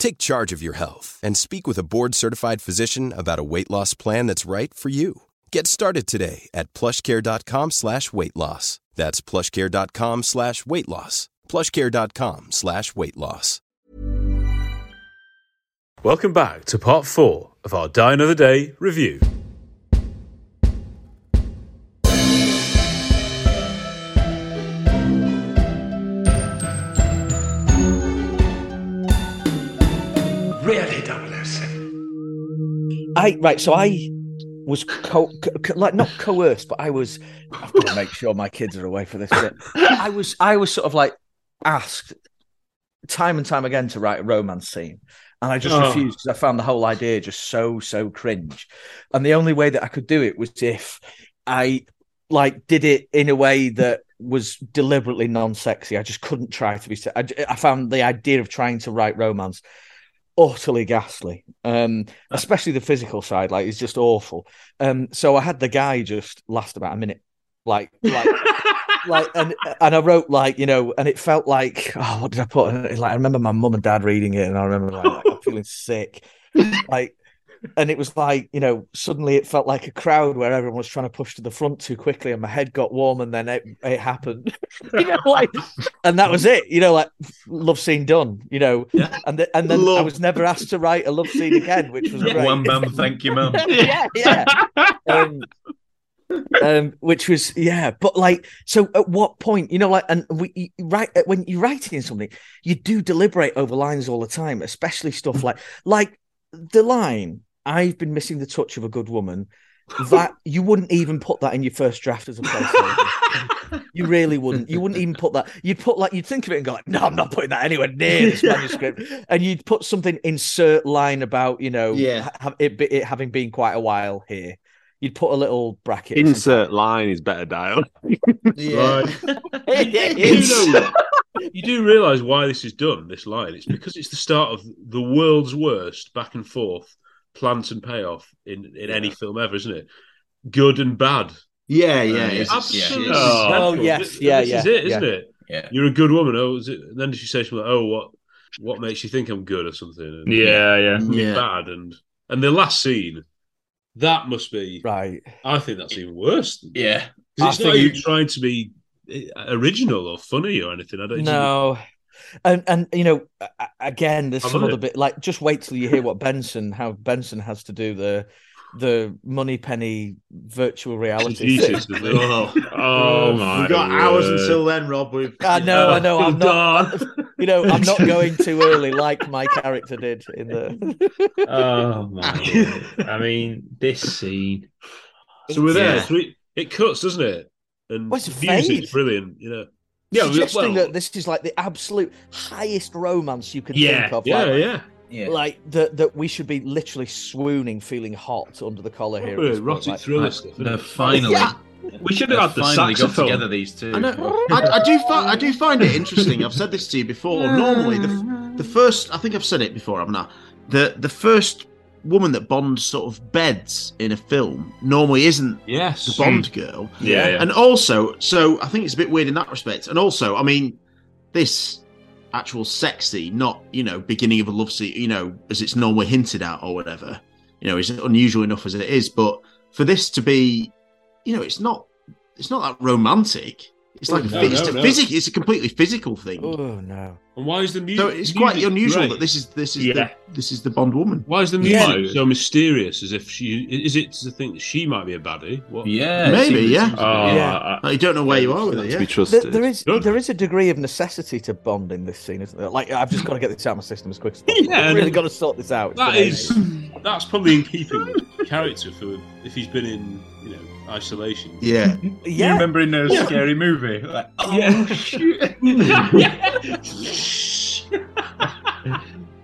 Take charge of your health and speak with a board-certified physician about a weight loss plan that's right for you. Get started today at plushcare.com slash weight loss. That's plushcare.com slash weight loss. plushcare.com slash weight loss. Welcome back to part four of our Die Another Day review. Really, 007. I right, so I was co- co- co- like not coerced, but I was. I've got to make sure my kids are away for this bit. I was, I was sort of like asked time and time again to write a romance scene, and I just Oh. refused because I found the whole idea just so so cringe. And the only way that I could do it was if I like did it in a way that was deliberately non-sexy. I just couldn't try to be. Se- I, I found the idea of trying to write romance utterly ghastly. Um, especially the physical side, like it's just awful. Um, so I had the guy just last about a minute, like like like and and I wrote like you know, and it felt like oh, what did I put? in it? Like I remember my mum and dad reading it, and I remember like, like, I'm feeling sick, like. And it was like, you know, suddenly it felt like a crowd where everyone was trying to push to the front too quickly, and my head got warm, and then it, it happened, you know, like, and that was it, you know, like love scene done, you know, Yeah. and th- and then I Love. was never asked to write a love scene again, which was great. Wham bam, thank you, ma'am. yeah, yeah. Um, um, which was yeah, but like, so at what point, you know, like, and we you, write uh, when you're writing something, you do deliberate over lines all the time, especially Mm. stuff like like the line "I've been missing the touch of a good woman." That you wouldn't even put that in your first draft as a placeholder. you really wouldn't. You wouldn't even put that. You'd put like you'd think of it and go like, "No, I'm not putting that anywhere near this Yeah. manuscript." And you'd put something insert line about you know Yeah. ha- ha- it, be- it having been quite a while here. You'd put a little bracket. or Insert line is better dialed. Right. you, do know- you do realise why this is done, this line. It's because it's the start of the world's worst back and forth plant and payoff in, in any film ever, isn't it? Good and bad. Yeah, yeah, it's- Absolutely. yeah, it's- Oh, dreadful. yes, This- yeah, this is yeah, it, yeah. isn't it? yeah. You're a good woman. Oh, is it? And then she says something like, "Oh, what, what makes you think I'm good or something?" And Yeah, yeah. Yeah. bad. And and the last scene, that must be. something. Right. I think that's even worse. than- Yeah. 'Cause it's I not think even you- trying to be eh, original or funny or anything. I don't. No. And and you know a- a- again, there's I some love other it. bit like just wait till you hear what Benson how Benson has to do the the money penny virtual reality. thing. Jesus, isn't it? Oh, Oh my. We've got hours word. until then, Rob. We've, I know, I know. I'm not. Done. You know, I'm not going too early like my character did in the. Oh my word. I mean, this scene. So we're there. Yeah. So it, it cuts, doesn't it? And Well, it's a music's fade. brilliant. You know. Yeah, Yeah, suggesting well- that this is like the absolute highest romance you could Yeah, think of. Yeah, like, yeah. yeah. like that that we should be literally swooning, feeling hot under the collar here. at this point, Proper erotic like- thriller stuff. isn't They're it? finally. Yeah. We should they've have had the finally got saxophone. together these two. I know. I, I do find I do find it interesting. I've said this to you before. Normally, the the first I think I've said it before. I'm not the the first woman that bonds sort of beds in a film normally isn't yes. the Bond girl. Hmm. Yeah, yeah. And also, so I think it's a bit weird in that respect. And also, I mean, this actual sex scene, not, you know, beginning of a love scene, you know, as it's normally hinted at or whatever, you know, is unusual enough as it is. But for this to be, you know, it's not it's not that romantic. It's like a, Oh, No, phys- it's no, a no. physic- it's a completely physical thing. Oh no. And why is the music? So it's quite music unusual great? that this is this is Yeah. the this is the Bond woman. Why is the Yeah. music so mysterious? As if she is it to think that she might be a baddie? What? Yeah. Maybe, it's- yeah. it's- Oh, Yeah. I- I don't know where you are with it. to Yeah. be There, trusted. there is Good. there is a degree of necessity to Bond in this scene, isn't there? Like I've just got to get this out of my system as quick as possible. Yeah, I've really and- got to sort this out. It's That been is ages. that's probably in keeping with the character for if he's been in you know isolation. Yeah. yeah. remember in a scary movie? Like, oh, yeah. shoot.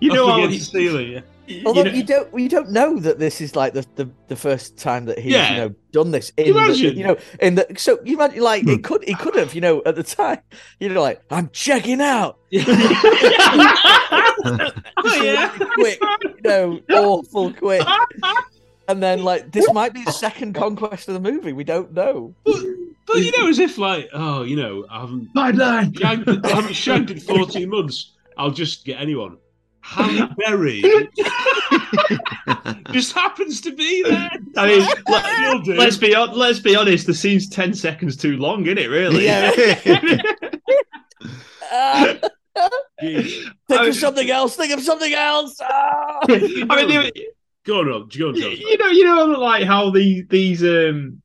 you know, I I forget was, he's stealing. Yeah. Although you you, know- don't, you don't know that this is like the, the, the first time that he's Yeah. you know done this. In the- Imagine. you know, in the so you imagine like Hmm. it could he could have you know at the time you know like I'm checking out. Oh, Just really quick, you know, awful quick. And then like this might be the second conquest of the movie. We don't know. But, but you know, as if like, oh, you know, I haven't, Sideline. shagged, I haven't shagged in fourteen months. I'll just get anyone. Halle Berry just happens to be there. I mean, You'll do. let, let's be on, let's be honest. The scene's ten seconds too long, isn't it? Really? Yeah. Ah, Jeez. think I- of something else. Think of something else. Ah! I mean, they- Go on, Rob. Go on, you, Rob. you know, you know, like how the these um,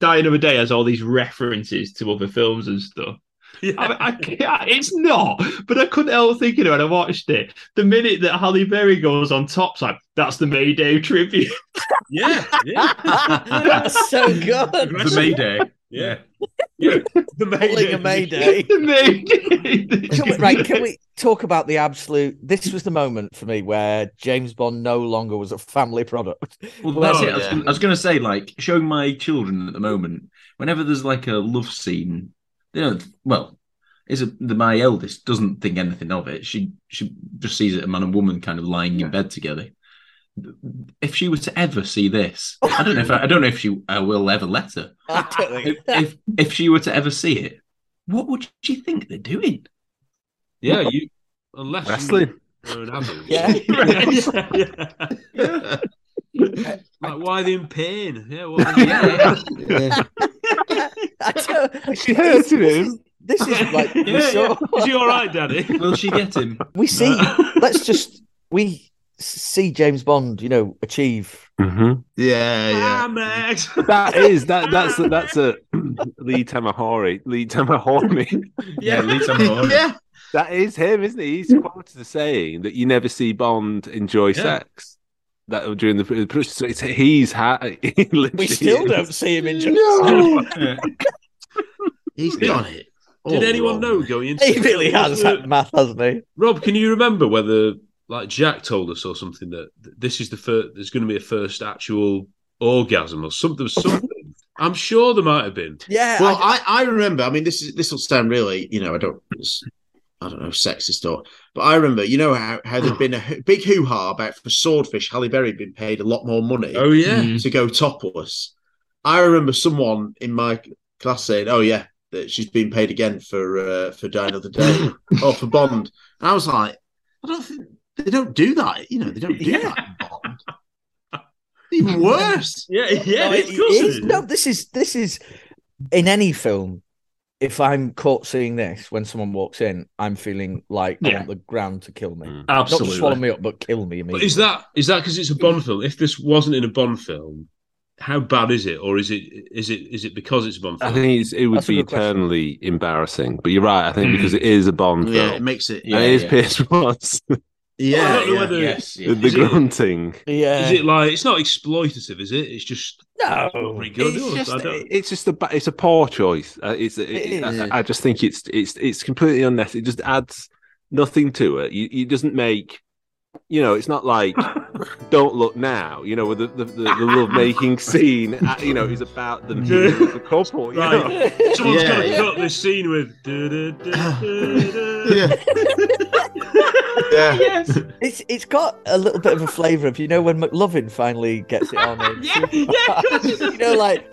Die Another Day has all these references to other films and stuff. I, mean, I can't, it's not, but I couldn't help thinking when I watched it. The minute that Halle Berry goes on top side, that's the Mayday tribute. Yeah, yeah, That's so good. The Mayday. Yeah, yeah. The Calling a Mayday. the Mayday. Can we, right, can we talk about the absolute? This was the moment for me where James Bond no longer was a family product. Well, that's oh, No, it. I was, yeah. gonna, I was going to say, like, showing my children at the moment, whenever there's like a love scene, they don't. Well, is it the my eldest doesn't think anything of it. She she just sees it a man and woman kind of lying in bed together. If she was to ever see this, I don't know if I, I don't know if she I will ever let her. I don't If, think. if if she were to ever see it, what would she think they're doing? Yeah, you unless you Wrestling. were an adult. Yeah. yeah, yeah, yeah. Like, why are they in pain? Yeah, what I don't- She hurt him. This is like we, Yeah, saw, Is he all right, Daddy? Will she get him? we see. Let's just we s- see James Bond, you know, achieve. Yeah, yeah. Max. That is- that. that's- that's a. Lee Tamahori. Lee Tamahori. Yeah. yeah, Lee Tamahori. yeah. That is him, isn't he? He's quoted as saying that you never see Bond enjoy sex. That during the production, so it's, he's ha- he We still don't see him in. James. No. He's done it. Did All anyone wrong. know going into He really has Was that there- math, hasn't he? Rob, can you remember whether like Jack told us or something that th- this is the first there's going to be a first actual orgasm or something something. I'm sure there might have been. Yeah. Well, I- I, I remember. I mean, this is this will sound really, you know, I don't, it's- I don't know, sexist or, but I remember, you know, how, how Oh. there'd been a h- big hoo ha about for Swordfish, Halle Berry being paid a lot more money Oh yeah. to go topless. I remember someone in my class saying, "Oh yeah, that she's been paid again for uh, for Die Another Day or for Bond," and I was like, "I don't think they don't do that. You know, they don't do Yeah. that in Bond. Even worse." Yeah, yeah, no, of it course it is. is. No, this is this is in any film. If I'm caught seeing this when someone walks in, I'm feeling like I Yeah. want the ground to kill me. Mm. Not to swallow Absolutely. me up, but kill me But immediately. is that is that because it's a Bond film? If this wasn't in a Bond film, how bad is it? Or is it is it is it because it's a Bond I film? think it's, it would That's a be good question. eternally embarrassing. But you're right. I think because it is a Bond film. Hmm. Yeah, it makes it. and it is yeah. Pierce Brosnan, I Yeah, don't know yeah. whether Yes. yeah. the, the Is it- grunting. yeah. is it like it's not exploitative, is it? It's just no. pretty good. It's I just, don't- it's just a, ba- it's a poor choice. Uh, it's, it, It I- is. I, just think it's, it's, it's completely unnecessary. It just adds nothing to it. You, it doesn't make, you know, it's not like don't look now. You know, with the the, the, the love making scene, uh, you know, is about them hitting the couple. You Right. know? Someone's Yeah, got to yeah. cut this scene with. du- du- du- du- du- Yeah. Yeah. yes. It's it's got a little bit of a flavour of you know when McLovin finally gets it on. and- Yeah, yeah, you know, like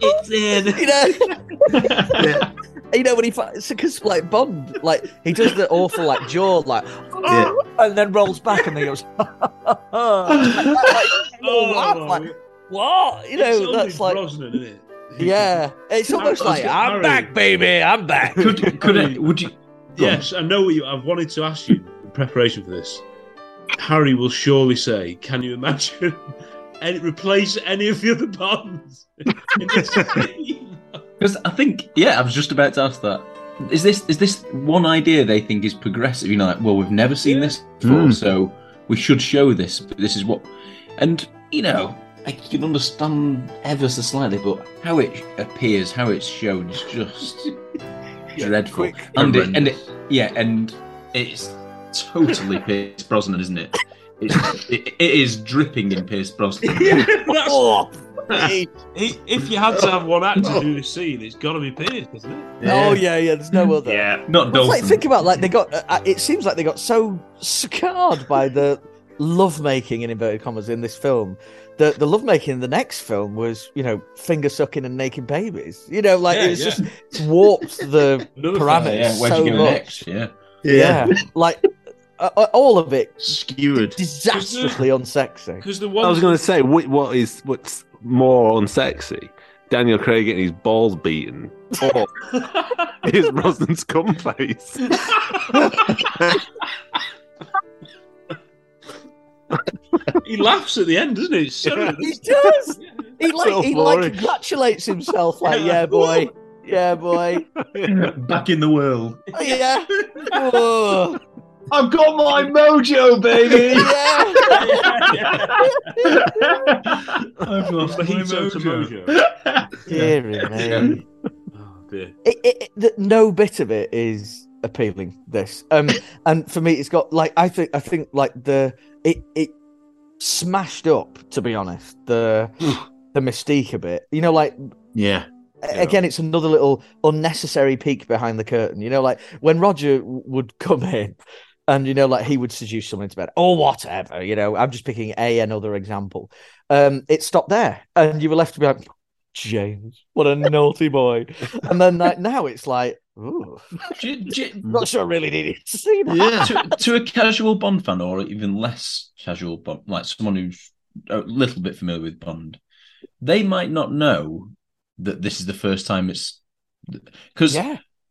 it's in. you know, you know when he because like Bond, like he does the awful like jaw, like Yeah. and then rolls back and then goes. Oh, laugh, like, Oh. what? You know, that's like yeah, it's almost I was like gonna- I'm Harry. back, baby, I'm back. Could, could I, would you? Yes, I know what you. I've wanted to ask you in preparation for this. Harry will surely say, "Can you imagine?" And replace any of the other bonds. Because I think, yeah, I was just about to ask that. Is this is this one idea they think is progressive? You know, like, well, we've never seen this before, Mm. so we should show this. But this is what, and you know, I can understand ever so slightly, but how it appears, how it's shown, is just dreadful. quick, And it, and it, yeah, and it's totally Pierce Brosnan, isn't it? It's, it, it is dripping in Pierce Brosnan. Oh, He- if you had to have one actor do this scene, it's got to be Pierce, isn't it? Oh yeah, yeah. There's no other. Yeah, not Like, Dawson. think about like they got. Uh, uh, it seems like they got so scarred by the lovemaking in inverted commas in this film. The the lovemaking in the next film was you know finger sucking and naked babies. You know, like Yeah, it was yeah. just warped the Another parameters thing, yeah, where'd so you go much. next? Yeah. Yeah, Yeah. like uh, uh, all of it skewered, disastrously unsexy. Because the I was going to say, what, what is what's more unsexy? Daniel Craig getting his balls beaten, or is Brosnan's cum face? He laughs at the end, doesn't he? It's so- he does. He like So he like boring. congratulates himself like yeah boy, yeah boy, Back in the world. Oh, yeah. Oh. I've got my mojo, baby. I've lost my Mojito to mojo. Dearie me. dear. It, it, it, th- no bit of it is appealing. This, um, and for me, it's got like I think I think like the it it smashed up. To be honest, the the mystique a bit. You know, like Yeah. a- again, it's another little unnecessary peek behind the curtain. You know, like when Roger w- would come in. And you know, like he would seduce someone into bed or whatever. You know, I'm just picking a another example. Um, it stopped there, and you were left to be like, James, what a naughty boy. And then like now it's like, ooh, not sure I really needed to see that. to, to a casual Bond fan, or even less casual Bond, like someone who's a little bit familiar with Bond, they might not know that this is the first time it's because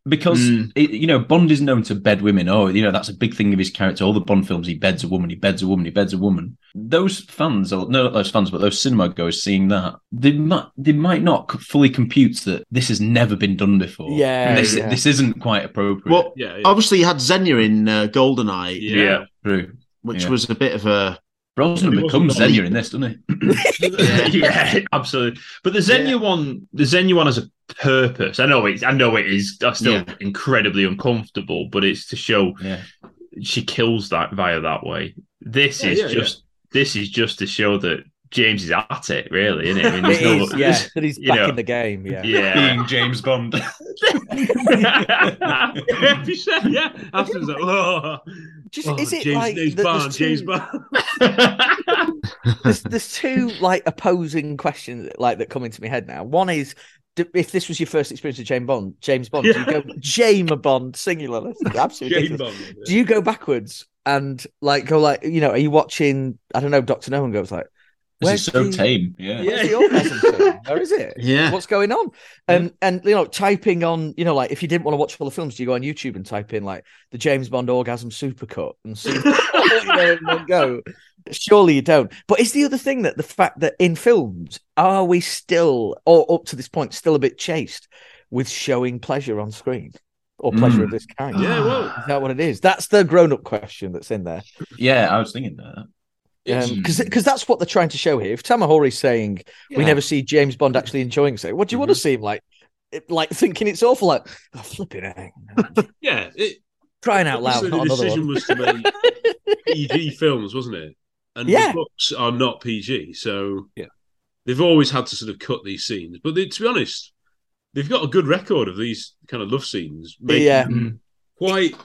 because Hmm. it, you know Bond is known to bed women. Oh, you know that's a big thing of his character. All the Bond films, he beds a woman, he beds a woman, he beds a woman. Those fans, or no, not those fans, but those cinema goers seeing that, they might they might not c- fully compute that this has never been done before. Yeah, this yeah. this isn't quite appropriate. Well, obviously you had Xenia in uh, Goldeneye. Yeah. True. Which Yeah. was a bit of a. Brosnan becomes Xenia in this, doesn't yeah, absolutely. But the Xenia one, the Xenia one has a purpose. I know it's, I know it is. That's still Yeah. incredibly uncomfortable, but it's to show she kills that via that way. This Yeah, is yeah, yeah. just, this is just to show that James is at it, really, isn't it? I mean, It there's no- is, yeah, that he's you back know, in the game. Yeah, Yeah. Being James Bond. yeah, you said, yeah. Afterwards, like, oh, Just, oh, is it James, like James that there's Bond, James two- Bond. there's, there's two like opposing questions like that come into my head now. One is d- if this was your first experience with James Bond, James Bond, do you Yeah. go James Bond singular? That's absolutely James ridiculous. Bond, yeah. Do you go backwards and like go like you know? Are you watching? I don't know. Doctor No one goes like. This is where's the- so tame. Yeah. Where's the orgasm scene? Where is it? Yeah. What's going on? And and you know, typing on, you know, like if you didn't want to watch all the films, do you go on YouTube and type in like the James Bond orgasm supercut and see you know, in one go? Surely you don't. But is the other thing that the fact that in films, are we still or up to this point still a bit chaste with showing pleasure on screen? Or pleasure Mm. of this kind. Yeah, well- is that what it is? That's the grown-up question that's in there Yeah, I was thinking that. Hmm. because because Um, that's what they're trying to show here. If Tamahori's saying we Yeah. never see James Bond actually enjoying sex, what do you want to see him like? It- Like thinking it's awful, like oh, flipping it, Yeah, it, crying out loud. obviously Not the another decision one. was to make PG films, wasn't it? And Yeah. the books are not PG, so yeah, they've always had to sort of cut these scenes. But they, to be honest, they've got a good record of these kind of love scenes. making Yeah. them Quite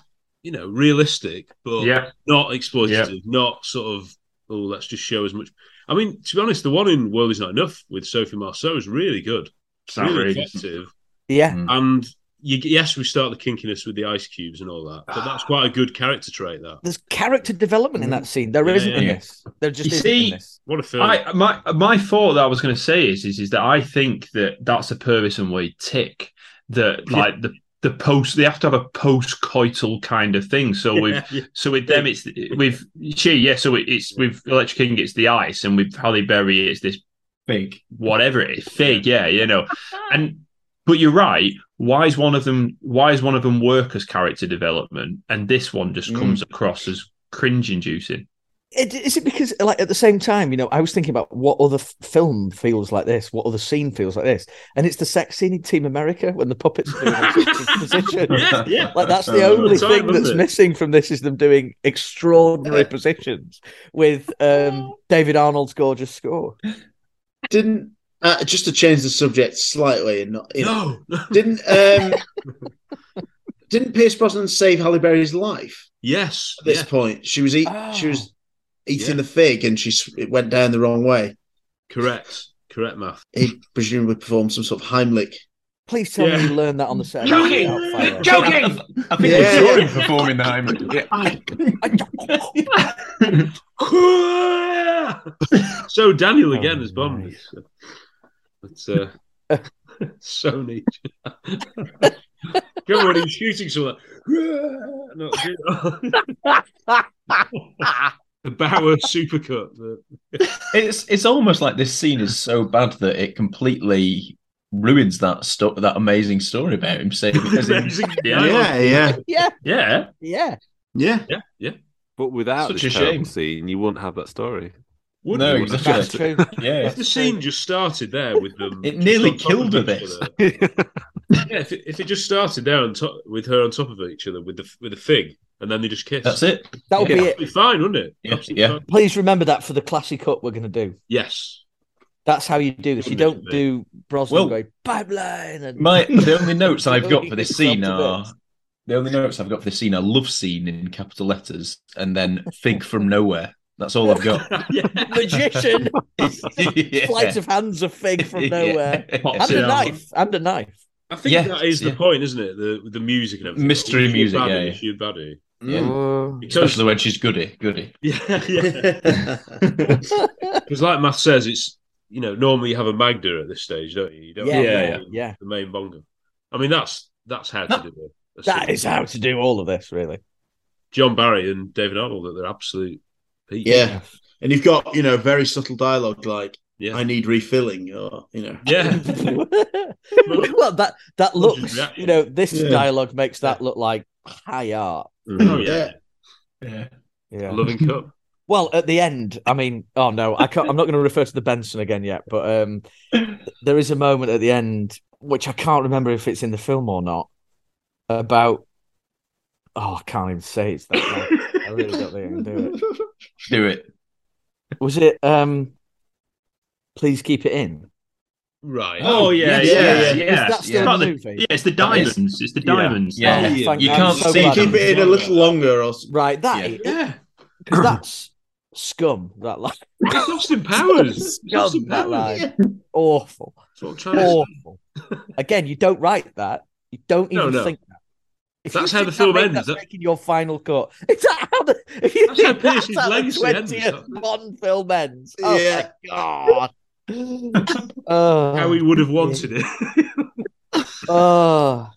you know, realistic, but Yeah. not exploitative, not sort of, oh, let's just show as much. I mean, to be honest, the one in World Is Not Enough with Sophie Marceau is really good. It's That really really- effective. Yeah. And you, yes, we start the kinkiness with the ice cubes and all that, but that's quite a good character trait, that. There's character development in that scene. There Yeah, isn't yeah, in yeah. this. There just You isn't in see- this. What a film. I, my my thought that I was going to say is, is is that I think that that's a Purvis way tick that Yeah. like the the post they have to have a post coital kind of thing. So Yeah, with yeah. so with them it's with she yeah. So it, it's with Electric King it's the ice and with Halle Berry it's this fig whatever it is fig yeah you know and but you're right. Why is one of them? Why is one of them work as character development and this one just comes across as cringe inducing? It- Is it because, like, at the same time, you know, I was thinking about what other f- film feels like this, what other scene feels like this, and it's the sex scene in Team America when the puppets are doing all sorts of positions. Yeah, yeah. Like that's the That's only time, thing wasn't that's it? missing from this is them doing extraordinary positions with um, David Arnold's gorgeous score. Didn't uh, just to change the subject slightly and not you know, didn't um didn't Pierce Brosnan save Halle Berry's life? Yes, at this yeah. point she was eat, she was eating the fig and she s- it went down the wrong way. Correct, correct math. He presumably performed some sort of Heimlich. Please tell Yeah. me you learned that on the set. Joking! Without fire. Joking! I think Yeah. we saw him performing the Heimlich. so Daniel again is Bond. It's uh, so neat. Come on, he's shooting someone. Not good. Ah. the Bauer supercut. The... it's it's almost like this scene is so bad that it completely ruins that sto- that amazing story about him saving. as in- Amazing Yeah, dialogue. yeah. Yeah. Yeah. Yeah. Yeah. Yeah. Yeah. But without Such this a terrible shame. scene, you wouldn't have that story. Would No, you? exactly. That's true. Yeah. If the scene just started there with them, It nearly just on top killed of her, each this. other. yeah, if it, if it just started there on top with her on top of each other with the with the fig, and then they just kiss. That's it. That would Yeah. be it. That'd fine, wouldn't it? Yeah, Absolutely yeah. fine. Please remember that for the classic cut we're going to do. Yes. That's how you do this. You don't do Brosnan Well- going pipeline. And... My the only notes I've got for this scene Well, are the only notes I've got for this scene are love scene in capital letters and then fig from nowhere. That's all I've got. magician, Yeah. flight of hands, a fig from Yeah. nowhere, Pops and it a out. knife, and a knife. I think that is the point, isn't it? The the music and everything. Mystery Is she music, baddie? yeah, Is she a baddie? Yeah. Because Mm. Especially when she's goody, goody. yeah, because like Matt says, it's you know normally you have a Magda at this stage, don't you? You don't Yeah, have yeah, the, yeah. the main bongo. I mean, that's that's how to do it. That's That it. is how to do all of this, really. John Barry and David Arnold at their absolute peak. Yeah. And you've got, you know, very subtle dialogue like yeah. I need refilling or you know. Yeah. well, that that looks, you know, this Yeah. dialogue makes that look like high art. Oh yeah. Yeah. Yeah. Loving cup. Well, at the end, I mean, oh no, I can't, I'm not going to refer to the Benson again yet, but um, there is a moment at the end which I can't remember if it's in the film or not about. Oh, I can't even say it's that. now. I really don't think I can do it. Do it. Was it? Um, please keep it in. Right. Oh, Oh, yeah, yes, yeah, yeah, yes, yeah. yes. Is that still It's in the not movie? Yeah, it's the That is. diamonds. It's the diamonds. Yeah. Oh, Yeah. Thank You God. can't So see glad keep I'm it in a wrong. little longer or something. Right, that yeah, that's scum. That line. It's Austin Powers. Scum, Austin that Powers. line. Yeah. Awful. That's what I'm trying to say. Awful. Again, you don't write that. You don't No, even no. think that. If That's you how think the film that, mate, ends, That's that- making your final cut. Is that how the? If you That's how think that's Pierce's how legacy the ends, twentieth that- Bond film ends. Oh Yeah. my god. Oh, How he would have wanted it. Oh.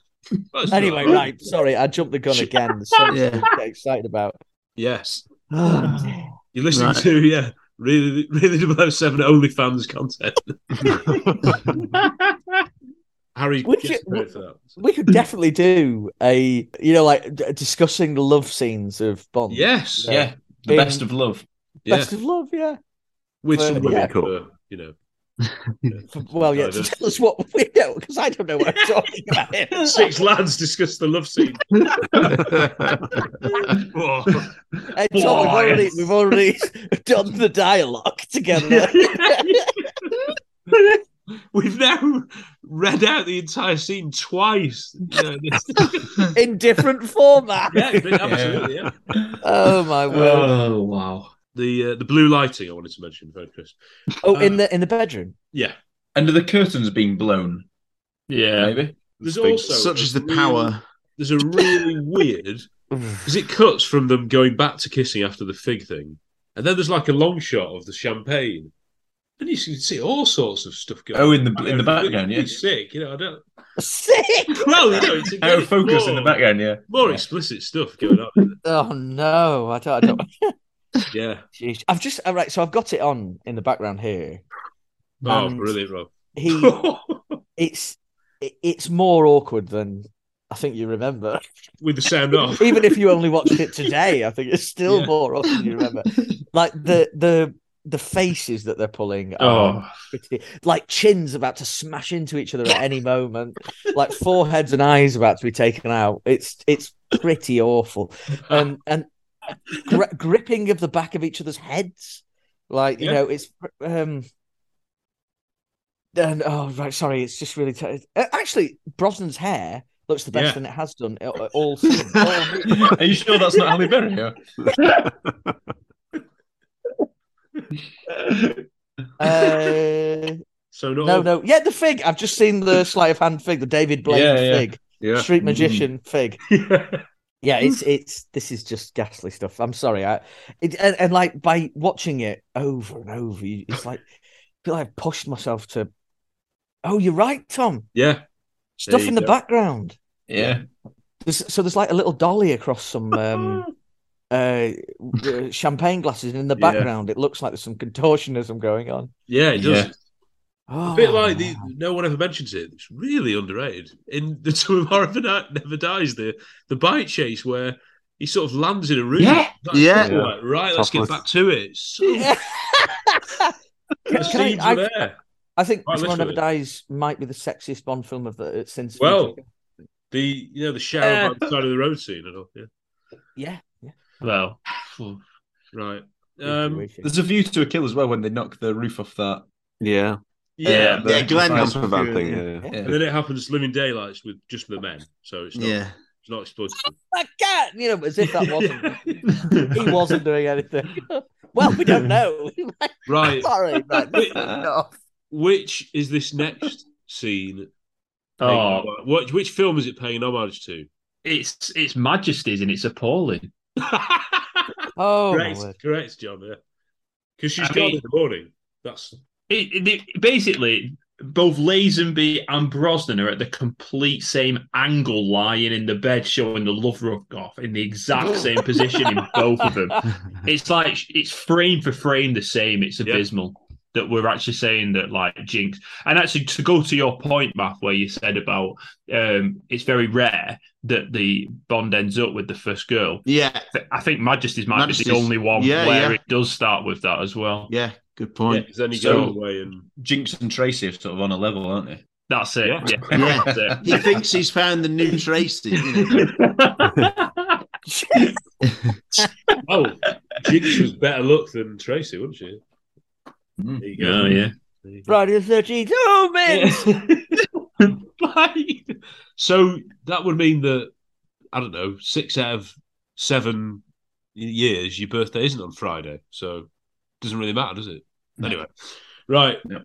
That's anyway, not- right. Sorry, I jumped the gun again. There's so much Yeah. to get excited about. Yes. Oh, You're listening Right. to, yeah, really, really 007 OnlyFans content. Harry Would gets you- credit for that. we could definitely do a you know like d- discussing the love scenes of Bond. Yes. You know, Yeah. The in- best of love. Yeah. Best of love, yeah. With Well, somebody, yeah. uh, you know. Well, yeah. No, So that's- tell us what we know because I don't know what I'm talking about. here. Six lads discuss the love scene. Oh. Hey, Tom, we've already we've already done the dialogue together. We've now read out the entire scene twice. You know, this- in different format. yeah, but absolutely. Yeah. Oh my word! Oh, wow. The uh, the blue lighting I wanted to mention very crisp. Oh, Uh, in the in the bedroom. Yeah. And are the curtains being blown? Yeah. Maybe. There's also Such is a the really- power. There's a really weird because it cuts from them going back to kissing after the fig thing, and then there's like a long shot of the champagne, and you can see all sorts of stuff going. Oh, in on. the- in the background, yeah. Really sick. You know, I don't. Sick. Well, you know, it's again, Out of focus in the more- background, yeah. More explicit stuff going on. Oh no! I don't. I don't. Yeah. Jeez. I've just all right. So I've got it on in the background here. Oh, And brilliant, Rob. He, it's it- it's more awkward than I think you remember. With the sound off. Even if you only watched it today, I think it's still Yeah. more awkward than you remember. Like the the the faces that they're pulling Oh. are pretty, like chins about to smash into each other at any moment, like foreheads and eyes about to be taken out. It's it's pretty awful, and and gri- gripping of the back of each other's heads, like you Yeah. know, it's um. And oh right, sorry, it's just really t- uh, actually Brosnan's hair looks the best Yeah. than it has done all, all season. All- Are you sure that's not Halle Berry? Yeah. Uh, so no, no, yeah, the fig. I've just seen the sleight of hand fig, the David Blaine Yeah, yeah, fig, yeah. street Mm. magician fig. yeah, it's it's this is just ghastly stuff. I'm sorry, I it, and, and like by watching it over and over, you, it's like I feel like I've pushed myself to. Oh, you're right, Tom. Yeah. Stuff There in you the go. background. Yeah. There's, so there's like a little dolly across some um, uh, uh, champagne glasses, and in the Yeah. background, it looks like there's some contortionism going on. Yeah, it does. Yeah. a bit like the, no one ever mentions it. It's really underrated in the Tomorrow Never Di- Never Dies. The the bike chase where he sort of lands in a room. Yeah. That's Yeah. cool, like, right. Let's get Topless. back to it. So, Can- the can I- scenes I- were there. I think Right, Tomorrow let's Never do it. Dies might be the sexiest Bond film of the uh, since. Well, the you know the shower Yeah. by the side of the road scene and all. Yeah. yeah, yeah. Well, right. Um, There's a view to a kill as well when they knock the roof off that. Yeah. yeah, the- yeah, the Glenn- fire- Campervan thing, yeah, yeah. And then it happens living daylights with just the men, so it's not, Yeah. it's not exploitative. I can't, you know, as if that wasn't. he wasn't doing anything. well, we don't know. Right. Sorry, but Wait. enough. Which is this next scene? paying Oh. homage- Which, which film is it paying homage to? It's it's majesties and it's appalling. Oh, my correct, word. correct, John. Yeah, because she's I gone mean- in the morning. That's It, it- it- basically, both Lazenby and Brosnan are at the complete same angle, lying in the bed, showing the love rug off in the Oh. exact same position in both of them. It's like it's frame for frame the same. It's abysmal that we're actually saying that like Jinx. And actually, to go to your point, Math, where you said about um, it's very rare that the Bond ends up with the first girl. Yeah, I think Majesty's might be the Majesty's- only one yeah, where yeah. it does start with that as well. Yeah, good point. because then he So- goes away and Jinx and Tracy are sort of on a level, aren't they? That's it. Yeah. Yeah, That's it. he thinks he's found the new Tracy. You know. oh, Jinx was better look than Tracy, wasn't she? There you go. Oh, yeah. Friday the thirteenth. Oh man. So that would mean that I don't know six out of seven years your birthday isn't on Friday, so it doesn't really matter, does it? Anyway, right. No.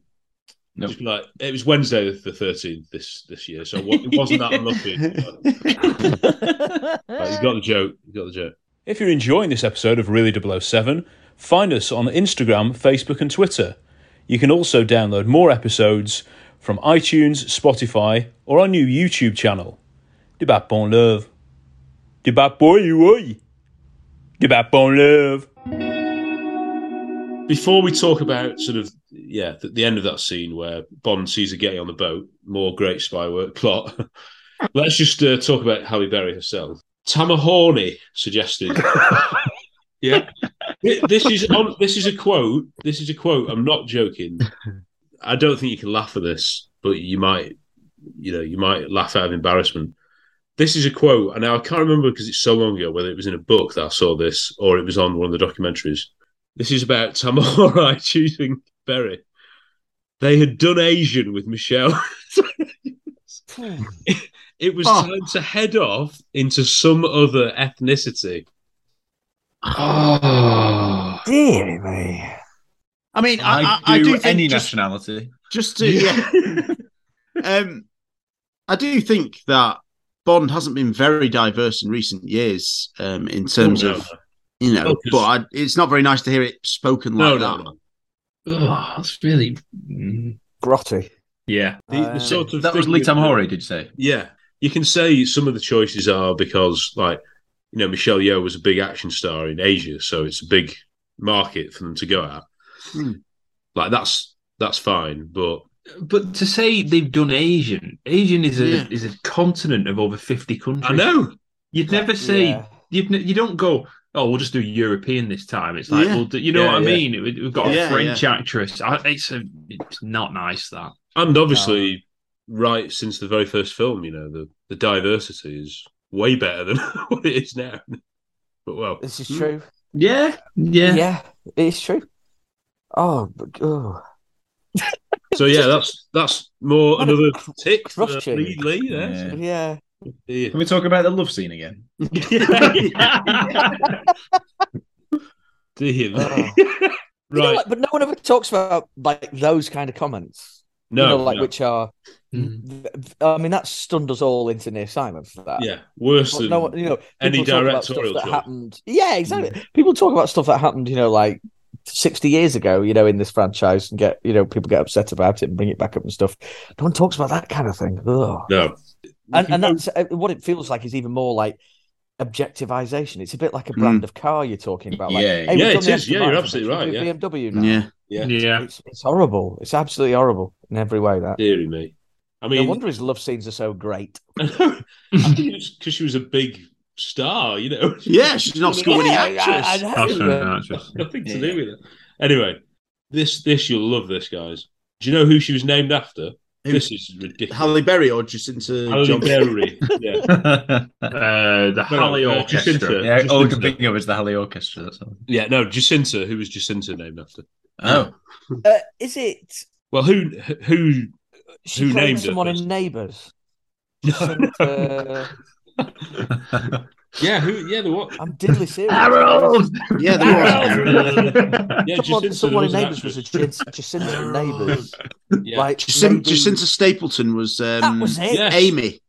Just be like it was Wednesday the thirteenth this this year, so what, it wasn't that unlucky. Right, you got the joke. You got the joke. If you're enjoying this episode of Really 007, find us on Instagram, Facebook, and Twitter. You can also download more episodes from iTunes, Spotify, or our new YouTube channel. Du bat bon love. Du bat boy, you oi. Du bat bon love. Before we talk about sort of, yeah, the, the end of that scene where Bond sees her getting on the boat, more great spy work plot, let's just uh, talk about Halle Berry herself. Tamma Horney suggested. yeah. Thi- This is on, this is a quote. This is a quote. I'm not joking. I don't think you can laugh at this, but you might, you know, you might laugh out of embarrassment. This is a quote, and now I can't remember because it's so long ago whether it was in a book that I saw this or it was on one of the documentaries. This is about Tamara choosing Berry. They had done Asian with Michelle. it was Oh. time to head off into some other ethnicity. Oh, dear me. I mean, I, I, Ah. do, I do think any just, nationality. just to yeah. um, I do think that Bond hasn't been very diverse in recent years um, in terms no. of you know, Focus. but I, it's not very nice to hear it spoken No, like no, that. Oh, that's really grotty. Yeah, the, the Uh, sort of that was thing Lee with- Tam Hori, did you say? Yeah, you can say some of the choices are because, like, you know, Michelle Yeoh was a big action star in Asia, so it's a big market for them to go at. Hmm. Like, that's that's fine, but But to say they've done Asian, Asian is a Yeah. is a continent of over fifty countries. I know. You'd never say Yeah. you'd ne- you don't go. Oh, we'll just do European this time. It's like Yeah. we'll do, you know Yeah, what yeah. I mean. We- We've got a Yeah, French yeah. actress. I, it's a, it's not nice that. and Uh. obviously, right since the very first film, you know, the the diversity is way better than what it is now. But well, this is hmm. true. Yeah, yeah, yeah. It's true. Oh, but- oh. So yeah, that's that's more What a another cr- tick. for crushing. Lee Lee there. Yeah. Yeah. Can we talk about the love scene again? Dear me. Oh. You know, like, but no one ever talks about like those kind of comments. You No, know, like no. which are. I mean, that stunned us all into near Simon for that. Yeah, worse But than no one- you know, any people talk about stuff directorial that choice. Hmm. happened. Yeah, exactly. People talk about stuff that happened, you know, like sixty years ago, you know, in this franchise, and get you know people get upset about it and bring it back up and stuff. No one talks about that kind of thing. Ugh. No, and and that's uh, what it feels like is even more like objectivization. It's a bit like a brand of car you're talking about. Like, Hmm. Yeah, hey, we've yeah, done it the is. Aston Yeah, you're Martin, absolutely but should we right, do BMW yeah. now. Yeah. Yeah. It's, it's horrible. It's absolutely horrible in every way. That Deary me. I mean, no wonder his love scenes are so great. because she was a big star, you know. Yeah, she's not school scoring any actress. That's uh, not an actress. Nothing to do with it. Anyway, this this you'll love this, guys. Do you know who she was named after? Who? This is ridiculous. Halle Berry or Jacinta Halle Johnson? Berry. Yeah. Uh, the No, Halle uh, Orchestra. Jacinta. Yeah, Jacinta. Olga Bingo is the Halle Orchestra. That's all. Yeah, no, Jacinta. Who was Jacinta named after? Oh. Uh, is it? Well, who who She who played named her? someone in Neighbours. uh, Yeah, who? Yeah, the what? I'm diddly serious. Harold! Yeah, there was. Yeah, someone, Jacinta, someone in there was Neighbours an was a Jac- Jacinta in Neighbours. Yeah. Like Jacin- maybe- Jacinta Stapleton was, um, That was it. Yes. Amy.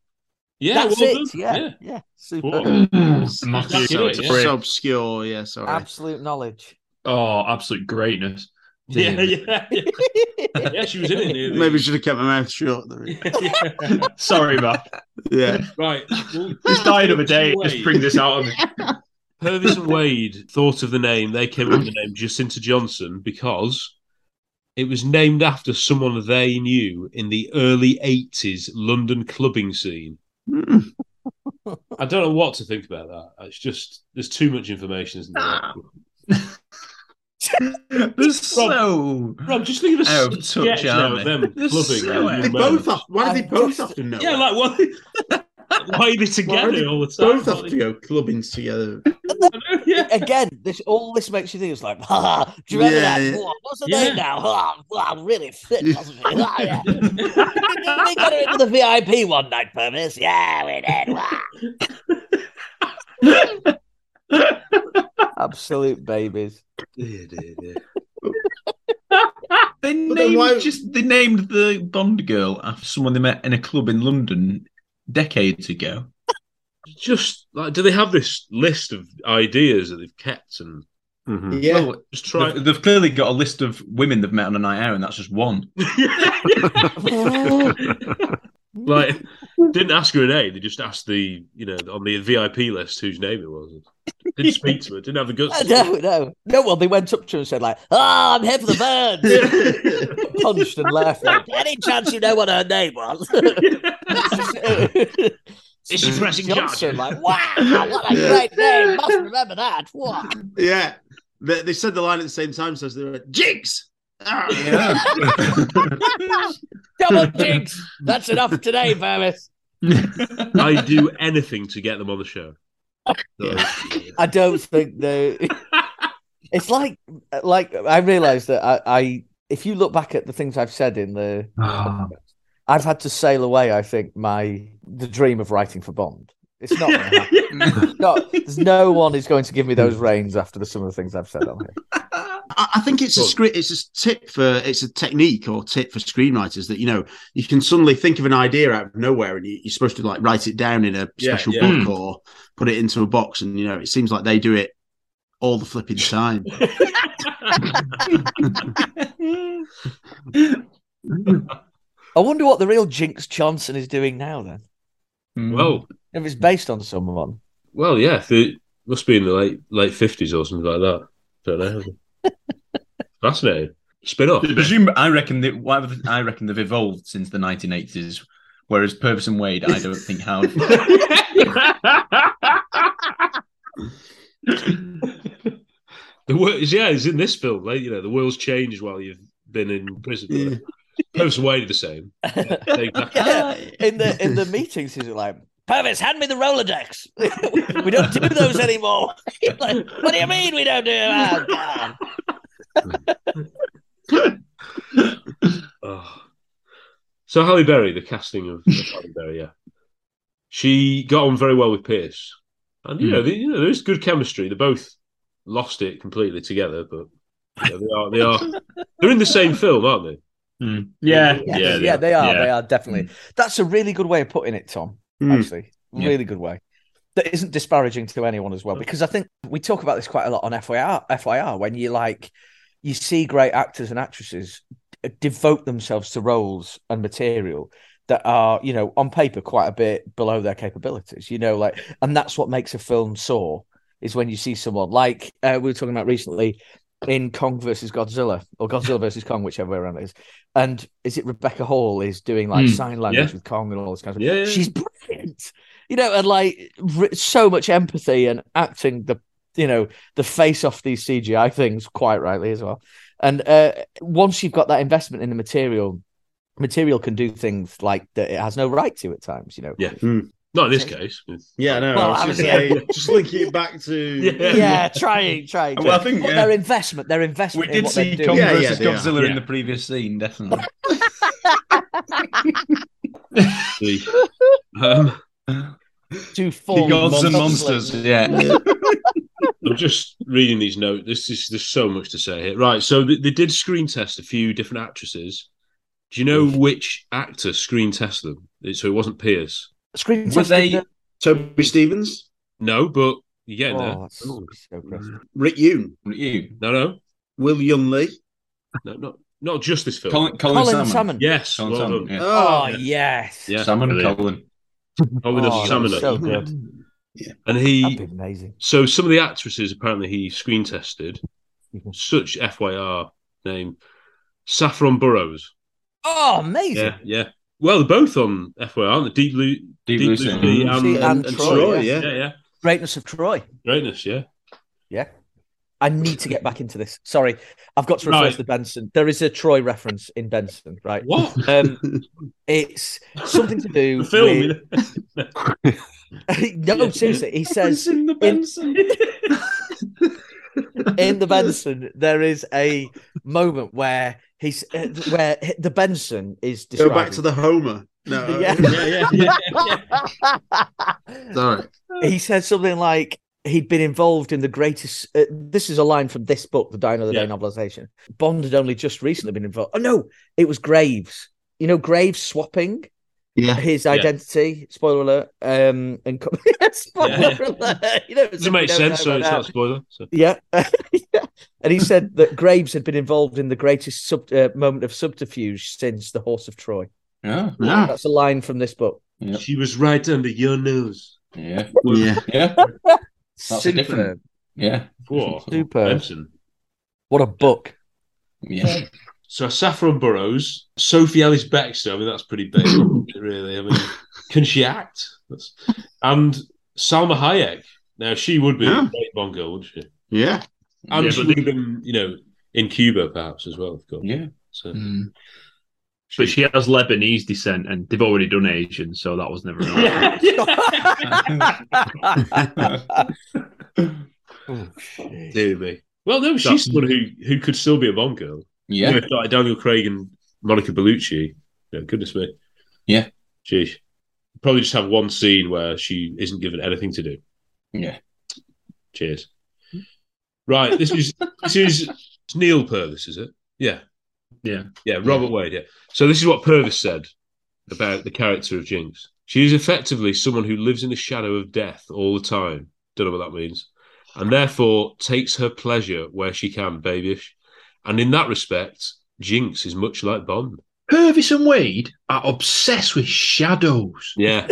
That's it. Yeah, yeah, super. That's so it, it's yeah. great. so obscure. Yeah, sorry. Absolute knowledge. Oh, absolute greatness. Yeah, yeah, yeah. yeah, she was in it. nearly. Maybe I should have kept my mouth shut. There. Sorry, man. Yeah. Right. Well, Just dying of a day. Just bring this out of me. Purvis and Wade thought of the name. They came up with the name Jacinta Johnson because it was named after someone they knew in the early 80s London clubbing scene. Hmm. I don't know what to think about that. It's just, there's too much information, isn't Ah, there? There's so Rob, just leave us Oh, out of sketch touch, now aren't of they? them They're clubbing so and They both moments. have, why do they both have to know? Yeah, like what? Why are they together all the time? Both have to go clubbing together. Again, this all this makes you think is like, ha, ha, do you remember Yeah, that? yeah. Oh, What's the Yeah. name now? Oh, wow, really fit, wasn't she? Oh, yeah. we got her into the VIP one night, Purvis. Yeah, we did. Wow. Absolute babies. They then named why- just they named the Bond girl after someone they met in a club in London decades ago. Just like, do they have this list of ideas that they've kept and? Yeah. Well, just try- They've, they've clearly got a Mm-hmm. list of women they've met on a night out, and that's just one. Hmm. like didn't ask her a name. They just asked the you know on the VIP list whose name it was. Didn't speak to her. Didn't have the guts. Oh, To no, no, no. Well, they went up to her and said, like, "Ah, I'm here for the birds." Punched and laughed. Like, Any chance you know what uh, her name was? Is she pressing Johnson, charge? Like, wow, what a great name! Must remember that. What? Yeah. They, they said the line at the same time, so they were like, Jigs! Ah. Double jinx. That's enough today, Purvis. I do anything to get them on the show. I don't think though. it's like like I realised that I, I if you look back at the things I've said in the, I've had to sail away. I think my the dream of writing for Bond. It's not. gonna happen. no, there's no one who's going to give me those reins after the, some of the things I've said on here. I I think it's a script. It's a tip for. It's a technique or tip for screenwriters that you know you can suddenly think of an idea out of nowhere, and you, you're supposed to like write it down in a Yeah, special yeah. book or put it into a box, and you know it seems like they do it all the flipping time. I wonder what the real Jinx Johnson is doing now. Then, Well, if it's based on someone, Well, yeah, the, must be in the late late fifties or something like that. Don't know. Fascinating. Spin off. Presume, I reckon that whatever I reckon they've evolved since the 1980s, whereas Purvis and Wade, I don't think have. The world is yeah, it's in this film. Like, you know, the world's changed while you've been in prison. Post Wade are the same. yeah, in the in the meetings, he's like, Purvis, hand me the Rolodex. we don't do those anymore. like, what do you mean we don't do that? Oh. So Halle Berry, the casting of, of Halle Berry, yeah, she got on very well with Pierce, and you know, Hmm. the, you know, there is good chemistry. They both lost it completely together, but you know, they are they are they're in the same film, aren't they? Yeah, Yeah, yeah, they are. they are. Yeah. They are definitely. That's a really good way of putting it, Tom. Hmm. Mm. Actually, Yeah. really good way. That isn't disparaging to anyone as well, because I think we talk about this quite a lot on FYR. FYR, when you like, you see great actors and actresses d- devote themselves to roles and material that are, you know, on paper quite a bit below their capabilities. You know, like, and that's what makes a film soar is when you see someone like uh, we were talking about recently in Kong versus Godzilla or Godzilla versus Kong, whichever way around it is. And is it Rebecca Hall is doing like Hmm. sign language Yeah. with Kong and all this kind of Yeah, yeah, yeah. She's brilliant, you know, and like r- so much empathy and acting the you know the face off these CGI things quite rightly as well. And uh, once you've got that investment in the material, material can do things like that it has no right to at times, you know. Yeah. Not in this case. Yeah, no. Well, obviously- just linking it back to Yeah, trying, trying. Well, I think, But yeah. their investment, their investment. We in did what they're see doing- Kong versus Godzilla in the previous scene, definitely. The- um, to form gods and monsters. monsters, yeah. I'm just reading these notes. This is there's so much to say here. Right, so they, they did screen test a few different actresses. Do you know which actor screen tested them? So it wasn't Pierce. Screen Were tested they- them? Toby Stevens? No, but you're getting Oh, there. that's Rick Yoon. Rick Yoon. No, no. Will Young Lee. No, not not just this film. Colin- Colin Colin Salmon. Salmon. Yes. Colin well Salmon, done. yeah. Oh, yes. Yeah. Salmon and Brilliant. Colin. Oh, with Oh, us, Salmon. so yeah. good. And he amazing. So some of the actresses apparently he screen tested. Mm-hmm. Such FYR name, Saffron Burrows. Oh, amazing. Yeah, yeah. Well, they're both on FYR, aren't they? Deep Blue, Deep, Blue Blue Sea. Sea Blue and, See, and, and and Troy, Troy. yeah. Yeah, um, yeah. Greatness of Troy. Greatness, yeah. Yeah. I need to get back into this. Sorry, I've got to refer Right. to the Benson. There is a Troy reference in Benson, right? What? Um, it's something to do The film. with- no, seriously, he says in the Benson. In, the Benson, there is a moment where he's uh, where the Benson is Go describing. back to the Homer. No. uh, Yeah. yeah, yeah, Sorry. He said something like he'd been involved in the greatest. Uh, this is a line from this book, the Die Another Day novelization. Bond had only just recently been involved. Oh no, it was Graves. You know, Graves swapping. Yeah. his Yeah. identity. Spoiler alert. Um, and co- spoiler Yeah. alert. You know, Doesn't make we don't know sense, so it's about not a that. spoiler. So. Yeah. Yeah. And he said that Graves had been involved in the greatest sub- uh, moment of subterfuge since the Horse of Troy. Yeah. That's a line from this book. She was right under your nose. Yeah. Yeah. Yeah. That's a Superb. different. Yeah. Whoa. Superb. Benson. What a book. Yeah. So Saffron Burrows, Sophie Ellis Bextor. I mean, that's pretty big, really. I mean, can she act? That's... And Salma Hayek. Now she would be a Yeah. great Bond girl, wouldn't she? Yeah. And Yeah, she but would have been, you know, in Cuba perhaps as well, of course. Yeah. So But she has Lebanese descent, and they've already done Asian, so that was never. An Dear me. Well, no, she's That- someone who who could still be a Bond girl. Yeah. You know, like Daniel Craig and Monica Bellucci. You know, goodness me. Yeah. Sheesh. Probably just have one scene where she isn't given anything to do. Yeah. Cheers. Right. This is this is it's Neil Purvis, is it? Yeah. Yeah. Yeah. Robert Wade. Yeah. So this is what Purvis said about the character of Jinx. She is effectively someone who lives in the shadow of death all the time. Don't know what that means. And therefore takes her pleasure where she can, babyish. And in that respect, Jinx is much like Bond. Purvis and Wade are obsessed with shadows. Yeah.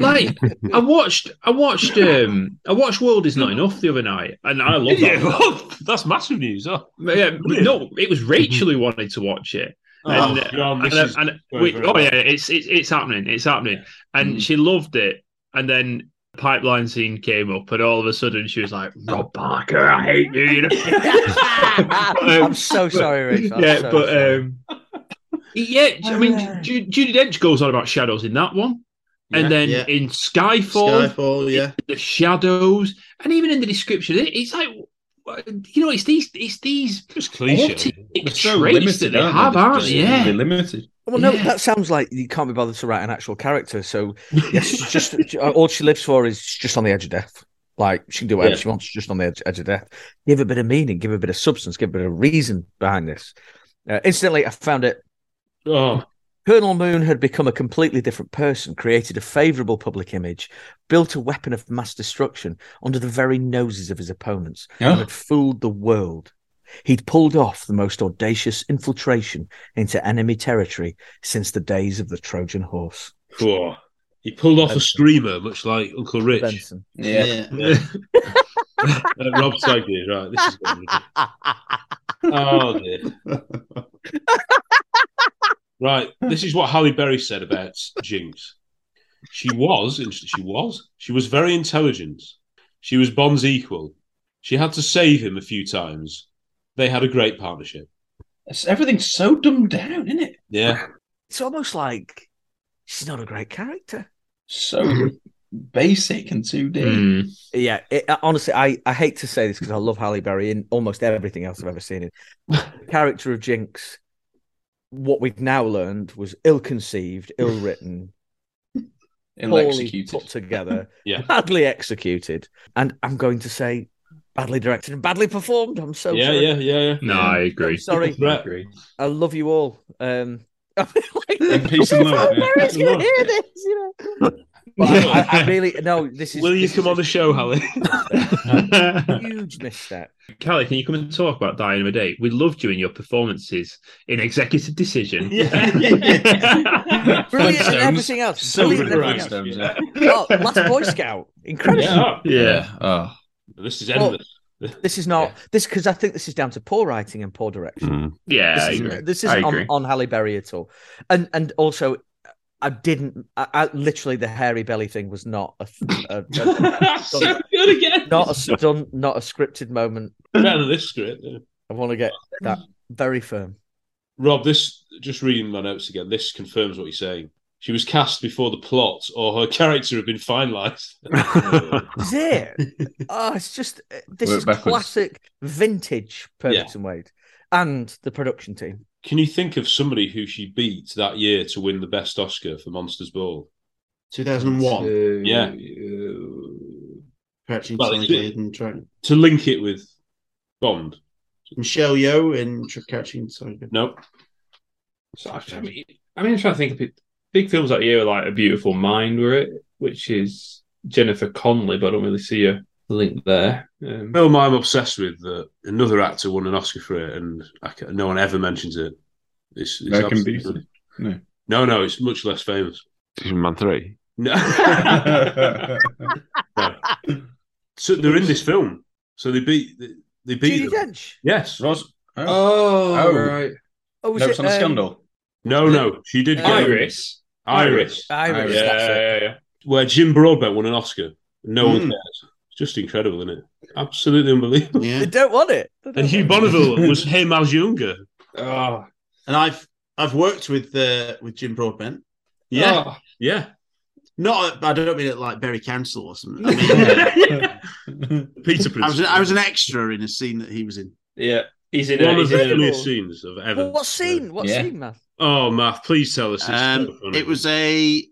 Like I watched, I watched, um, I watched World Is Not Enough the other night, and I love that. Yeah, well, that's massive news. Oh. Yeah, but no, it was Rachel who wanted to watch it. Oh, And, uh, God, and, this is and going we- very Mm. oh well. yeah, it's, it's it's happening, it's happening, and she loved it. And then the pipeline scene came up, and all of a sudden she was like, "Rob Parker, I hate you." you know? I'm so sorry, Rachel. I'm um, yeah, so uh, but sorry. um, yeah, I mean, Ju- Judy Dench goes on about shadows in that one, Yeah, and then yeah. in Skyfall, Skyfall, yeah. the shadows, and even in the description, it, it's like you know, it's these, it's these just cliche. They're so limited, they aren't they? have, They're aren't just they? Yeah, really limited. Well, no, Yeah. that sounds like you can't be bothered to write an actual character. So, yes, she's just all she lives for is she's just on the edge of death. Like she can do whatever Yeah. she wants, just on the edge, edge of death. Give a bit of meaning, give a bit of substance, give a bit of reason behind this. Uh, instantly, I found it. Oh. Colonel Moon had become a completely different person, created a favourable public image, built a weapon of mass destruction under the very noses of his opponents, Yeah. and had fooled the world. He'd pulled off the most audacious infiltration into enemy territory since the days of the Trojan horse. Poor. He pulled off a screamer, much like Uncle Rich. Benson. Yeah. Uh, Rob Saggy, right. This is gonna be good. oh, dear. Right. This is what Halle Berry said about Jinx. She was, in- she was, she was very intelligent. She was Bond's equal. She had to save him a few times. They had a great partnership. everything's so dumbed down, isn't it? Yeah. It's almost like she's not a great character. So basic and 2D. Hmm. Yeah, it, I- honestly, I, I hate to say this because I love Halle Berry in almost everything else I've ever seen. In the character of Jinx, what we've now learned was ill-conceived, ill-written, poorly Ill-executed. put together, Yeah. badly executed, and I'm going to say badly directed and badly performed. I'm so Yeah, sorry. yeah, yeah, yeah. No, I agree. I'm sorry, I agree. I love you all. Um, And peace and love. yeah. Mary's gonna hear this, you know. But I, I- I really no. This is Will you this come on the show, Halle? is a huge misstep. Callie, can you come and talk about Dying of a Day? We loved you in your performances in Executive Decision. Brilliant and everything else. So Brilliant good and at everything Stones, else. yeah. Oh, last Boy Scout. Incredible. Yeah. Yeah. Oh. This is Well, endless. this is not this because I think this is down to poor writing and poor Oh. direction. Yeah, this I isn't, agree. This I isn't agree. on, on Halle Berry at all, and and also. I didn't. I, I literally the hairy belly thing was not a, a, a- So good again. not a stunt, not a scripted moment. Better than this script. yeah. I want to get that very firm. Rob, this just reading my notes again. This confirms what you're saying. She was cast before the plot or her character had been finalised. Is it? oh, it's just this Work is backwards. classic vintage Purvis Yeah. and Wade and the production team. Can you think of somebody who she beat that year to win the best Oscar for Monsters Ball? 2001. Yeah, Crouching Well, Tiger, it's- Hidden Dragon. to link it with Bond. Michelle Yeoh in Tr- Crouching Tiger. Nope. So, I mean, I mean, I'm trying to think of it. Big films that year were like A Beautiful Mind, were it? Which is Jennifer Connelly, but um, I don't really see a link there. Um, film I'm obsessed with that another actor won an Oscar for it, and I ca- no one ever mentions it. It's, it's American absolutely- Beauty? No. no, no, it's much less famous. Man three. No. No. So they're in this film. So they beat they, they beat Judy them. Dench. Yes. Ros- Oh, Oh, right. Oh, was no, it's it, on a um, scandal. No, no, she did. get- Iris. Iris. Iris, Yeah, that's it. yeah, yeah. Where Jim Broadbent won an Oscar. No one Mm. cares. It's just incredible, isn't it? Absolutely unbelievable. Yeah. They don't want it. They don't And Hugh want it. Bonneville was him as younger. Oh, And I've I've worked with uh, with Jim Broadbent. yeah, yeah. Not, I don't mean at like Berry Council or something. I mean, uh, Peter I was I was an extra in a scene that he was in. Yeah. He's in a- one he's of in the a- funniest scenes I've ever. What scene? What Yeah. scene, man? Oh, Math, please tell us. It's so Um, funny. it was a,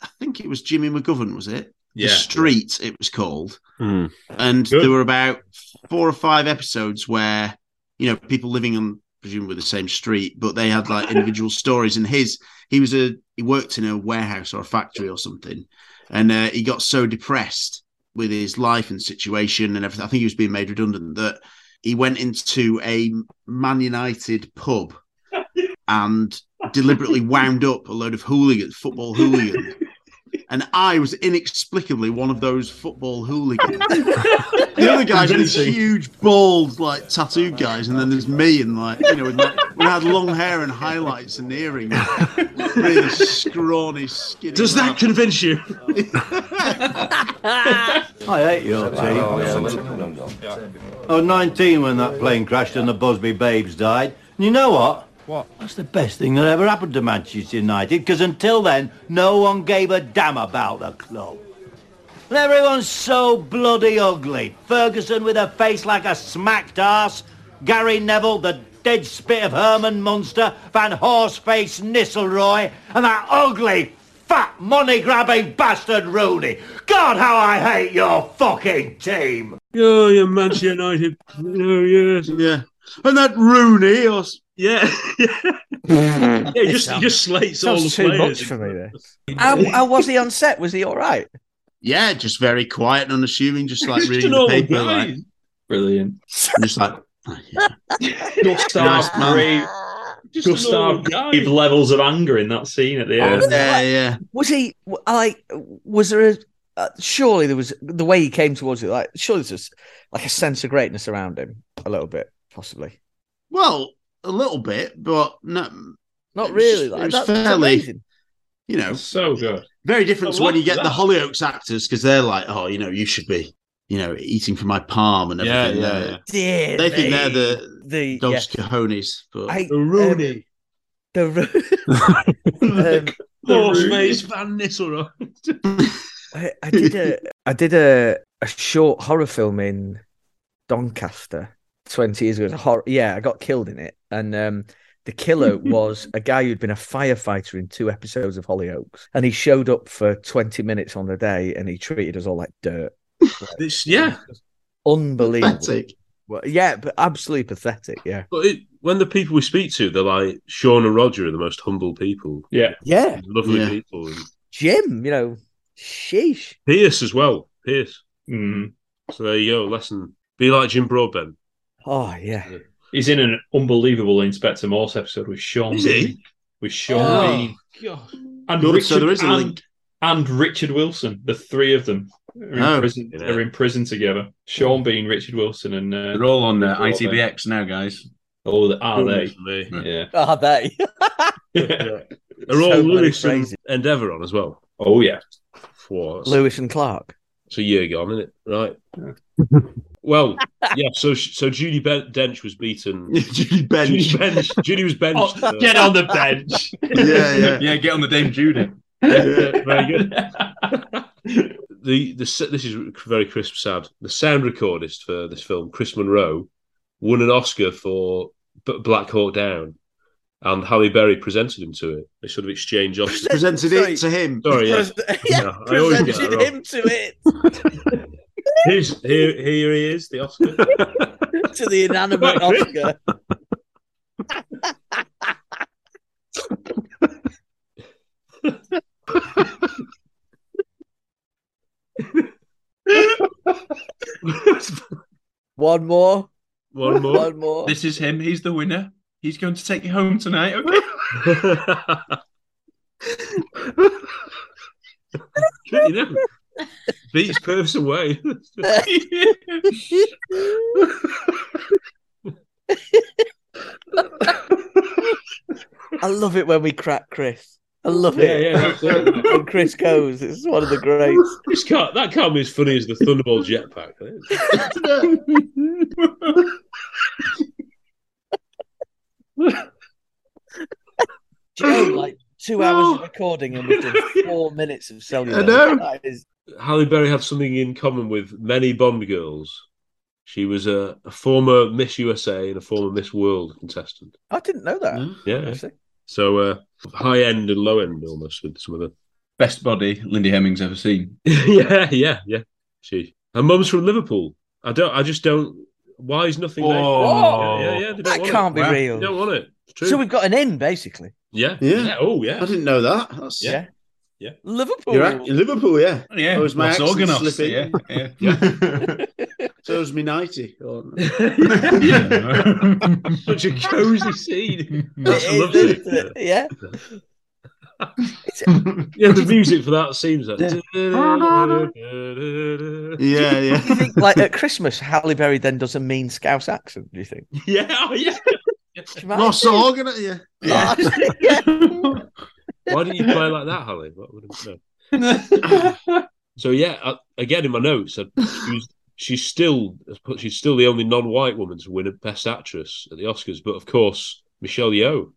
I think it was Jimmy McGovern, was it? Yeah. The Hmm. Street, it was called. And there were about four or five episodes where, you know, people living on presumably the same street, but they had like individual stories. And his, he was a, he worked in a warehouse or a factory or something. And uh, he got so depressed with his life and situation and everything. I think he was being made redundant that he went into a Man United pub and deliberately wound up a load of hooligans, football hooligans. And I was inexplicably one of those football hooligans. the other guys were these huge, bald, like tattooed guys, and then there's me, and like you know, with my, when I had long hair and highlights and earrings, really scrawny, skinny. Does that convince you? I hate your team. I was 19 when that plane crashed and the Busby Babes died. And you know what? What? That's the best thing that ever happened to Manchester United, because until then, no one gave a damn about the club. And everyone's so bloody ugly. Ferguson with a face like a smacked arse. Gary Neville, the dead spit of Herman Munster. Van Horseface Nisselroy. And that ugly, fat, money-grabbing bastard Rooney. God, how I hate your fucking team. Oh, yeah, Manchester United. Oh, yes. Yeah. And that Rooney, or s- yeah, yeah, he just, he just slates all the Sounds too players. much for me. This. How, how was he on set? Was he all right? Yeah, just very quiet and unassuming, just like Just reading an the old paper. guy. Like, Brilliant. just like Gustav Nice man. Grave, Just a normal Gustav guy. Grave levels of anger in that scene at the end. yeah. Was he w- like? Was there a? Uh, surely there was the way he came towards it. Like, surely there's like a sense of greatness around him, a little bit, possibly. well, a little bit, but no, not really. like, it was that's fairly, amazing. you know, so good. Very different I to when you love get the that. Hollyoaks actors because they're like, oh, you know, you should be, you know, eating from my palm and Yeah, everything. yeah, They're- Dear They think me. they're the, the dog's cojones, but I- um, Rooney. the Ro- um, Horseface Van Nistelrooy. I, I did a I did a, a short horror film in Doncaster twenty years ago. It was a horror, yeah, I got killed in it, and um, the killer was a guy who'd been a firefighter in two episodes of Hollyoaks, and he showed up for twenty minutes on the day, and he treated us all like dirt. This, yeah, Unbelievable. Pathetic. Well, yeah, but absolutely pathetic. Yeah. But it, when the people we speak to, they're like Sean and Roger are the most humble people. Yeah, yeah, lovely Yeah. people. And Jim, you know, sheesh. Pierce as well. Pierce. Mm-hmm. So there you go. Lesson: be like Jim Broadbent. Oh yeah. He's in an unbelievable Inspector Morse episode with Sean Is he? Bean. With Sean Oh, Bean. God. And Good, Richard, so there is a and, link. and Richard Wilson. The three of them are in, Oh. prison, are in prison together. Sean Bean, Richard Wilson, and. Uh, They're all on uh, Broadbent. ITVX now, guys. Oh, they- are Goodness they? Yeah. Oh, Are they? They're all Lewis and Endeavour on as well. Oh yeah, Four. Lewis and Clark. It's a year gone, isn't it? Right. well, yeah. So so Judy ben- Dench was beaten. Judy Bench. Judy Bench. Judy was benched. Oh, get on the bench. Yeah, yeah. Yeah, get on the Dame Judy. Yeah, very good. the the s- this is very crisp. Sad. The sound recordist for this film, Chris Monroe, won an Oscar for B- Black Hawk Down, and Halle Berry presented him to it. They sort of exchanged Oscars. presented it to him. Sorry, yeah. yeah, No, I always get that presented wrong. him to it. Here's- here, here he is, the Oscar. to the inanimate Oscar. One more. One more. One more. This is him. He's the winner. He's going to take you home tonight. Okay. you know, beats Purvis away. I love it when we crack Chris. I love it. Yeah, yeah, absolutely. when Chris goes, it's one of the greats. This can't, that can't be as funny as the Thunderbolt jetpack. can it? Joe, like two hours of recording and we've done four minutes of cellular. I know. That is Halle Berry had something in common with many Bond girls. She was a, a former Miss USA and a former Miss World contestant. I didn't know that. Yeah. Actually. So uh, high end and low end almost with some of the best body Lindy Hemmings ever seen. yeah, yeah, yeah. She her mum's from Liverpool. I don't. I just don't. Why is nothing? there? Whoa. Oh. Yeah, yeah, yeah, they don't That want can't it. be Wow. real. They don't want it. It's true. So we've got an in basically. Yeah. Yeah. Oh, yeah. I didn't know that. That's... Yeah. Yeah. Liverpool. You're right. Liverpool, yeah. Yeah, Oh, is my what's accent Organos? slipping? Yeah, yeah. so was me nighty. Oh, no. Such a cosy scene. That's It is, lovely. isn't it? Yeah. yeah, the music for that seems like. Yeah, yeah. Do you think, like at Christmas, Halle Berry then does a mean Scouse accent? Do you think? Yeah, oh, yeah. Ross Organ, yeah. Yeah. Why didn't you play like that, Holly? What would have so yeah, I, again in my notes, I, she was, she's still she's still the only non-white woman to win a Best Actress at the Oscars, but of course Michelle Yeoh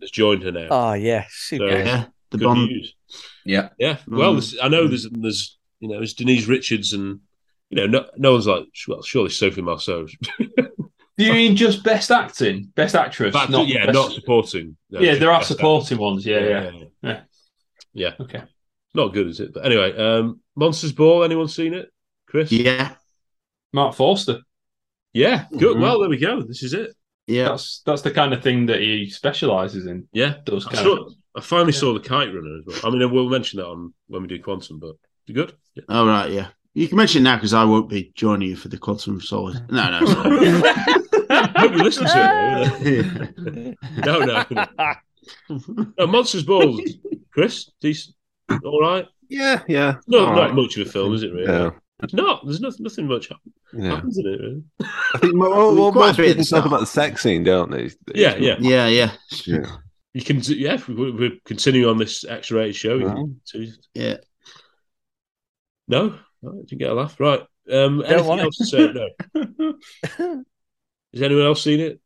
has joined her now. Oh yeah, super. So, Yeah, Mm. the good Bond- Mm. news. Yeah, yeah. Well, there's, I know there's there's you know there's Denise Richards and you know no no one's like well surely Sophie Marceau. Do you mean just best acting, best actress? But, not yeah, best- not supporting. No, yeah, just there are best supporting ones. Yeah, Yeah, yeah, yeah, yeah. Yeah. Okay. Not good, is it? But anyway, um, Monsters Ball. Anyone seen it? Chris. Yeah. Mark Mm-hmm. Forster. Yeah. Good. Well, there we go. This is it. Mm-hmm. Yeah. That's that's the kind of thing that he specializes in. Yeah. Those I, kind saw- of. I finally saw the Kite Runner as well. I mean, we'll mention that on when we do Quantum, but you good? Yeah. All Oh, right, yeah. You can mention it now because I won't be joining you for the Quantum of Solace. No, no. Sorry. Hope you listen to it. no, no. no. Monsters Ball. Chris, decent. All right. Yeah, yeah. No, All not right. much of a film, is it? Really? No. It's not. There's nothing. Nothing much happens, Yeah. happens in it. Really. I think mo- well, well, Quite a most bit at people the talk start. about the sex scene, don't they? Yeah, yeah. Yeah, yeah. Yeah. You can, yeah. If we, we're continuing on this X-rated show. you can- Yeah. No, no, didn't get a laugh. Right. Um, anything want it. else to say? No. Has anyone else seen it?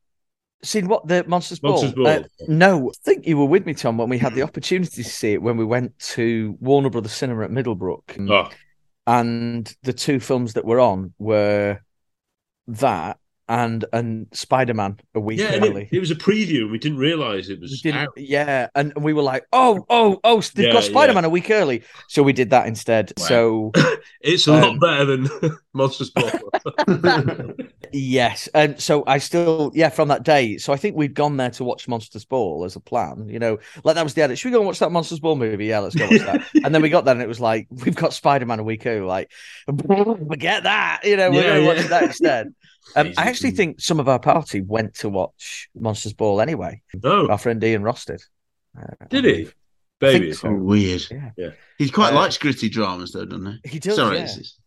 Seen what the Monsters Ball? Monsters Ball. Uh, no, I think you were with me, Tom, when we had the opportunity to see it when we went to Warner Brothers Cinema at Middlebrook, Oh. and the two films that were on were that and and Spider Man a week Yeah, and early. it, it was a preview, and we didn't realise it was. didn't- out. yeah, and we were like, oh, oh, oh, they've Yeah, got Spider Man a week early, so we did that instead. So um, It's a lot better than Monsters Ball. Yes, and so I still, yeah, from that day. So I think we'd gone there to watch Monsters Ball as a plan. You know, like that was the edit. Should we go and watch that Monsters Ball movie? Yeah, let's go watch that. and then we got there, and it was like we've got Spider Man a week ago. Like, forget that. You know, Yeah, we're going to yeah. watch that instead. Um, I actually think some of our party went to watch Monsters Ball anyway. No, our friend Ian Ross did. Did he? Baby, Oh, weird. Yeah. He quite Uh, likes gritty dramas, though, doesn't he? He does, Sorry, yeah. this is-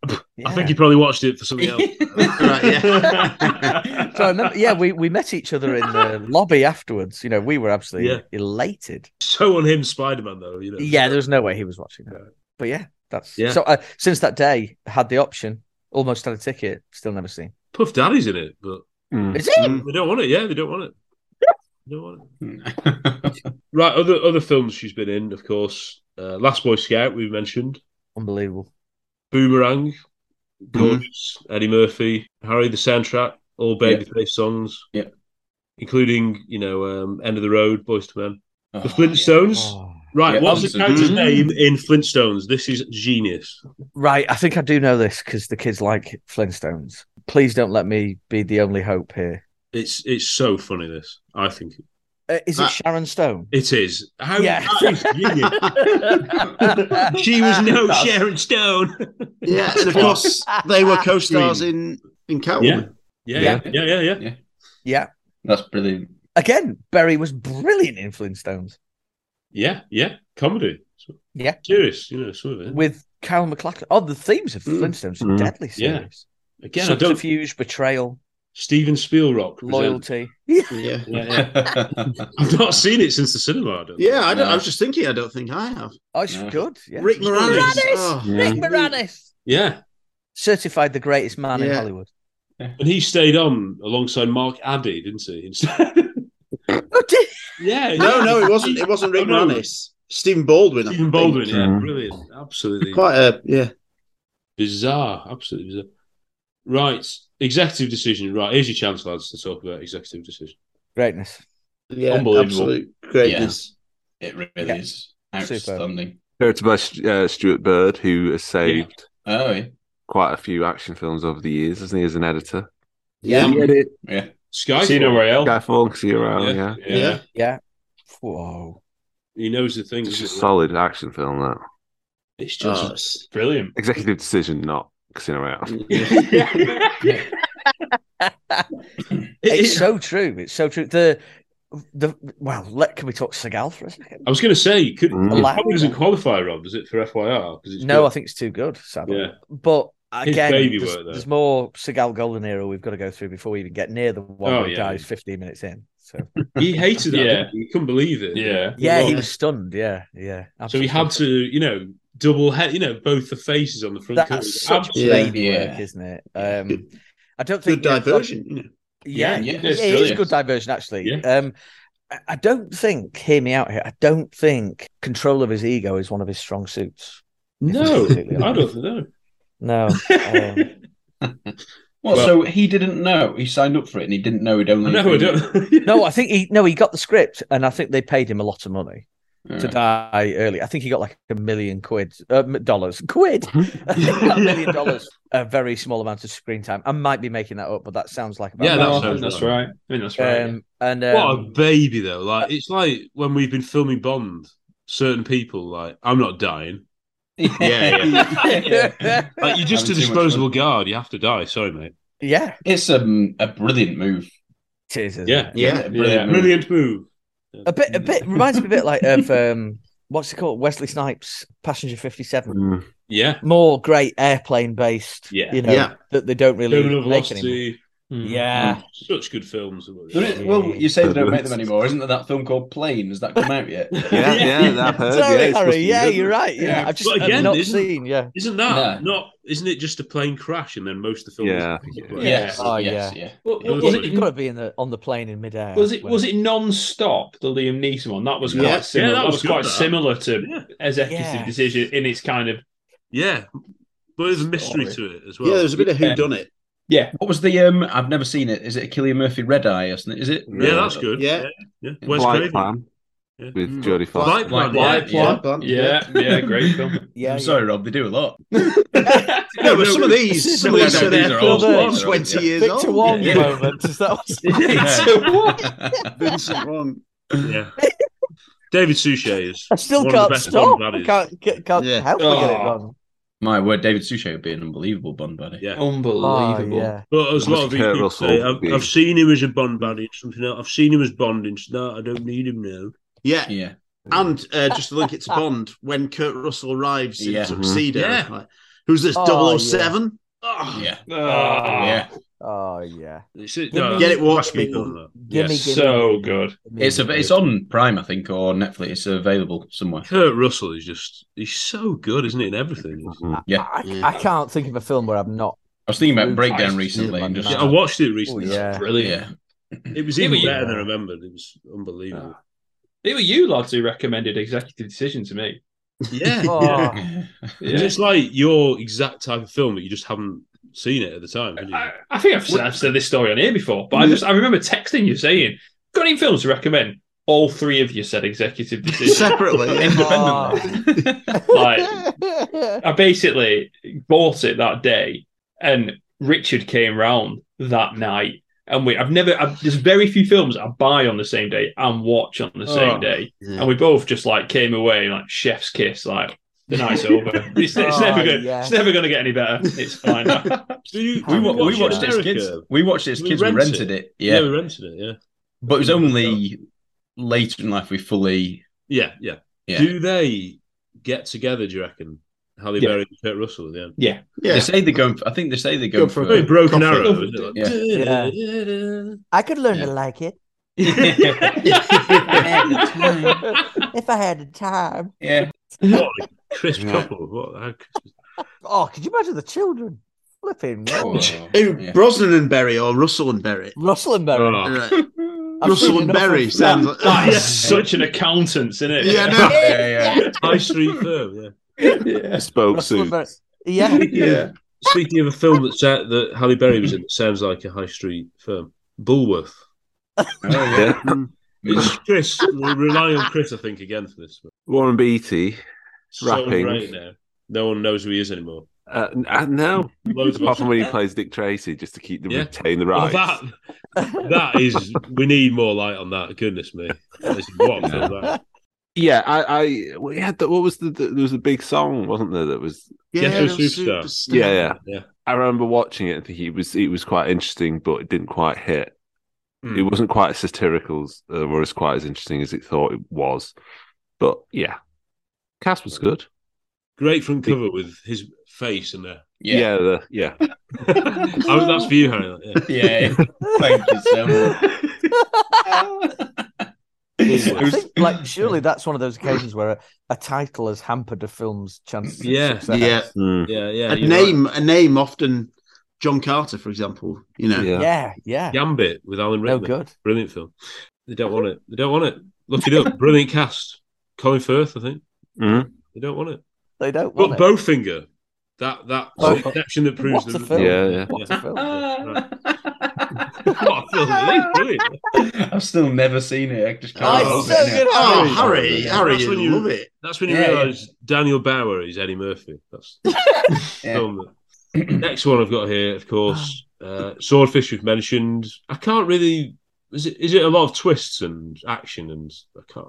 I think you probably watched it for something else. right, yeah. so I remember, yeah, we, we met each other in the lobby afterwards. You know, we were absolutely Yeah. elated. So on him, Spider Man, though. You know. Yeah, there was no way he was watching that. But yeah, that's Yeah. so. Uh, since that day, had the option, almost had a ticket, still never seen. Puff Daddy's in it, but Is he? They don't want it. Yeah, they don't want it. They don't want it. right, other other films she's been in, of course. Uh, Last Boy Scout, we mentioned. Unbelievable. Mm-hmm. Boomerang, gorgeous. Eddie Murphy, Harry the soundtrack, all Babyface songs. Yeah. Including, you know, um, End of the Road, Boys to Men. the Flintstones. Oh. Right, Ah, Yeah, what's the Flintstones. character's Mm. name in Flintstones? This is genius. Right, I think I do know this because the kids like Flintstones. Please don't let me be the only hope here. It's it's so funny. This I think Uh, is it That- Sharon Stone? it is. How Yeah. she was no That's- Sharon Stone. Yeah, and of course they were co-stars in in Catwoman. Yeah, yeah, yeah, yeah, yeah. Yeah. That's brilliant. Again, Barry was brilliant in Flintstones. Yeah, yeah, comedy. So- Yeah. serious. You know, some of it with Cal McLachlan. Oh, the themes of the Mm. Flintstones are Mm. deadly Yeah. serious. Again, I don't- subterfuge, betrayal, Steven Spielrock, presents- loyalty. Yeah, Yeah, yeah. I've not seen it since the cinema. I don't. Yeah, I, don't, I was just thinking. I don't think I have. Oh, it's good. Yeah. Rick Moranis. Oh. Rick Moranis. Yeah, Certified the greatest man in Yeah. Hollywood. and he stayed on alongside Mark Addy, didn't he? Instead, yeah, No, yeah. no, it wasn't. It wasn't Rick Oh, no. Moranis. Stephen Baldwin. I Stephen think. Baldwin, yeah, brilliant, absolutely Quite a yeah. bizarre, absolutely bizarre. Right, executive decision. Right, here's your chance, lads, to talk about executive decision. Greatness. Yeah, Unbelievable. absolute greatness. It really Yeah. is outstanding. Directed by Stu- uh, Stuart Bird, who has saved Oh, yeah. quite a few action films over the years, isn't he, as an editor? Yeah. He did it. Yeah. Skyfall. Casino Royale. Skyfall, Casino Royale, Yeah. yeah. Yeah. Yeah. Whoa. He knows the things. It's a that- solid action film, that. It's just brilliant. Executive decision, not Casino Royale. It's so true. It's so true. The the well, let can we talk Segal for a second? I was going to say, you could, Mm. it probably doesn't qualify, Rob, does it, for FYR? 'Cause it's No, good. I think it's too good, sadly. Yeah. But His again, baby there's, work, though. there's more Segal Golden Era we've got to go through before we even get near the one Oh, who yeah. dies 15 minutes in. So He hated that. Yeah. Yeah. He? he couldn't believe it. Yeah. yeah, he was stunned. Yeah, yeah. So he had to, you know, double head, you know, both the faces on the front cover. That's such baby work, isn't it? Um, I don't think Good diversion, Yeah, you know. Yeah, yeah, yeah, it it's is brilliant. good diversion actually. Um, I- I don't think. Hear me out here. I don't think control of his ego is one of his strong suits. if I'm No, completely I honest. don't know. No. um, Well, Well- so he didn't know. He signed up for it and he didn't know he'd only. No, I don't. no, I think he no, he got the script, and I think they paid him a lot of money to Alright. die early. I think he got like a million quid, uh, m- dollars, quid, Mm-hmm. a million dollars, a very small amount of screen time. I might be making that up, but that sounds like about Yeah, right. that sounds That's right. right. I think that's right, Um, And um, what a baby though! Like it's like when we've been filming Bond, certain people like I'm not dying. Yeah, Yeah. like you're just Having a too much disposable guard. You have to die. Sorry, mate. Yeah, it's um, a brilliant move. Yeah, yeah, brilliant brilliant, move. move. brilliant move. a bit, a bit reminds me a bit like of um, what's it called? Wesley Snipes, Passenger Fifty Seven. Mm. Yeah, more great airplane based. Yeah. you know Yeah. that they don't really Terminal make anymore. velocity. Mm. Hmm. Yeah. such good films. Well, you say they don't make them anymore. Isn't there that film called Plane? Has that come out yet? Yeah, yeah, I've heard, Sorry, yeah, it's Harry, supposed to be yeah, good. you're right, yeah. I've just- But I've not isn't- seen, yeah. isn't that not? Isn't it just a plane crash and then most of the film? Yeah. Yes. Oh yes, yeah. yeah. Well, Well, yeah, was it- you've got to be in the on the plane in midair. Was it when- was it non-stop the Liam Neeson one? That was Yeah. Yeah, quite similar. that that, was was, good, quite that. similar to executive Yeah. decision in its kind of yeah. But there's a mystery to it as well. it. Yeah. What was the um? I've never seen it. Is it a Killian Murphy Red Eye? Isn't it? Is it? Yeah, that's good. Yeah. yeah. Wes White Craven. Plan Yeah. with Jodie Foster. Light Plan. Light Hmm. Plan. Yeah, yeah, great film. Yeah, I'm sorry, Rob. They do a lot. No, but some of these, some of these are These are Wong, all- these are all- 20 years Victor old. Wong moment. Is that what Victor Wong. Vincent Wong. Yeah. David Suchet is. I still one of the can't best stop. Bond I baddies. can't get, can't Yeah. help but get it Oh. wrong. My word, David Suchet would be an unbelievable Bond buddy. Yeah, Unbelievable. Oh, yeah. But as a lot of Kurt people Russell say, I've, would be- I've seen him as a Bond baddie in something else. I've seen him as Bond in no, I don't need him now. Yeah. Yeah. And uh, just to link it to Bond, when Kurt Russell arrives in Yeah. Tuxedo, Yeah. like, who's this, Oh, yeah. 007? Yeah. yeah. Oh yeah. no, Get it, watch Gimme- people. Yeah, so good. It's a, it's on Prime, I think, or Netflix. It's available somewhere. Kurt Russell is just he's so good, isn't he, in everything? Yeah. I, I can't think of a film where I've not. I was thinking about Blue Breakdown Ties. recently and just Yeah, I watched it recently. Oh, yeah. Brilliant. It was Yeah, even but you- better than I remembered. It was unbelievable. It were you lads who recommended executive decision to me. Yeah. Oh. It's just like your exact type of film, but you just haven't seen it at the time. have you? I think I've said, I've said this story on here before, but I just I remember texting you saying, "Got any films to recommend?" All three of you said executive decision Separately. independently. Ah. like I basically bought it that day, and Richard came round that night, and we I've never I've, there's very few films I buy on the same day and watch on the same Oh, day, yeah. and we both just like came away like chef's kiss, like the night's over. It's, it's Oh, never gonna yeah. it's never gonna get any better. It's fine. Do you, we, wa- we watched it as America? kids. We watched it as We kids. We rent rented it. it. Yeah. we rented it. Yeah. but it was only later in life we fully. Yeah, yeah. Yeah. Do they get together? Do you reckon? Halle Yeah. Berry and Kurt Russell at the end. Yeah. They say they go. I think they say they go, Go for for, a very broken arrow, coffee. isn't it? Yeah. I could learn to like it. if I had the time. Yeah. What a crisp Yeah. couple. What? How, Oh, could you imagine the children flipping? Oh, no. Who, Brosnan and Berry or Russell and Berry? Russell and Berry. Right. I've Russell seen and enough of Berry that. sounds like That is such an accountant's, isn't it? Yeah, no. High street firm. Yeah. Bespoke Russell and suit. Berry. Yeah. Yeah. Speaking of a film that sa- that Halle Berry was in that sounds like a high street firm, Bullworth. Oh, yeah. It's Chris. We're relying on Chris, I think, again for this. Warren Beatty So rapping. great now. No one knows who he is anymore. Uh, n- uh, no, Loads of apart from when he us. plays Dick Tracy, just to keep the Yeah. retain the Well, rights. that, that is, we need more light on that. Goodness me, That is- what a film that. Yeah, I, I well, yeah. That, what was the, the there was a big song, wasn't there? That was Yeah, Yes, it was there was Superstar. Superstar. Yeah, yeah, yeah. I remember watching it and thinking it was it was quite interesting, but it didn't quite hit. Hmm. It wasn't quite as satirical as- uh, or as quite as interesting as it thought it was. But yeah, cast was good. Great front cover with his face and the Yeah, yeah, the, yeah. Oh, that's for you, Harry. Yeah. Thank you so much. I think, like, surely that's one of those occasions where a, a title has hampered a film's chances. of success. yeah, yeah, A name, a name, often John Carter, for example. You know, yeah. Gambit with Alan No Rickman. good. Brilliant film. They don't want it. They don't want it. Look it up. Brilliant cast. Colin Firth, I think. Mhm. They don't want it. They don't But want it. Bowfinger, that that Oh. the exception that proves What the a film. Yeah, yeah. What a film. What a film. It is brilliant. I've still never seen it. I just can't. Oh, it's so good, Oh, Harry, Harry, That's you when you- love it. That's when you Yeah, realise Daniel Bauer is Eddie Murphy. That's the film that- Next one I've got here, of course, Oh. uh, Swordfish we've mentioned. I can't really. Is it? Is it a lot of twists and action and I can't.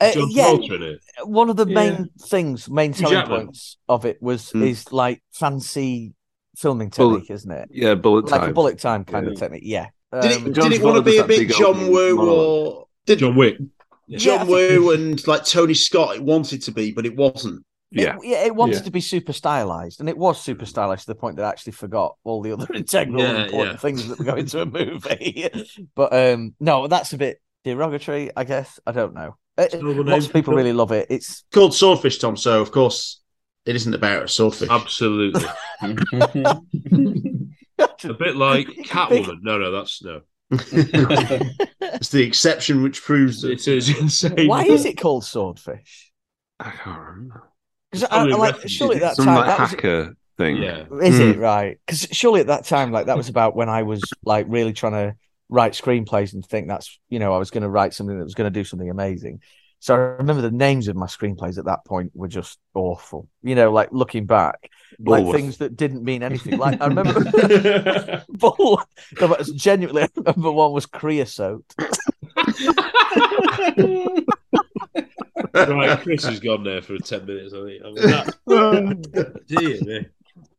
Uh, John yeah. Travolta in it. One of the main things, main Hugh selling Jackman. points of it was Hmm. Mm. is like fancy filming Bullet- technique, isn't it? yeah, bullet like a time. bullet time kind Yeah. of technique. Yeah. Did Um, it, did it want to be a bit John Woo or did John Wick? John Woo and like Tony Scott. It wanted to be, but it wasn't. Yeah, yeah, it wanted Yeah. to be super stylized, and it was super stylized to the point that I actually forgot all the other integral Yeah, important yeah. things that go into a movie. but um no, that's a bit derogatory, I guess. I don't know. Uh, Lots of people really love it. It's called Swordfish, Tom. So of course, it isn't about a swordfish. Absolutely. A bit like Catwoman. No, no, that's no. it's the exception which proves that it is insane. why is it called swordfish? I can't remember. 'Cause I, I uh, like surely at that some time like, that was- hacker thing. Hmm. Yeah. Is it right? Because surely at that time, like that was about when I was like really trying to write screenplays and think that's you know I was going to write something that was going to do something amazing. So I remember the names of my screenplays at that point were just awful. You know, like looking back, like Bullworth. things that didn't mean anything. Like I remember, Bull. No, but it's genuinely, I remember one was creosote. right, Chris has gone there for ten minutes. I think. I mean, that, dear me.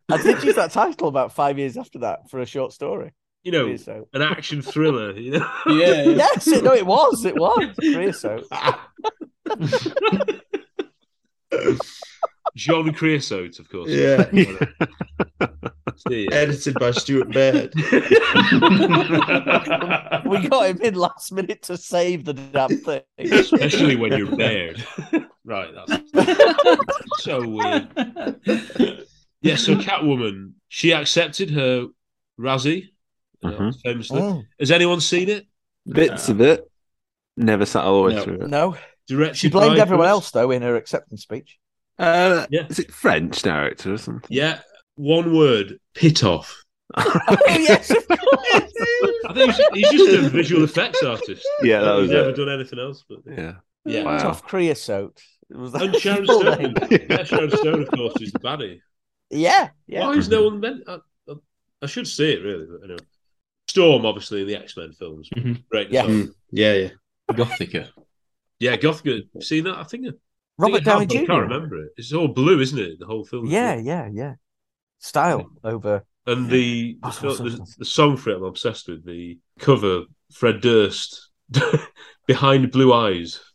I did use that title about five years after that for a short story. You know, Creosote. an action thriller. You know? yes, it, no, it was, it was creosote. John Creosote, of course. Yeah. Dear. edited by Stuart Baird. we got him in last minute to save the damn thing. Especially when you're bared. right, that's so weird. Yeah, so Catwoman, she accepted her Razzie, uh, Mhm. famously. Oh. Has anyone seen it? Hmm. Bits of it. Never sat all the way No. through it. No. Directed She blamed by everyone Chris- else though in her acceptance speech. Uh, yeah. Is it French director or something? Yeah, one word: pit off. oh yes, of course. I think he's- he's just a visual effects artist. Yeah, that He's was never it. done anything else. But Yeah. yeah. Wow. Tough creosote. It was that And Sharon full Stone. name. yeah, Sharon Stone, of course, is the baddie. Yeah, yeah. Why is no one meant? I, I, I should see it really, but anyway. Storm, obviously, in the X Men films. Great. Yeah. design. Yeah, yeah. Gothica. Yeah, Gothgood. Seen that? I think. I think Robert I Downey have, but I Jr.. can't remember it. It's all blue, isn't it? The whole film. is Yeah, blue. yeah, yeah. Style over And the the, Possible film- the- substance. the song for it, I'm obsessed with the cover. Fred Durst, behind blue eyes.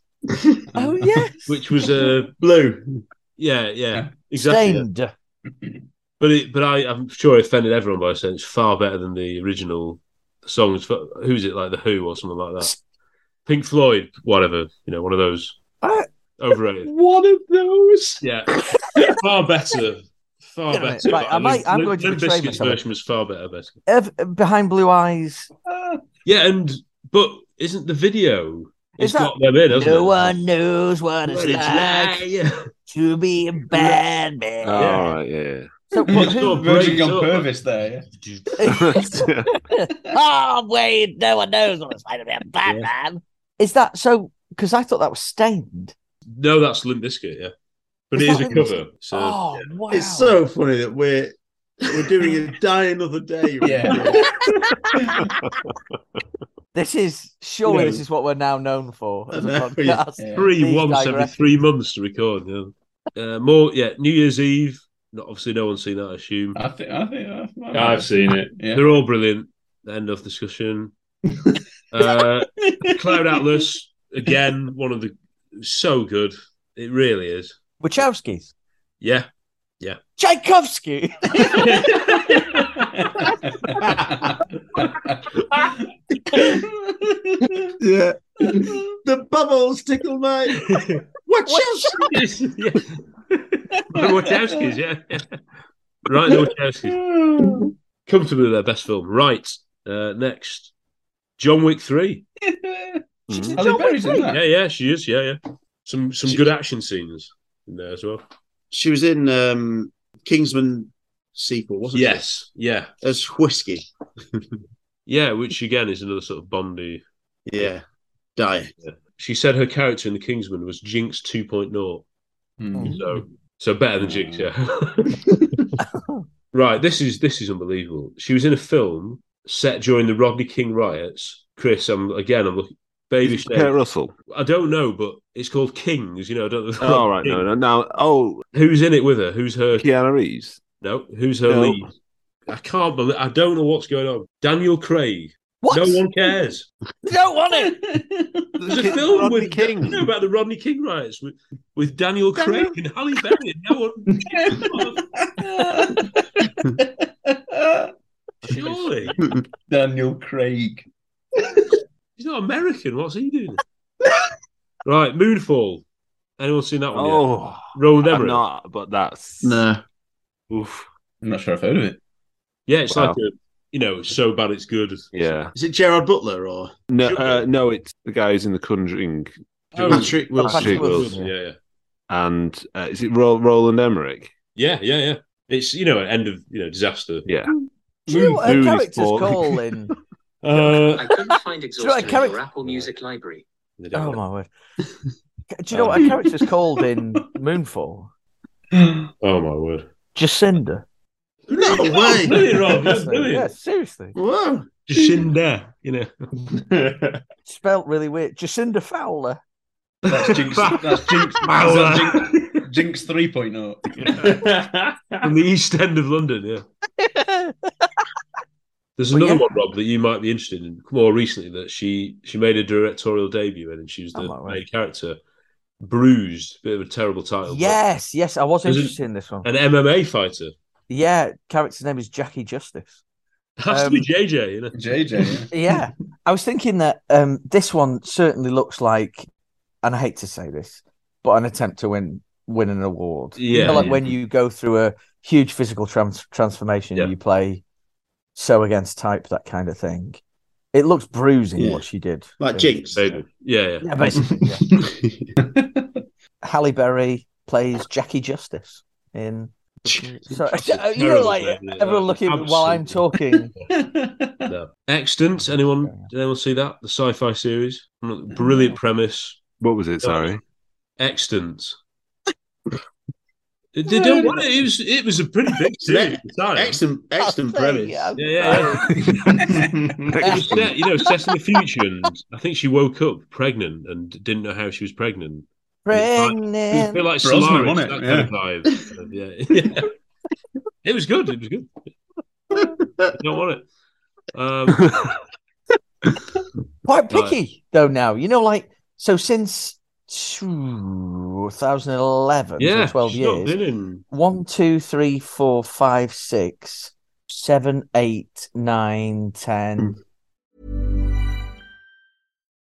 Oh yes. which was uh, blue. Yeah, yeah, exactly. Stained. But it, but I, I'm sure it offended everyone by saying it's far better than the original songs. For, who's it like the Who or something like that? Pink Floyd, whatever. You know, one of those overrated. One of those. Yeah, far better. Far Wait a minute, better. right, I might- I'm Limp- going to Limp betray Bizkit's myself. version was far better, basically. Ev- behind blue eyes. Ah. Yeah, and but isn't the video? Is It's that- got them in, hasn't no it? one knows what it's What it's like like, yeah. to be a bad man. Oh, All right. Yeah. So, Just sort of breaks on up. purpose there. yeah. oh, wait, no one knows what Spider-Man Batman. Is that so? Because I thought that was stained. No, that's Limp Bizkit, yeah. But it is a cover. So Oh, wow. It's so funny that we're we're doing a die another day. Yeah. This is surely No. this is what we're now known for as a podcast. Three These once every digressions. three months to record. Yeah. Uh, more, yeah. New Year's Eve. Not, obviously, no one's seen that. I assume. I think. I think. I think I've seen it. Yeah. They're all brilliant. End of discussion. uh, Cloud Atlas again. One of the so good. It really is. Wachowskis. Yeah, yeah. Tchaikovsky. yeah. The bubbles tickle my Wachowskis. The Wachowskis, yeah. yeah. Right, the Wachowskis. Comfortably their best film. Right, uh, next. John Wick 3. Mhm. Are they berries in that? Yeah, yeah, she is. Yeah, yeah. Some some good action scenes in there as well. She was in um, Kingsman sequel, wasn't Yes, she? yeah. As whiskey. Yeah, which again is another sort of Bondy. Yeah. Die. She said her character in The Kingsman was Jinx 2.0. Hmm. So so better than Jinx, yeah. right, this is this is unbelievable. She was in a film set during the Rodney King riots. Chris, I'm again I'm looking Baby Kurt Russell. I don't know, but it's called Kings. You know, I don't know. Oh, all right, no, no, no. Oh, who's in it with her? Who's her? Keanu Reeves. No, who's her No. lead? I can't believe. I don't know what's going on. Daniel Craig. What? No one cares. Don't want it. There's a film with King. I know about the Rodney King riots with, with Daniel Craig and Halle Berry. And no one. Surely Daniel Craig. he's not American. What's he doing? right, Moonfall. Anyone seen that one? Oh, yet? Roland I'm Emmerich. not, but that's no. Oof. I'm not sure I've heard of it. Yeah, it's Wow. like a, you know, it's so bad it's good. Yeah. Is it Gerard Butler or No, uh, no, it's the guy who's in the Conjuring. Oh, Patrick Wilson. Patrick Patrick Wilson. Wilson, yeah, yeah. And uh, is it Ro- Roland Emmerich? Yeah, yeah, yeah. It's you know, end of you know, disaster. Yeah. Do you know what her Moon is character's boring. called in? Uh, I couldn't find exhaustion in character- your Apple Music library. oh my word. Do you know what her character's called in Moonfall? Oh my word. Jacinda. No way. Really, Rob, that's yeah, brilliant. seriously. Whoa. Jacinda, you know. Spelt really weird. Jacinda Fowler. That's Jinx. that's Jinx. Bowler. that's Jinx, Jinx oh. 3.0. From the East End of London, yeah. There's Well, another yeah. one, Rob, that you might be interested in more recently that she she made a directorial debut in and she was the main character. Bruised, bit of a terrible title. but Yes, yes, I was There's an- interested in this one. An MMA fighter. Yeah, character's name is Jackie Justice. Has to be JJ, you know. JJ. yeah, I was thinking that um, this one certainly looks like, and I hate to say this, but an attempt to win win an award. You Yeah, know, like yeah. when you go through a huge physical trans- transformation, you play so against type, that kind of thing. It looks bruising what she did, Like Um, Jinx. Yeah, Yeah, basically. yeah. Halle Berry plays Jackie Justice in. So, you know, Terrible like movie, yeah. everyone looking while I'm talking. No. Extant, anyone did anyone see that? The sci fi series? Brilliant premise. What was it? Sorry. Extant. They they don't want it. It was, it was a pretty big series at the time. Excellent, excellent premise. Yeah, yeah, yeah. It was set, you know, set in the future, and I think she woke up pregnant and didn't know how she was pregnant. Pregnant. It feel like Brosnan, Solaris, wasn't it? that Yeah. kind of vibe. yeah. yeah. It was good. It was good. don't want it. Um, Quite picky though now. You know, like so since 2011, so yeah, 12 she's not years. been in- One, two, three, four, five, six, seven, eight, nine, Hmm. ten.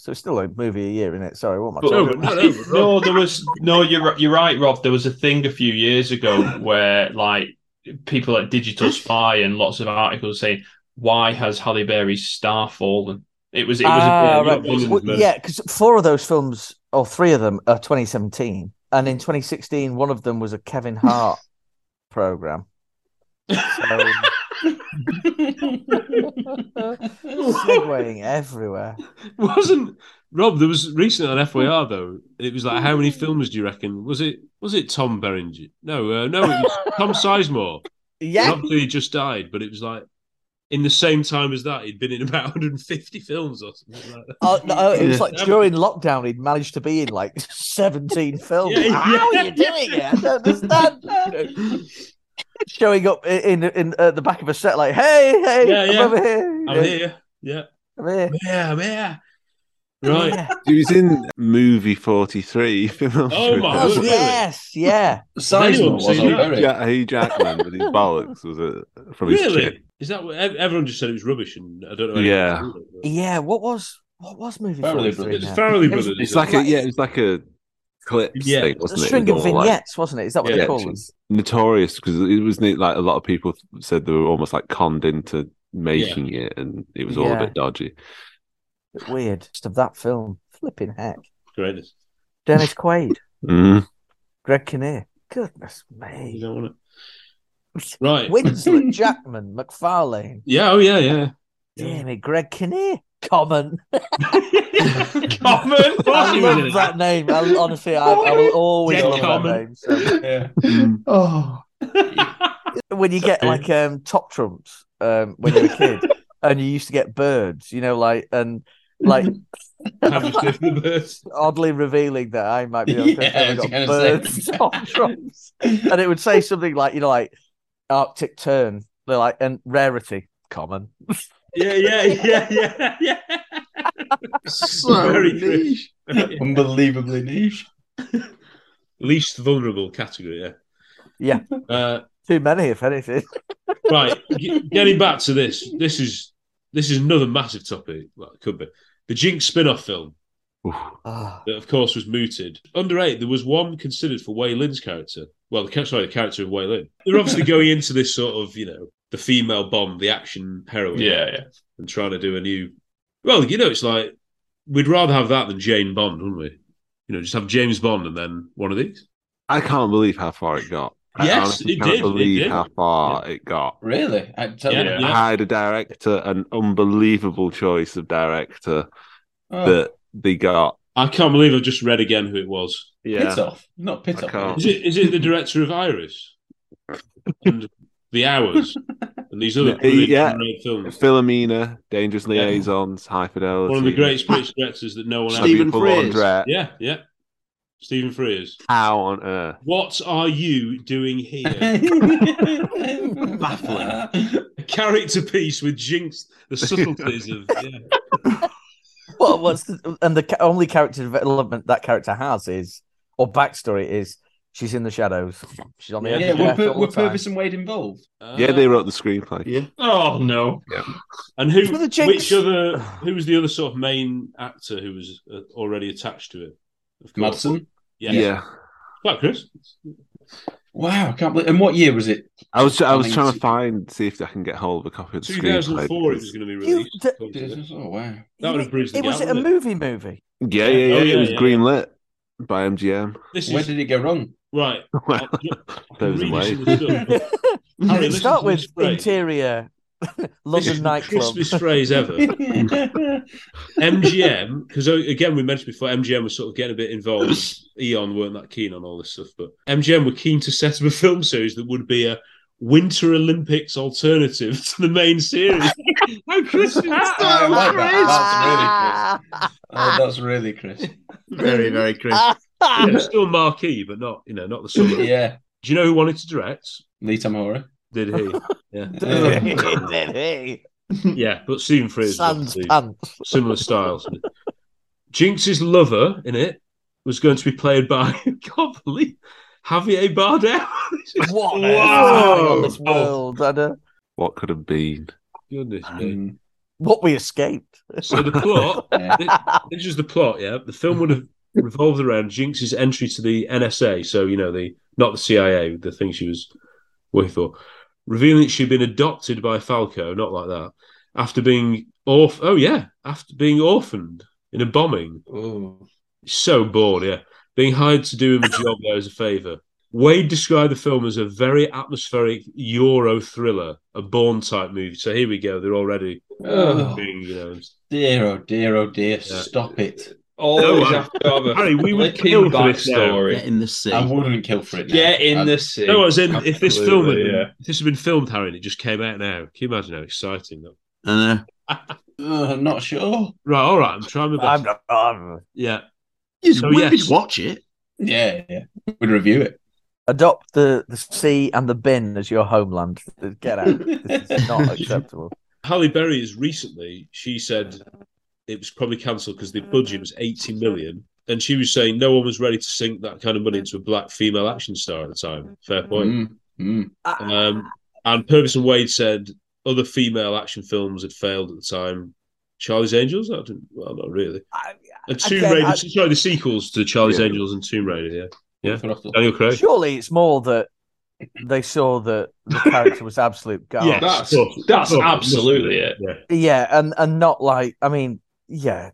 So it's still a movie a year, isn't it? Sorry, what am I But- talking no, about? no, there was no. You're you're right, Rob. There was a thing a few years ago where like people at Digital Spy and lots of articles saying why has Halle Berry's star fallen? It was it was Ah, a right. Well, yeah, because four of those films, or three of them, are 2017, and in 2016, one of them was a Kevin Hart program. So, segueing everywhere. Wasn't Rob? There was recently on FYR though, and it was like, how many films do you reckon? Was it was it Tom Berenger? No, uh, no, it was Tom Sizemore. Yeah, obviously he just died, but it was like in the same time as that, he'd been in about 150 films or something like that. Oh, no, it was like Yeah. during lockdown, he'd managed to be in like 17 films. Yeah, yeah. How are you doing it? I don't understand. Showing up i- in in uh, the back of a set, like, hey, hey, Yeah, I'm yeah. over here. I'm here. Yeah. I'm here. Yeah, I'm here. Right. He was in movie 43. Oh Oh, yes, yeah. Sizemore Anyone seen that? Yeah, Hugh Jackman with his bollocks was it from his really? chin. Is that what ev- everyone just said it was rubbish? And I don't know. Yeah. Yeah, what was what was movie 43 Farrelly Brothers. now? It's Farrelly It was- It's like a yeah, it was like a clip Yeah. thing, wasn't A it? string It was of all like- vignettes, wasn't it? Is that what they call them? it's Notorious because it was ne- like a lot of people said they were almost like conned into making it, and it was all Yeah. a bit dodgy. Bit weird. Just of that film. Flipping heck. Greatest. Dennis Quaid, Mm. Greg Kinnear. Goodness me. You don't want it. Right. Winslet, Jackman, McFarlane. Yeah. Oh yeah. Yeah. Damn it, Greg Kinnear. Common. Common. I love that name. I, honestly, I, I will always Dead love Common. that name. So. Oh. When you get like um, top trumps um, when you're a kid, and you used to get birds, you know, like and like oddly revealing that I might be the only person Yeah, I who got was gonna birds say. top trumps, and it would say something like you know like Arctic tern, they're like and rarity common. Yeah, yeah, yeah, yeah, yeah. So niche. Unbelievably niche. Least vulnerable category. Yeah. Yeah, Uh, too many if anything. right, g- getting back to this, this is this is another massive topic. Well, it could be the Jinx spin-off film that, of course, was mooted. Under eight, there was one considered for Wei Lin's character. Well, the, ca- sorry, the character of Wei Lin. They're obviously going into this sort of, you know, the female bomb, the action heroine, Yeah, yeah. and trying to do a new. Well, you know, it's like we'd rather have that than Jane Bond, wouldn't we? You know, just have James Bond and then one of these. I can't believe how far it got. Yes, I honestly it can't did, it believe did. how far it got. Really? I tell yeah, you. I hired a director, an unbelievable choice of director Oh. that they got. I can't believe I've just read again who it was. Yeah. Not I can't. Is it, is it the director of Iris and The Hours and these other brilliant yeah, great films? Philomena, Dangerous Liaisons, High Fidelity. One of the greatest British directors that no one ever. Stephen Frears. Andre. Yeah, yeah. Stephen Frears. How on earth? What are you doing here? Baffling. A character piece with Jinx, the subtleties of. Yeah. Well, what's the, and the ca- only character development that character has is or backstory is she's in the shadows. She's on the edge Yeah, of were, death Pur- all were the time. Purvis and Wade involved? Uh, yeah, they wrote the screenplay. Yeah. Oh no. Yeah. And who? For the Jinx. Which other? Who was the other sort of main actor who was uh, already attached to it? Of course. Madsen? Yeah. Yeah. Well, Chris. Wow, Ah, I can't believe. And what year was it? I was I was mean, trying it's- to find see if I can get hold of a copy of the screenplay. 2004 it was going to be released. Oh wow. That would have bruised the It was gap, it a wouldn't movie movie? Yeah, yeah, yeah. Oh, it was greenlit. by MGM. This Where is- did it go wrong? Right. Well, those Read are us ways. the Start stuff. Harry, listen to with this phrase. interior This is London the nightclub. crispest phrase ever. MGM, because oh, again, we mentioned before, MGM was sort of getting a bit involved. Eon weren't that keen on all this stuff, but MGM were keen to set up a film series that would be a Winter Olympics alternative to the main series. How Christmas I like that. That's really Chris. Oh, that's really Chris. Very, very Chris. Yeah, still marquee, but not you know not the summer. Yeah. Do you know who wanted to direct? Lee Tamora. Did he? Yeah. Did he? yeah, but soon for his Sans obviously, pants. similar styles. Jinx's lover in it was going to be played by God believe Javier Bardem. what? Wow! This world, I don't- What could have been? Goodness me. Mm. What we escaped. So the plot, thi- this is the plot. Yeah, the film would have revolved around Jinx's entry to the NSA. So you know the not the CIA, the thing she was working for, revealing that she'd been adopted by Falco. Not like that. After being orph, oh yeah, after being orphaned in a bombing. So bored. Yeah, being hired to do him a job there as a favor. Wade described the film as a very atmospheric Euro thriller, a Bourne type movie. So here we go. They're already Oh. being, you know, Dear, oh dear, oh dear, stop it. Always No, Oh, uh, have to have a Harry, we would flipping kill for this backstory. now. Get in the sea. I wouldn't kill for it. now. Get in I'd- the sea. No, as in, if this film had Absolutely, been, yeah. if this had been filmed, Harry, and it just came out now, can you imagine how exciting that? I know. Uh, I'm not sure. Right, all right, I'm trying my best. Yeah, So, we'd yes. watch it. Yeah, yeah. We'd review it. Adopt the, the sea and the bin as your homeland. Get out. this is not acceptable. Halle Berry is recently. She said it was probably cancelled because the budget was eighty million, and she was saying no one was ready to sink that kind of money into a black female action star at the time. Fair point. Um, and Purvis and Wade said other female action films had failed at the time. Charlie's Angels? I didn't. Well, not really. and Tomb again, Raider. I- sorry, the sequels to Charlie's Angels and Tomb Raider. Yeah, yeah. Daniel Craig. Surely it's more that they saw that the character was absolute garbage. Yeah, that's that's absolutely it. Yeah, and and not like I mean, yeah,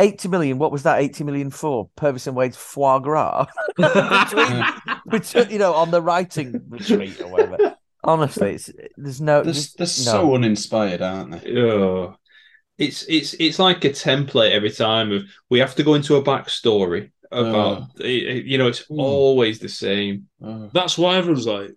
eighty million. What was that eighty million for? Purvis and Wade's foie gras, Between- between, you know, on the writing retreat or whatever. Honestly, it's there's no. They're, there's- they're no. so uninspired, aren't they? Yeah. It's it's it's like a template every time of we have to go into a backstory Oh. about eh, eh, you know it's Hmm. always the same. That's why everyone's like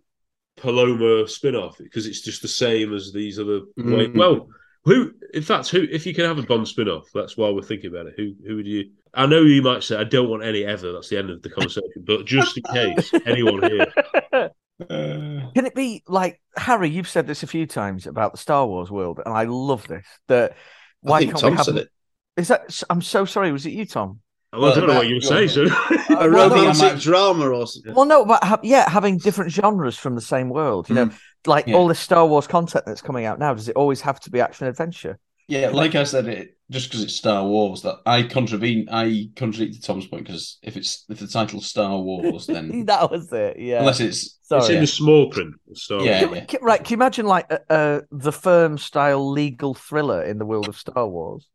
Paloma spin-off because it's just the same as these other. Mm. Well, who? In fact, who? If you can have a Bond spin-off, that's why we're thinking about it. Who? Who would you? I know you might say I don't want any ever. That's the end of the conversation. But just in case anyone here, Uh, Can it be like Harry? You've said this a few times about the Star Wars world, and I love this. That why think can't Tom we have said it. Is that? I'm so sorry. Was it you, Tom? Well, I don't know what you were saying. So A well, no, I romantic might- drama or something. Well, no, but ha- yeah, having different genres from the same world. You know, Mm. like all this Star Wars content that's coming out now. Does it always have to be action adventure? Yeah, like I said, it just because it's Star Wars that I contravene. I contradict Tom's point because if it's if the title's Star Wars, then that was it. Yeah. unless it's Sorry. It's in the small print. So yeah, Can we- yeah. can- right. Can you imagine like a, a the firm style legal thriller in the world of Star Wars?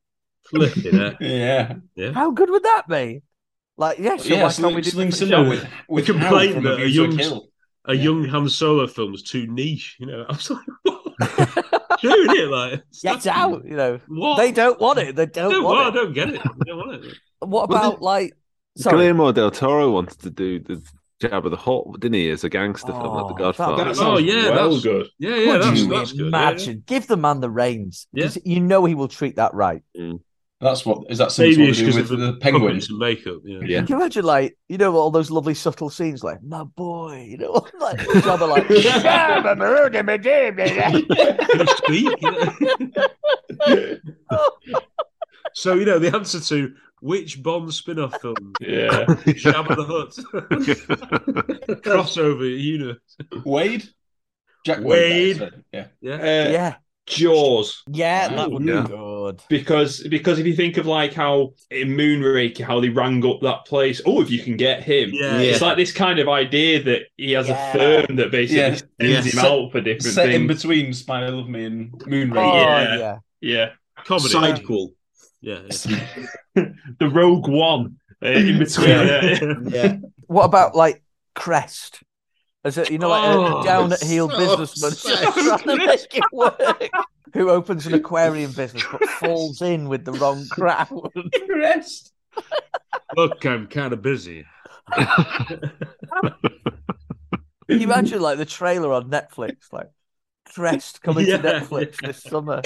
Flipping it. Yeah. Yeah. How good would that be? Like, yeah, sure. Yeah, why can't we Sling- do Sling different Solo genres? with- we Hal complain from A that View a to a young Kill. a young Han Solo film was too niche. You know, I was like, what? Doing it like Get out, you know. What? They don't want it. They don't, I don't, want want, it. I don't get it. I don't want it. What about like? Sorry. Guillermo del Toro wanted to do the Jabba the Hutt, didn't he? As a gangster film, like The Godfather. oh yeah, that's good. Yeah, yeah, Could that's, you that's good. yeah, yeah. Imagine, give the man the reins because you know he will treat that right. That's what is that something Mm. Maybe to it's do 'cause with of the the penguin puppets and makeup? Yeah. Can you imagine, like, you know, all those lovely subtle scenes, like my boy, you know, like Jabba, like Jabba, Maroon, my dear, my dear." So you know the answer to which Bond spin-off film? Yeah. Jabba the Hutt crossover universe. Wade, Jack Wade. Wade. that's it, Yeah, Yeah. Yeah. uh, Jaws. Yeah, that would be Yeah. good. Because because if you think of like how in Moonraker how they rang up that place, oh, if you can get him, Yeah. it's Yeah. like this kind of idea that he has Yeah. a firm that basically Yeah. sends Yeah. him Set- out for different set things. in between Spy Love Me and Moonraker. yeah. yeah, Comedy. Sidequel. Yeah, the Rogue One. uh, in between. yeah. What about like Crest? As a, you know, like a- Oh, a down at heel so businessman sad. trying to make it work, who opens an aquarium business but falls in with the wrong crowd. Crest. Look, I'm kind of busy. Can you imagine like the trailer on Netflix, like Crest coming Yeah, to Netflix this summer?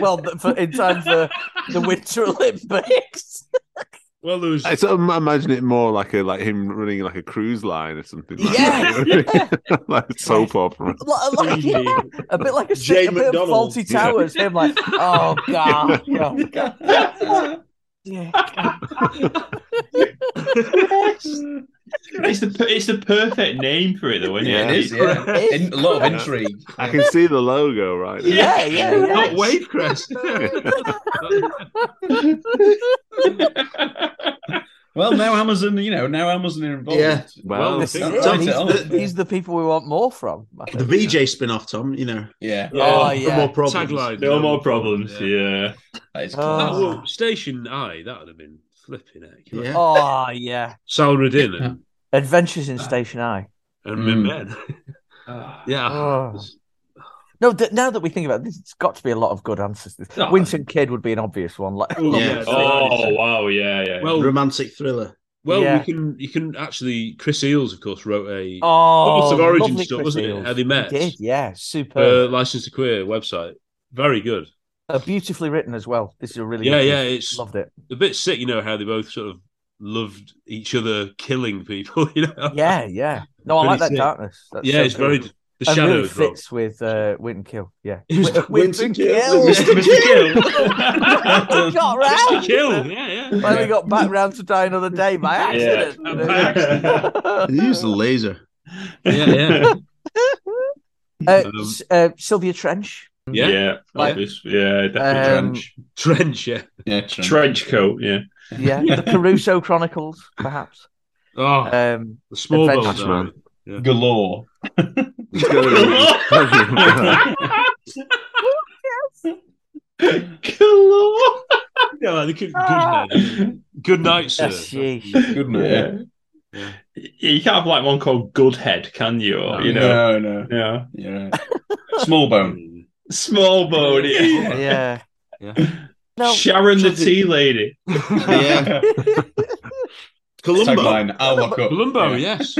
Well, th- for, in time for the Winter Olympics. well, there's I sort of imagine it more like a like him running like a cruise line or something. Like Yeah, that. like a soap opera. Like, like, yeah, a bit like a, Jay a bit of McDonald. faulty Yeah. towers. Him like, oh god, oh, God. It's the per- it's the perfect name for it, though, isn't Yeah, it? it is, yeah. In- a lot of Yeah. intrigue. I can see the logo right. now. Yeah, yeah, yeah. Not Well, now Amazon, you know, now Amazon are involved. Yeah. Well, this is don't it. write He's it off. the, he's the people we want more from. I The think. VJ spin off, Tom, you know. Yeah. Oh, yeah. No more problems. Tagline, No more problems. Yeah. That is Ah, Oh. well, Station I, that would have been flipping heck. Yeah. Oh yeah, Salvador and, Adventures in Station I. and Mm. Men. yeah. Oh. No, th- now that we think about it, there's got to be a lot of good answers. Oh. Winton Kid would be an obvious one. Like, Yeah. Oh wow. Yeah. Yeah. Well, romantic thriller. Well, Yeah. you can you can actually Chris Eels, of course, wrote a Oh, almost of origin lovely stuff, Chris wasn't Eales. it? How they met. He did, yeah, super, Uh, License to Queer website, very good. uh, beautifully written as well. This is a really Yeah, good yeah, piece. it's- loved it. A bit sick, you know, how they both sort of loved each other, killing people. You know, Yeah, yeah. No, I Pretty like that sick. darkness. That's yeah, so it's cool. very the And shadow really as well. fits with uh, Winton Kill. Yeah, Win- Winton Kill. Mr. Kill. got round. Mr. Kill. Yeah, yeah. Well, we got back round to die another day by accident. He used a laser. Yeah, yeah. Uh, Um, S- uh, Sylvia Trench. Yeah. Yeah. Like- Obvious. Yeah. Definitely Um, trench. Trench, yeah. Yeah, Trench coat. Yeah. Yeah, the Caruso Chronicles, perhaps. Oh, Um, the small Adventures- boat, though. Yeah. Galore. It's gotta be- Galore. Yeah, like, they could- good Ah. night. Good night, sir. Yes, yeesh. Good Yeah. man. You can't have like one called Goodhead, can you? Or, you know, No, no. yeah, You're right. Small bone. small bone. Yeah. Yeah. No, Sharon the tea lady. Yeah. Columbo. Tagline, I'll lock up. Columbo, yes.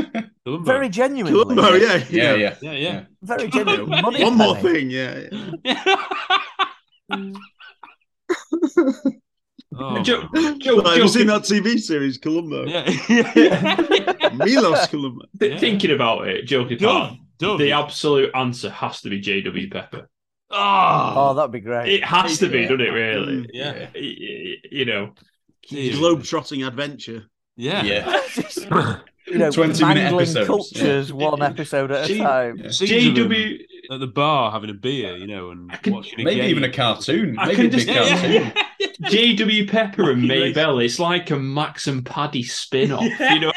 Columbo. very genuinely. Columbo, yeah. Yeah, yeah. Yeah, yeah. Very genuine. Money One more penny. thing, yeah. yeah. Oh, Joe, man. Joe, Like, have you Joe, seen that TV series, Columbo? yeah. yeah. Milos Columbo. th- thinking about it, joking apart, Dove, Dove. the absolute answer has to be J.W. Pepper. Oh, Oh, that'd be great. It has to be, Yeah. doesn't it? Really? Mm, yeah. Y- y- You know, Globe-trotting adventure. Yeah. Yeah. you know, 20 minute mangling episodes. cultures one episode at a Gee, time. Scenes of J.W. them At the bar having a beer, you know, and I could- watching a maybe game. even a cartoon. I maybe can a big just- yeah, cartoon. yeah. J.W. Pepper and Fucking Maybell. It's like a Max and Paddy spin-off. You know,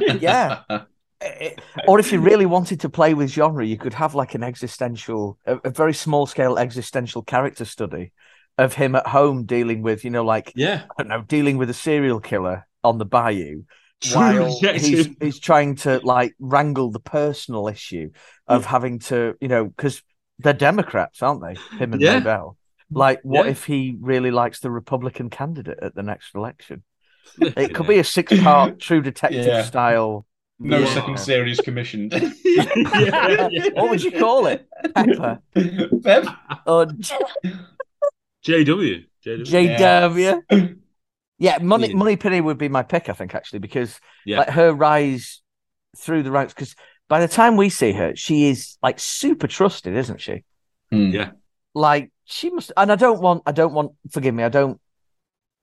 Yeah. Eh, eh, or if you really wanted to play with genre, you could have like an existential, a, a very small scale existential character study of him at home dealing with, you know, like, Yeah. I don't know, dealing with a serial killer on the bayou. True While detective. he's, he's trying to like wrangle the personal issue of Hmm. having to, you know, because they're Democrats, aren't they? Him and Yeah. Nobel. Like, what Yeah. if he really likes the Republican candidate at the next election? It Flipping could be a six part True Detective Yeah. style. No Yeah. second series commissioned. Yeah, yeah. What would you call it? Pepper Bev? or JW. JW. JW? Yeah, Money Yeah. Money Penny would be my pick, I think, actually, because Yeah. like her rise through the ranks. Because by the time we see her, she is like super trusted, isn't she? Hmm. Yeah. Like she must. And I don't want. I don't want. Forgive me. I don't.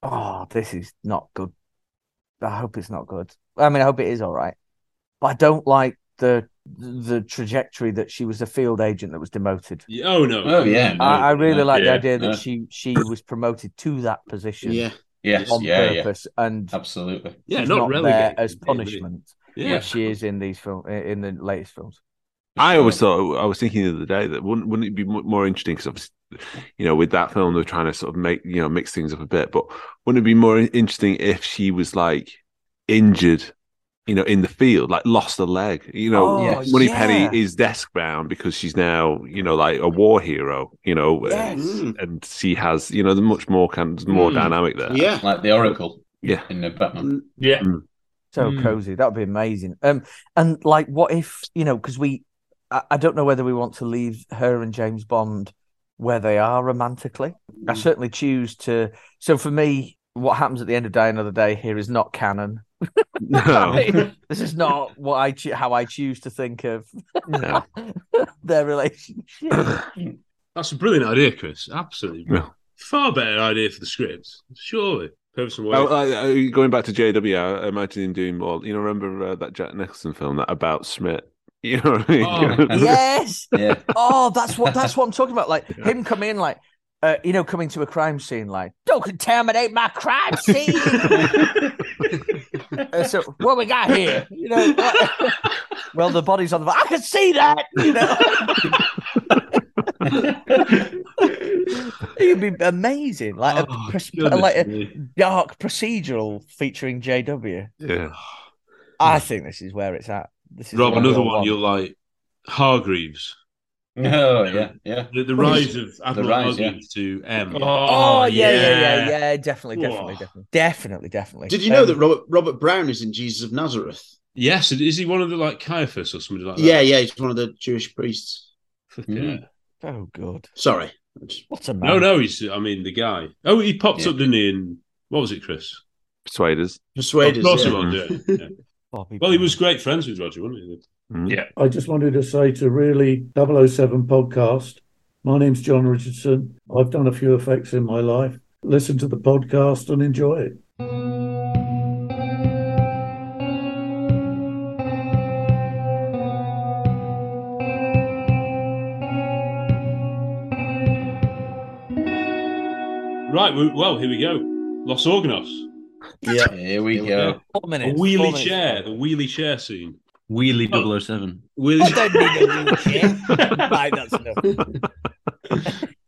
Oh, this is not good. I hope it's not good. I mean, I hope it is all right. But I don't like the the trajectory that she was a field agent that was demoted. Yeah, Oh, no. Oh, yeah. No, I, I really like yeah, the idea that yeah. she she was promoted to that position Yeah. Yes, on yeah, yeah. purpose, and Absolutely. Yeah, she's not, not, there relegated. as Yeah, punishment, Yeah. which she is in these film in the latest films. I always um, thought I was thinking the other day that wouldn't wouldn't it be mu- more interesting because obviously you know with that film they're trying to sort of make you know mix things up a bit, but wouldn't it be more in- interesting if she was like injured, you know, in the field, like lost a leg. You know, Oh, Yes. Money yeah. Penny is desk bound because she's now, you know, like a war hero. You know, Yes. and, and she has, you know, the much more kind, of- more Mm. dynamic there. Yeah. Hmm. like the Oracle. Yeah, in the Batman. Yeah. So Mm. cozy. That would be amazing. Um, and like, what if you know? Because we, I, I don't know whether we want to leave her and James Bond where they are romantically. I certainly choose to. So for me, what happens at the end of Day Another Day here is not canon. No. this is not what I choo- how I choose to think of No. their relationship. That's a brilliant idea, Chris. Absolutely. brilliant. Far better idea for the script, surely. Purpose and Oh, Ways. I, I, going back to JW, I imagine him doing more. You know, remember uh, that Jack Nicholson film that about Smith? You know what I mean? Oh, yes. Oh, Yeah. Oh, that's what that's what I'm talking about. Like him coming in, like uh, you know, coming to a crime scene, like don't contaminate my crime scene. Uh, so what we got here? You know. like- well, the body's on the. I can see that. You know. It'd be amazing, like a, Oh, pres- goodness like a me. dark procedural featuring JW. Yeah. I think this is where it's at. This is Rob, where we another all one want. you'll like Hargreaves. Oh, yeah, yeah. The, the rise of The Admiral rise, Hargreaves to M. Oh, yeah, yeah, yeah, yeah, definitely, definitely, Whoa. definitely, definitely, definitely. Did you know Um, that Robert Robert Brown is in Jesus of Nazareth? Yes, and is he one of the like Caiaphas or something Oh, like that? Yeah, yeah, he's one of the Jewish priests. Yeah. Oh God. Sorry. What a No, no, he's. I mean, the guy. Oh, he popped Yeah. up, didn't he? In what was it, Chris? Persuaders. Persuaders, Of course he yeah. was, yeah. yeah. well, he was great friends with Roger, wasn't he? Yeah. I just wanted to say to really 007 podcast, my name's John Richardson. I've done a few effects in my life. Listen to the podcast and enjoy it. Right. We, well, here we go. Los Organos. Yeah. Here we go. Four A wheelie chair. The wheelie chair scene. Oh. Wheelie 007. Wheelie. Right, that's enough.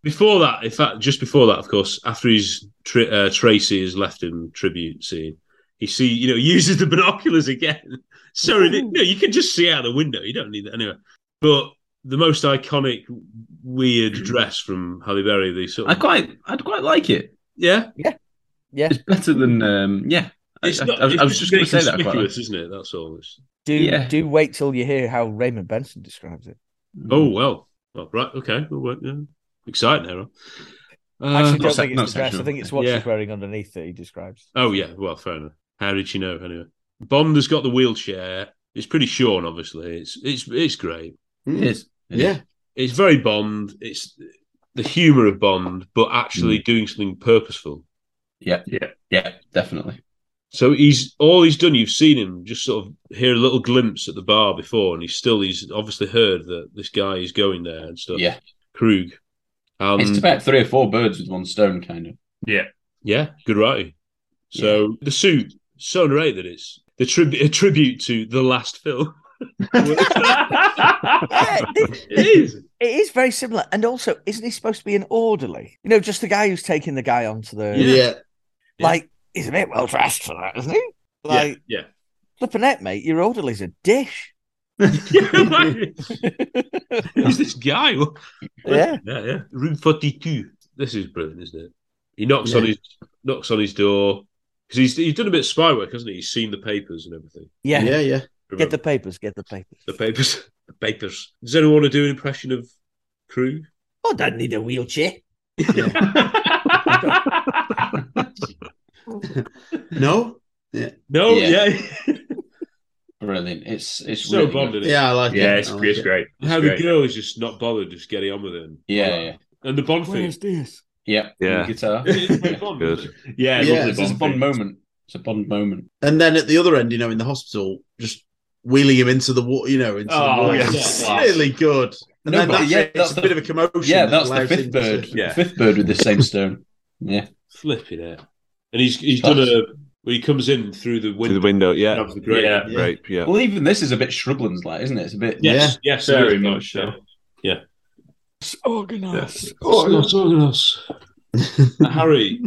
Before that, in fact, just before that, of course, after his tri- uh, Tracy has left him tribute scene, he see you know uses the binoculars again. so ridic- no, you can just see out the window. You don't need that anyway. But the most iconic weird dress from Halle Berry. The sort of, I quite, I'd quite like it. Yeah, yeah, yeah. It's better than, um, yeah. I, It's I- not- I was- it's I was just going to say that. I quite like. conspicuous, isn't it? That's all. It's- Do Yeah. do wait till you hear how Raymond Benson describes it. Mm. Oh well, well right, okay, well, well, yeah. exciting there. Uh, I actually don't think it's the dress. I think it's what yeah. she's wearing underneath that he describes. Oh yeah, well, fair enough. How did she know anyway? Bond has got the wheelchair. It's pretty Sean, obviously. It's it's it's great. It is. It yeah, is. it's very Bond. It's the humor of Bond, but actually doing something purposeful. Mm. Yeah, yeah, yeah, definitely. So he's all he's done. You've seen him just sort of hear a little glimpse at the bar before, and he's still he's obviously heard that this guy is going there and stuff. Yeah. Krug. Um, it's about three or four birds with one stone, kind of. Yeah. Yeah. Good writing. So the suit, so underrated that it's the tribu- a tribute to the last film. it is. It is very similar, and also, isn't he supposed to be an orderly? You know, just the guy who's taking the guy onto the Yeah. Like he's a bit well dressed for that, isn't he? Yeah, Like, yeah. Flipping it, mate. Your orderly's a dish. Who's this guy? Yeah. yeah, yeah. Room forty-two. This is brilliant, isn't it? He knocks on Yeah. his knocks on his door because he's he's done a bit of spy work, hasn't he? He's seen the papers and everything. Yeah. Yeah, yeah. Get the papers. Get the papers. The papers. The papers. Does anyone want to do an impression of Krug? I don't Oh, need a wheelchair. No? Yeah. No, Yeah. Brilliant. It's it's so really Bond, good. isn't Yeah, it's, it's great. And How the girl is just not bothered, just getting on with him. Yeah, Like, yeah. And the Bond thing. this? Yeah, Yeah. guitar. Good. Yeah, Yeah, lovely it's Bond just a Bond moment. It's a Bond moment. And then at the other end, you know, in the hospital, just wheeling him into the water, you know, into the Oh, water. yeah. It's Yeah. really good. And No, then but that's, yeah, it. that's it's the- a bit of a commotion. Yeah, that that's the allows fifth him bird. to- Yeah. Fifth bird with the same stone. Yeah. Flipping it. And he's he's done a when he comes in through the window. the window, yeah. Grabs the grape. Yeah. Grape, yeah. Well, even this is a bit Shrublands like, isn't it? It's a bit. Yes, yes, very it is. much so. Yeah. It's organised. Organos, organos. Now, Harry,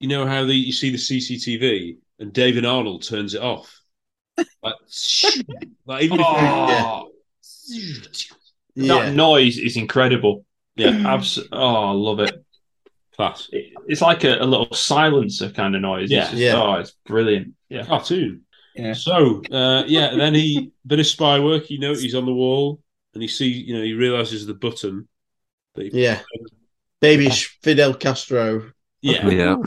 you know how the, you see the CCTV and David Arnold turns it off. Like, like even Oh. if That noise is incredible. Yeah, absolutely. Oh, I love it. Class. It's like a, a little silencer kind of noise. Yeah. it's just, Yeah. Oh, it's brilliant. Yeah, cartoon. So uh, yeah, then he bit of spy work. He notices he's on the wall, and he sees you know he realizes the button. That he Yeah. Babyish Fidel Castro. Yeah.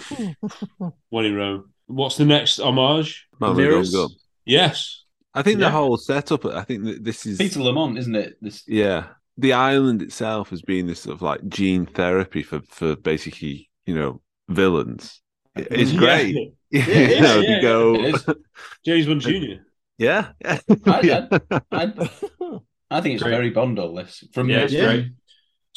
One in Rome. What's the next homage? Mamma Mirrors? Mia. Yes. I think Yeah. the whole setup. I think that this is Peter Lamont, isn't it? This yeah. The island itself has been this sort of like gene therapy for for basically you know villains. It- It's Yeah. great. Yeah, You it know, is, you yeah, go. it is. James Bond Jr. Yeah. I, I, I, I think it's Great. very Bond all this. From Yeah, it's from- great.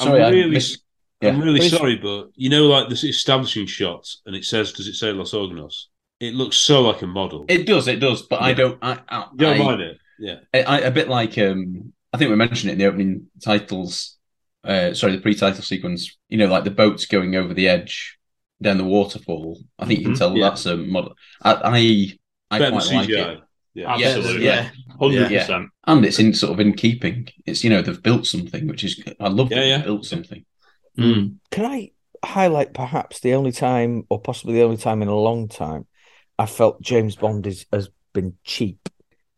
Sorry, I I'm really, missed- I'm yeah. really Please. sorry, but you know, like this establishing shots, and it says, does it say Los Ognos? It looks so like a model. It does, it does, but I Yeah. don't. I, I You don't I- mind it? Yeah. I, I, a bit like um, I think we mentioned it in the opening titles. Uh, sorry, the pre-title sequence. You know, like the boats going over the edge down the waterfall. I think you can Mm-hmm. Mhm, tell yeah. that's a model. I I, I Better quite than like CGI. it. Yeah, absolutely. Yeah. 100%. And it's in sort of in keeping. It's you know they've built something, which is I love. Yeah, yeah. built something. Mm. Hmm. Can I highlight perhaps the only time, or possibly the only time in a long time, I felt James Bond is, has been cheap.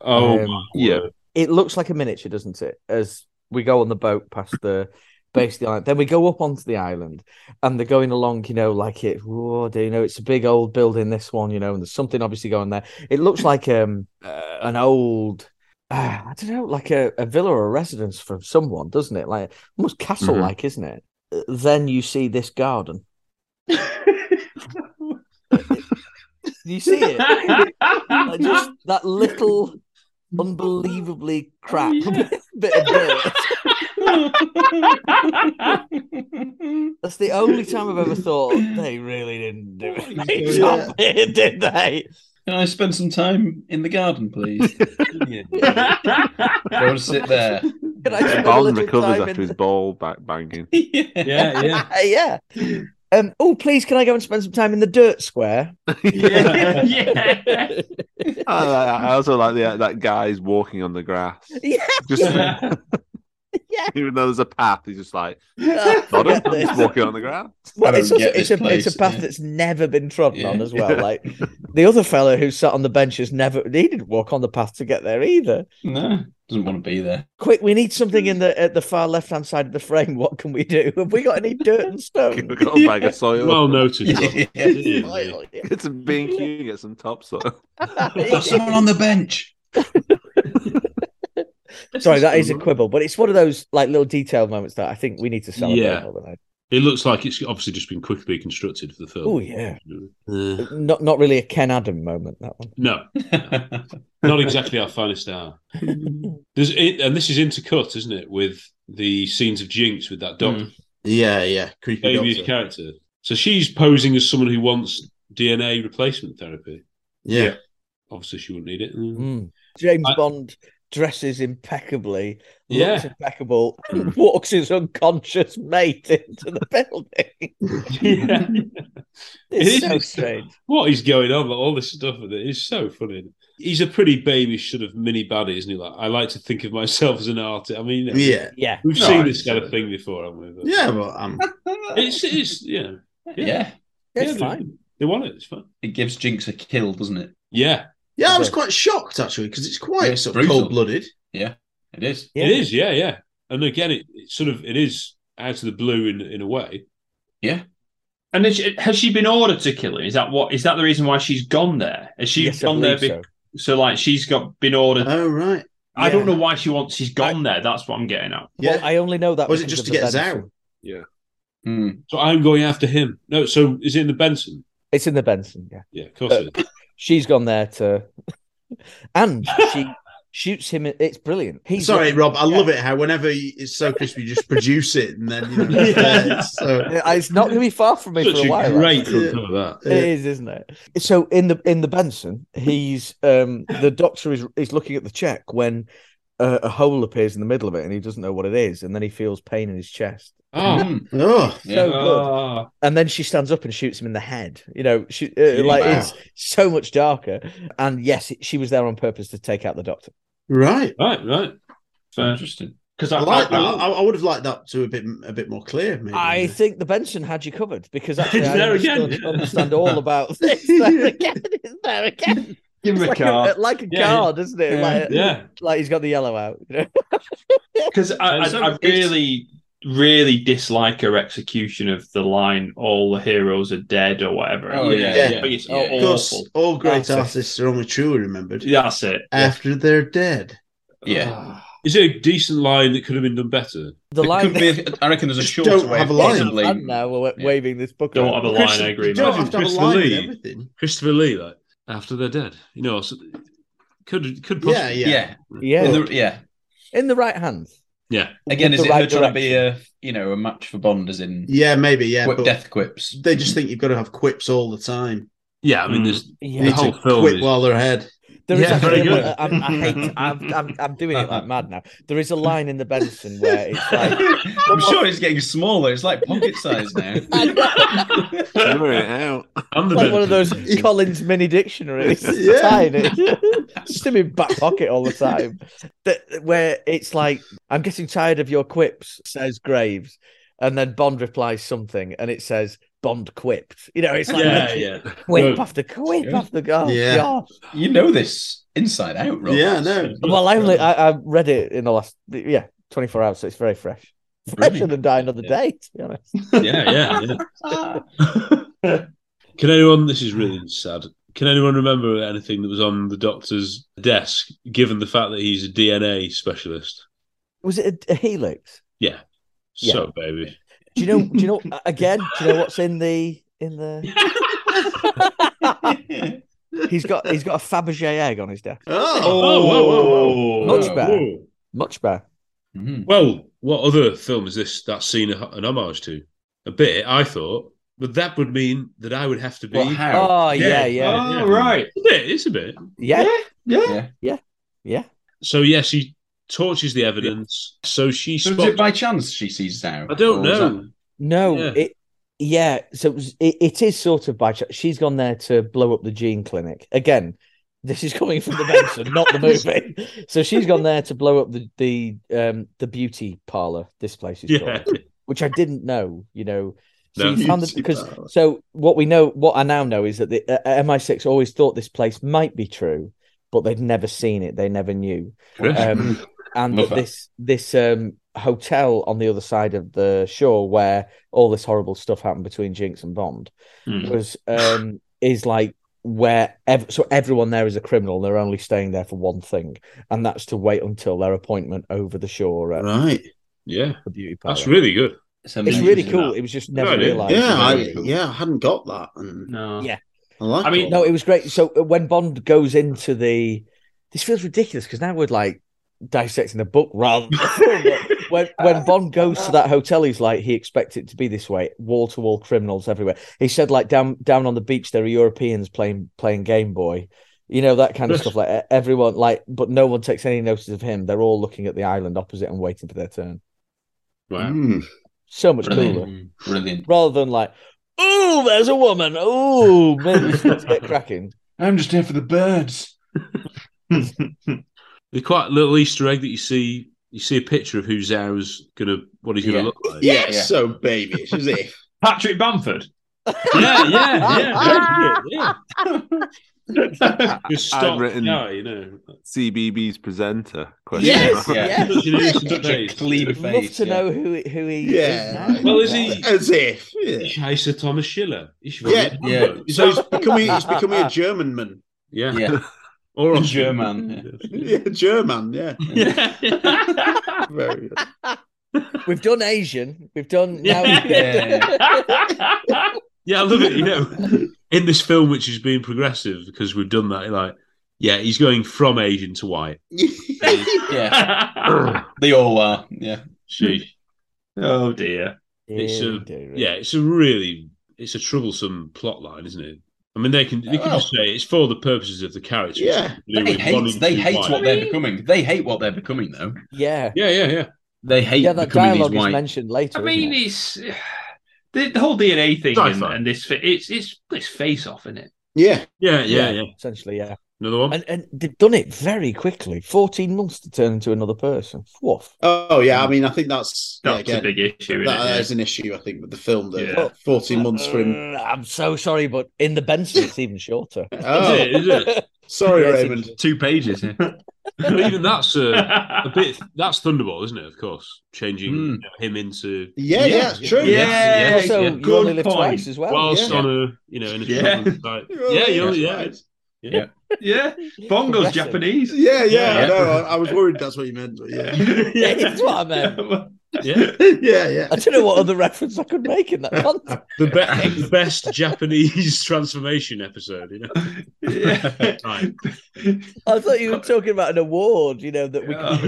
Um, Oh, my yeah. word. It looks like a miniature, doesn't it? As we go on the boat past the base of the island, then we go up onto the island, and they're going along, you know, like it. Whoa, do you know it's a big old building? This one, you know, and there's something obviously going there. It looks like um uh, an old. Uh, I don't know, like a, a villa or a residence from someone, doesn't it? Like almost castle like, isn't it? Uh, Then you see this garden. Do you see it? Like, just that little unbelievably crap bit of dirt. That's the only time I've ever thought they really didn't do it. Stop it, did they? Can I spend some time in the garden, please? I want to sit there. Can I spend a Bond little recovers time after in- his ball back banging. Yeah, yeah. Um, oh, please, can I go and spend some time in the dirt square? yeah. I, like- I also like the, that guy's walking on the grass. Yeah. Just, Even though there's a path, he's just like, bottom, forget he's this. walking on the ground. Oh, Well, it's, also, it's, a, it's a path that's never been trodden on as well. Like the other fellow who sat on the bench has never, he didn't walk on the path to get there either. No, doesn't want to be there. Quick, we need something in the at the far left hand side of the frame. What can we do? Have we got any dirt and stone? We've got a bag of soil. Well noticed. Yeah. Soil, yeah. Get some B and Q, get some topsoil. Got someone on the bench. Sorry, that is a quibble, but it's one of those like little detail moments that I think we need to celebrate. Yeah. more than I- It looks like it's obviously just been quickly constructed for the film. Oh yeah, Uh, not not really a Ken Adam moment. That one. no. Not exactly our finest hour. There's it, and this is intercut, isn't it, with the scenes of Jinx with that doctor. Hmm. Yeah, yeah. Creepy Baby's doctor. character. So she's posing as someone who wants DNA replacement therapy. Yeah. Obviously, she wouldn't need it. Mm. James Bond dresses impeccably, looks Yeah. impeccable, and walks his unconscious mate into the building. It's so strange. What is going on? Like, all this stuff with it is so funny. He's a pretty babyish sort of mini baddie, isn't he? Like, I like to think of myself as an artist. I mean, you know, Yeah. Yeah. we've No, seen this kind of thing before, haven't we? But- Yeah, well, um, it's it's yeah, Yeah. Yeah, they- They, want it. It's fine. It gives Jinx a kill, doesn't it? Yeah. yeah, I was quite shocked actually because it's quite It's sort of brutal. cold blooded. Yeah, it is. It is. Yeah, yeah. And again, it, it sort of it is out of the blue in in a way. Yeah. And has she, has she been ordered to kill him? Is that what? Is that the reason why she's gone there? Has she Yes, I gone there? believe bec- so. like she's got been ordered. Oh right. I don't know why she wants. She's gone there. That's what I'm getting at. Well, I only know that Was it because just of to the get us Benson. out? Yeah. Mm. So I'm going after him. No. So is it in the Benson? It's in the Benson. Yeah. Uh, Yeah, of course. it is. She's gone there to, and she shoots him. in- It's brilliant. He's Sorry, Rob. I love it how whenever you- it's so crispy, you just produce it and then you know, it's there. It's so- Yeah, It's not going to be far from me for a while. actually. that. It is, isn't it? So in the in the Benson, he's um the doctor is is looking at the check when a, a hole appears in the middle of it and he doesn't know what it is, and then he feels pain in his chest. Oh. so Yeah. good. Oh. And then she stands up and shoots him in the head. You know, she, uh, Yeah. like Wow. it's so much darker. And yes, it- she was there on purpose to take out the doctor. Right. Right, right. Interesting. Because I like that. I, I would have liked that to a bit a bit more clear. Maybe. I think the Benson had you covered because actually I There again. understood- understand all about this. There again, it's there again. Give him It's a like card. a, like a Yeah, card, yeah. isn't it? Yeah. Like, Yeah. like he's got the yellow out. You know? Because I, So I, I it's- really, really dislike her execution of the line "All the heroes are dead" or whatever. Oh, yeah, It's- yeah. it's Yeah. awful. Because all great That's it. artists are only truly remembered. That's it. After they're dead. Yeah. Is it a decent line that could have been done better? The line- I reckon there's a short don't way have of a line. possibly- And now we're waving this book. Don't around. have a line. I agree. Imagine man. Christopher Lee, Christopher Lee, like after they're dead, you know, so could could possibly, Yeah, yeah. Yeah. In the- yeah. In the right hand. yeah. Again, With is the it her right trying to be a you know a match for Bond? As in, Yeah, maybe. Yeah, Quip- but death quips. They just think you've got to have quips all the time. Yeah, I Hmm. mean, there's the whole film. quip is- while they're ahead. There is Yeah, actually very a good. li- I'm, I hate. I'm, I'm, I'm doing it like mad now. There is a line in the Benson where it's like, I'm sure it's getting smaller. It's like pocket size now. out. I'm the like one of those Collins mini dictionaries. Yeah. It's tiny. It's just in my back pocket all the time. That where it's like, I'm getting tired of your quips, says Graves, and then Bond replies something, and it says Bond quipped. You know, it's like Yeah, yeah. quip Good. after quip Good. after go. Yeah. gosh. You know this inside out, Rob. Well, I only I, I read it in the last yeah twenty four hours, so it's very fresh, fresher than dying another day. To be honest, yeah, yeah, yeah. Can anyone? This is really sad. Can anyone remember anything that was on the doctor's desk? Given the fact that he's a DNA specialist, was it a, a helix? yeah. Yeah. So baby, Do you know? Do you know? Again, do you know what's in the in the? he's got he's got a Fabergé egg on his desk. Oh, whoa, whoa, Mm-hmm. whoa. much better, Whoa. much better. Well, what other film is this that scene a- an homage to? A bit, I thought, but that would mean that I would have to be. Well, how? Oh, yeah, dead. yeah. Oh, right. A bit, it's a bit. Yeah, yeah, yeah, yeah. So yeah, she torches the evidence. So she So spots- is it by chance she sees now? I don't Or is know. that- No, Yeah. it yeah. So it, was, it, it is sort of by chance. She's gone there to blow up the gene clinic again. This is coming from the Benson, not the movie. So she's gone there to blow up the the um the beauty parlor. This place is Yeah. called, which I didn't know. You know. So No. you found that Beauty because parlour. so what we know, what I now know is that the uh, MI6 always thought this place might be true, but they'd never seen it. They never knew. Chris. Um, and Love that that. this this um hotel on the other side of the shore where all this horrible stuff happened between Jinx and Bond Hmm. was um is like where ev- so everyone there is a criminal and they're only staying there for one thing and that's to wait until their appointment over the shore at right yeah the beauty parlor That's really good. It's, really cool it was just never realized Yeah, I, Really cool. yeah, I hadn't got that. And no. Yeah. I like I mean- it. no it was great so uh, when Bond goes into the this feels ridiculous because now we're like dissecting the book rather than when when Bond goes to that hotel, he's like he expects it to be this way, wall to wall criminals everywhere. He said like down down on the beach there are Europeans playing playing Game Boy, you know that kind of stuff. Like e- everyone like, but no one takes any notice of him. They're all looking at the island opposite and waiting for their turn. Wow. Mm. So much cooler, Brilliant. Brilliant. rather than like, oh, there's a woman. Oh, maybe we should get cracking. I'm just here for the birds. The quite little Easter egg that you see. You see a picture of who Zara's gonna, what he's gonna Yeah. look like. Yeah, so Oh, baby, it's as if Patrick Bamford. yeah, yeah, yeah, yeah, yeah. Just I've stop. written- Yeah, you know. CBB's presenter. Question Yes, mark. yes. Such an innocent face. Love to know who he- who he Yeah. is. now. Well, is he as if. Yeah, Kaiser Thomas Schiller? He should yeah, be- yeah. So he's becoming he's becoming a German man. Yeah. Yeah. Or Austrian. German. Yeah, German. Yeah. Very good. We've done Asian. We've done now. Yeah, I love it. You know, in this film, which is being progressive because we've done that, like, yeah, he's going from Asian to white. Yeah. they all are. Yeah. She. Oh dear. It's Yeah, a, we do, really. yeah, it's a really, it's a troublesome plot line, isn't it? I mean, they can they can Well- just say it's for the purposes of the character. Oh, Yeah. They hate, they hate what they're becoming. They hate what they're becoming, though. Yeah. Yeah, yeah, yeah. They hate Yeah, that becoming dialogue these is white. mentioned later. I isn't mean, it? it's the, the whole DNA thing and, Sci-fi. and this fi- it's it's it's face off, isn't it? Yeah. Yeah, yeah, yeah. Essentially, yeah. Another one. And, and they've done it very quickly. 14 months to turn into another person. Woof. Oh yeah, I mean, I think that's That's a big That, issue, isn't it? that Yeah. is an issue, I think, with the film. That Yeah. fourteen months for him. Mm, I'm so sorry, but in the Benson, it's even shorter. Oh. Is it? Is it? Sorry, Raymond. Two pages. but even that's uh, a bit. That's Thunderbolt, isn't it? Of course, changing Hmm. him into. Yeah, yeah, it's true. Yeah, also, you only live twice as well. Whilst Yeah. on a, you know, in a Yeah. yeah, like, You only yeah, you live only- yeah, twice. yeah, yeah. Bongo's Japanese. Yeah, yeah. Yeah. I know. I, I was worried that's what you meant. But yeah. yeah, that's what I meant. Yeah, yeah, yeah. I don't know what other reference I could make in that context. The, be- the best Japanese transformation episode, you know. Right. I thought you were talking about an award, you know, that we could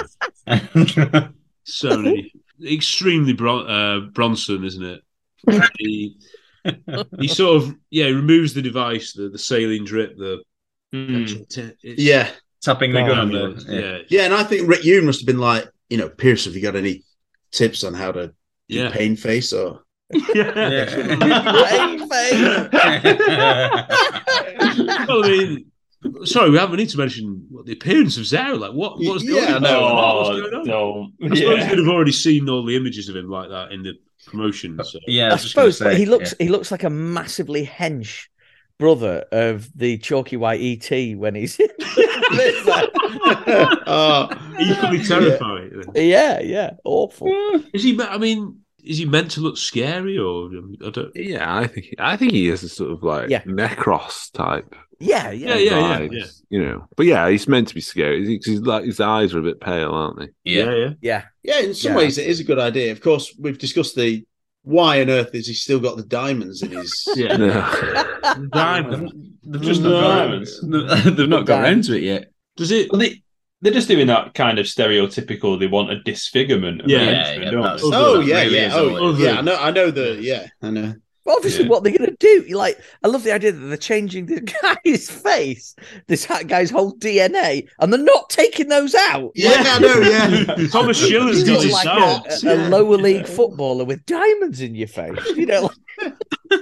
present him to. Sony, extremely bron- uh, Bronson, isn't it? he, he sort of yeah removes the device, the the saline drip, the Yeah. Tapping Hmm. the gun, Oh, yeah. Yeah. Yeah, and I think Rick Yoon must have been like, you know, Pierce, have you got any tips on how to do Yeah. pain face or well, I mean, sorry, we haven't need to mention what, the appearance of Zero. Like, what? What's the Yeah, audience? no, What no, was going on? don't. I suppose Yeah. you'd have already seen all the images of him like that in the promotion. So. Yeah, Uh, I suppose but he looks he looks like a massively hench brother of the chalky white ET when he's Oh. equally terrifying. yeah, yeah, awful. Is he? me- I mean, is he meant to look scary or um, I don't? Yeah, I think I think he is a sort of like Yeah. Necros type. Yeah, yeah, yeah, yeah, yeah. vibes, You know, but yeah, he's meant to be scary because he's like his eyes are a bit pale, aren't they? Yeah. yeah. Yeah. Yeah, in some Yeah. ways it is a good idea. Of course, we've discussed the why on earth has he still got the diamonds in his Yeah. Diamonds. They've just not got Diamonds. around- They've not got around to it yet. Does it? Well, they, they're just doing that kind of stereotypical. They want a disfigurement. of Yeah. the Yeah, henchman, yeah, don't that's- they? Oh, yeah, Really yeah, is oh, all it is. yeah, I know- I know the yeah, I know. Well, obviously, Yeah. what they're going to do, you like, I love the idea that they're changing this guy's face, this hat guy's whole DNA, and they're not taking those out. Yeah, I know, yeah. Thomas Schiller's You got look his like out. a, a Yeah. lower league footballer with diamonds in your face. You know, like, are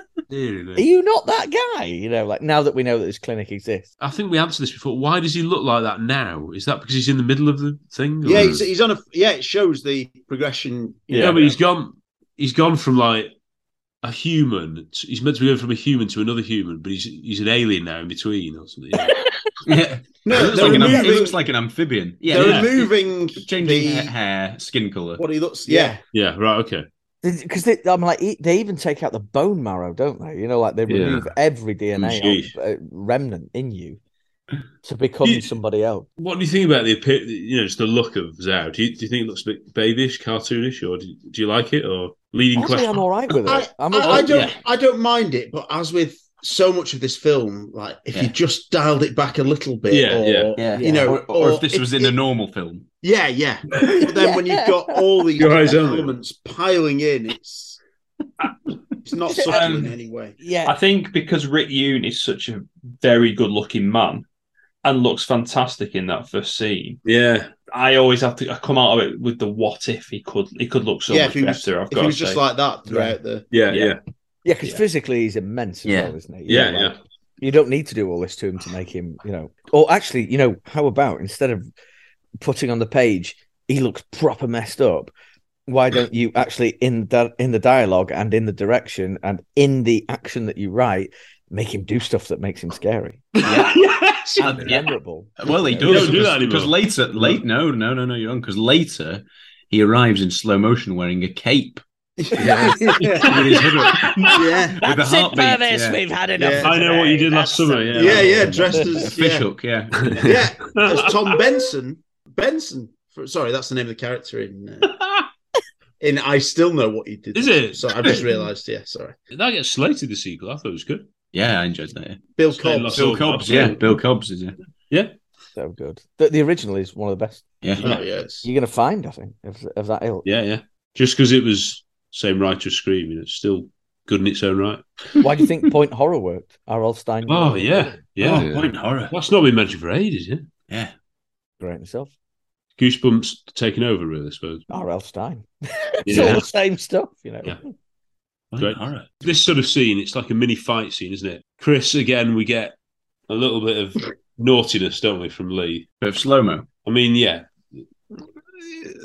you not that guy? You know, like now that we know that this clinic exists. I think we answered this before. Why does he look like that now? Is that because he's in the middle of the thing? Yeah, or- he's, he's on a yeah, it shows the progression. you yeah, know. but he's gone. He's gone from like a human. To, he's meant to be going from a human to another human, but he's he's an alien now in between or something. Yeah. No, It looks, they're like an, am- it removing- looks like an amphibian. Yeah, They're yeah. removing changing the- ha- hair, skin color. What he looks yeah. Yeah, right, okay. Because I'm like, e- they even take out the bone marrow, don't they? You know, like they Yeah. remove every DNA Sheesh. or, uh, remnant in you to become somebody else. What do you think about the appear- you know just the look of Zao? Do you, do you think it looks a bit babyish, cartoonish, or do you, do you like it? Or leading question? I, I, I don't I don't mind it, but as with so much of this film, like if you just dialed it back a little bit, Yeah, or, yeah, you know, Or, or if this it- was in a normal film, Yeah, yeah. But then when you've got all these Your eyes only. elements piling in, it's it's not subtle um, in any way. Yeah. I think because Rick Yoon is such a very good looking man and looks fantastic in that first scene. Yeah. I always have to I come out of it with the what if he could he could look so yeah, if much he was, better. I've if got he to was just say. like that throughout the Yeah, because physically he's immense as well, isn't he? You Yeah, know, like, You don't need to do all this to him to make him, you know. Or actually, you know, how about instead of putting on the page, he looks proper messed up. Why don't you actually in that in the dialogue and in the direction and in the action that you write, make him do stuff that makes him scary? And- yeah. Well, he You does. don't do that because anymore. later, late, no, no, no, no, you're wrong. Because later, he arrives in slow motion wearing a cape. With his hood up. yeah. With the heartbeat, yeah. I know what you did last summer. Yeah, Yeah, yeah, dressed as- a fish yeah. hook. Yeah, yeah, there's Tom Benson. Benson. For, sorry, that's the name of the character in. Uh, in I still know what you did. Is it? So I've just realised. Yeah, sorry. That gets slated the sequel. I thought it was good. yeah, I enjoyed that. yeah. Bill Sorry, Cobbs. lost Bill all- Cobbs. lost Yeah, all- Bill Cobbs is yeah. Yeah. So good. The, the original is one of the best. Yeah. you know, Oh, You're gonna find, I think, of, of that ilk. Yeah, yeah. Just because it was same writer screaming, it's still good in its own right. Why do you think Point Horror worked? Harold Stein. Oh yeah, yeah. Oh, Point horror. That's not been mentioned for ages, yeah. Yeah. Great myself. Goosebumps taking over, really. I suppose. R.L. Stein. It's all Yeah. the same stuff, you know. Yeah. Great. This sort of scene, it's like a mini fight scene, isn't it? Chris, again, we get a little bit of naughtiness, don't we, from Lee? Bit of slow mo. I mean, yeah.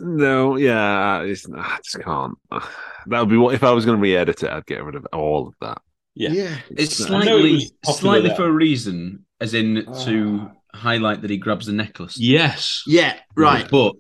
No, yeah, it's, I just can't. That would be what if I was going to re-edit it, I'd get rid of all of that. Yeah, It's It's- I know it slightly was popular slightly there. for a reason, as in to highlight that he grabs the necklace. Yes. Ah. Yeah, right. But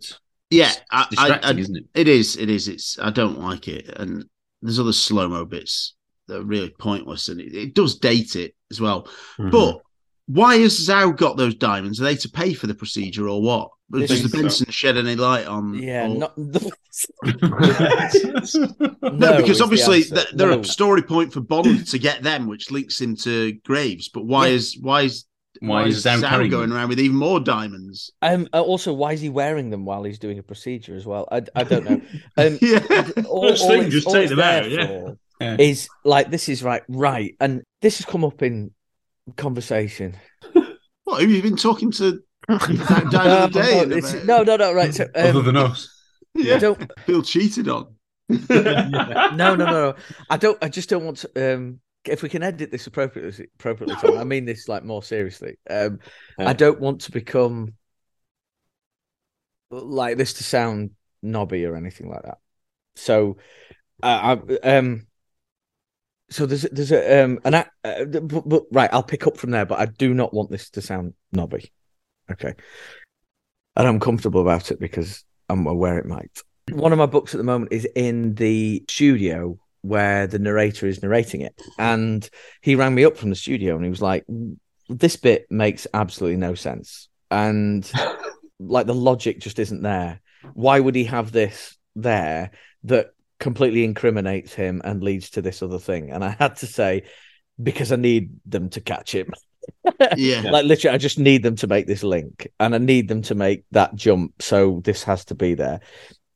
Yeah, It's I, I, I, distracting, isn't it? It is. It is. It's. I don't like it, and there's other slow mo bits that are really pointless, and it, it does date it as well. Mm-hmm. Mhm. But why has Zhao got those diamonds? Are they to pay for the procedure or what? They Does the think so. Benson shed any light on? Yeah, or- not the. no, No, is because the obviously answer. th- they're No. a story point for Bond to get them, which links him to Graves. But why Yeah. is why is Why is Zhao Zhao carrying going them? around with even more diamonds? Um, uh, also, why is he wearing them while he's doing a procedure as well? I, I don't know. Um, all, First thing, it's- just all take it's them out, there yeah. for Yeah. Is like this is right, right, and this has come up in conversation. What have you been talking to? that guy the other No, day no, Um, it's- about- no, no, no, right. So, um, Other than us. Yeah, don't feel cheated on. no, no, no. I don't. I just don't want to. Um, if we can edit this appropriately, appropriately, Tom, I mean this like more seriously. Um, I don't want to become like this to sound knobby or anything like that. So, uh, I um. So there's there's a um an act, uh, but, but, right I'll pick up from there but I do not want this to sound knobby, okay, and I'm comfortable about it because I'm aware it might. One of my books at the moment is in the studio where the narrator is narrating it. And he rang me up from the studio and he was like, This bit makes absolutely no sense. And like the logic just isn't there. Why would he have this there that completely incriminates him and leads to this other thing? And I had to say, Because I need them to catch him. Yeah. Like literally, I just need them to make this link and I need them to make that jump. So this has to be there.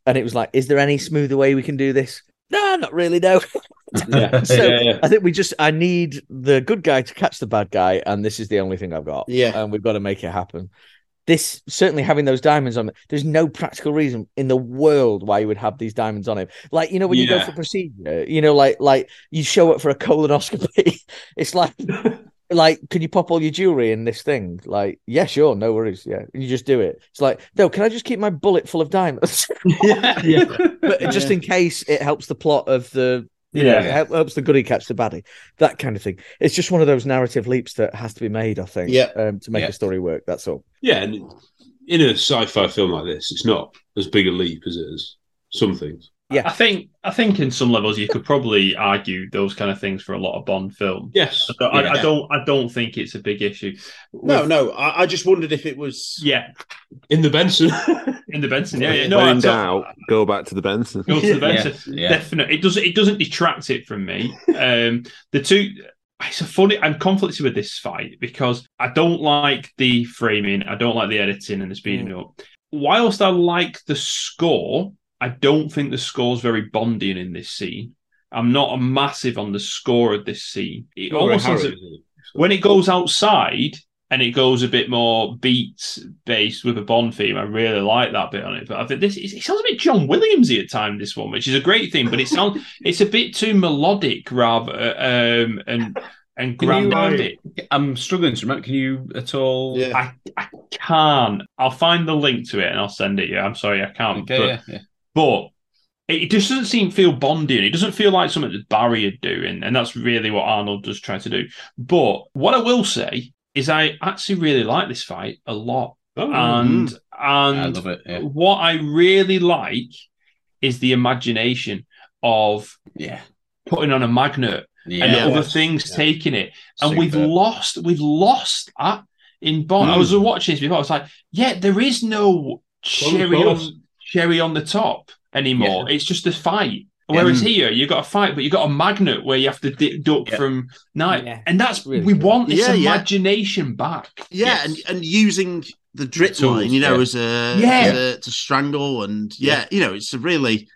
And it was like, is there any smoother way we can do this? No, not really, no. so yeah, yeah. I think we just I need the good guy to catch the bad guy, and this is the only thing I've got. Yeah. And we've got to make it happen. This certainly having those diamonds on it, there's no practical reason in the world why you would have these diamonds on him. Like, you know, when you go Yeah. for procedure, you know, like like you show up for a colonoscopy, it's like like, can you pop all your jewelry in this thing? Like, yeah, sure, no worries. Yeah. And you just do it. It's like, no, can I just keep my bullet full of diamonds? yeah, yeah. but just in case it helps the plot of the you know, Yeah. it hel- helps the goody catch the baddie, that kind of thing. It's just one of those narrative leaps that has to be made, I think, Yeah. um, to make Yeah. a story work. That's all. Yeah, and in a sci-fi film like this, it's not as big a leap as it is some things. Yeah, I think I think in some levels you could probably argue those kind of things for a lot of Bond films. Yes, I, don't- I- I Yeah. don't I don't think it's a big issue. No, With- no. I, I just wondered if it was. yeah, in the Benson, in the Benson, yeah, yeah. When No, I in don't- doubt, go back to the Benson. Go to the Benson. Definitely, it doesn't. It doesn't detract it from me. Um, the two. It's a funny. I'm conflicted with this fight because I don't like the framing. I don't like the editing and the speeding up. Whilst I like the score, I don't think the score's very bonding in this scene. I'm not a massive on the score of this scene. It Not very almost has harrowing, a- is it? when it goes outside and it goes a bit more beats based with a Bond theme, I really like that bit on it. But I think this it sounds a bit John Williamsy at time. This one, which is a great thing, but it sounds it's a bit too melodic rather um, and and Can you, grandic. uh, I'm struggling to remember. Can you at all? I, I can't. I'll find the link to it and I'll send it. Yeah, I'm sorry, I can't. Okay, but, yeah, yeah. but it just doesn't seem feel bonding. It doesn't feel like something that Barry are doing, and that's really what Arnold does try to do. But what I will say is, I actually really like this fight a lot, Oh, and mm. and I love it, yeah. what I really like is the imagination of yeah putting on a magnet and Yeah. other things taking it, and we've Superb. lost we've lost that in Bond. I was Mm. watching this before. I was like, yeah, there is no cherry Of on course. cherry on the top anymore. It's just a fight. Whereas Mm. here, you got a fight, but you got a magnet where you have to di- duck from night, and that's Really we good. want this Yeah, yeah. imagination back. Yeah, and, and using the drip Tools, line, you know, yeah. as a Yeah. as a- to strangle and yeah, you know, it's a really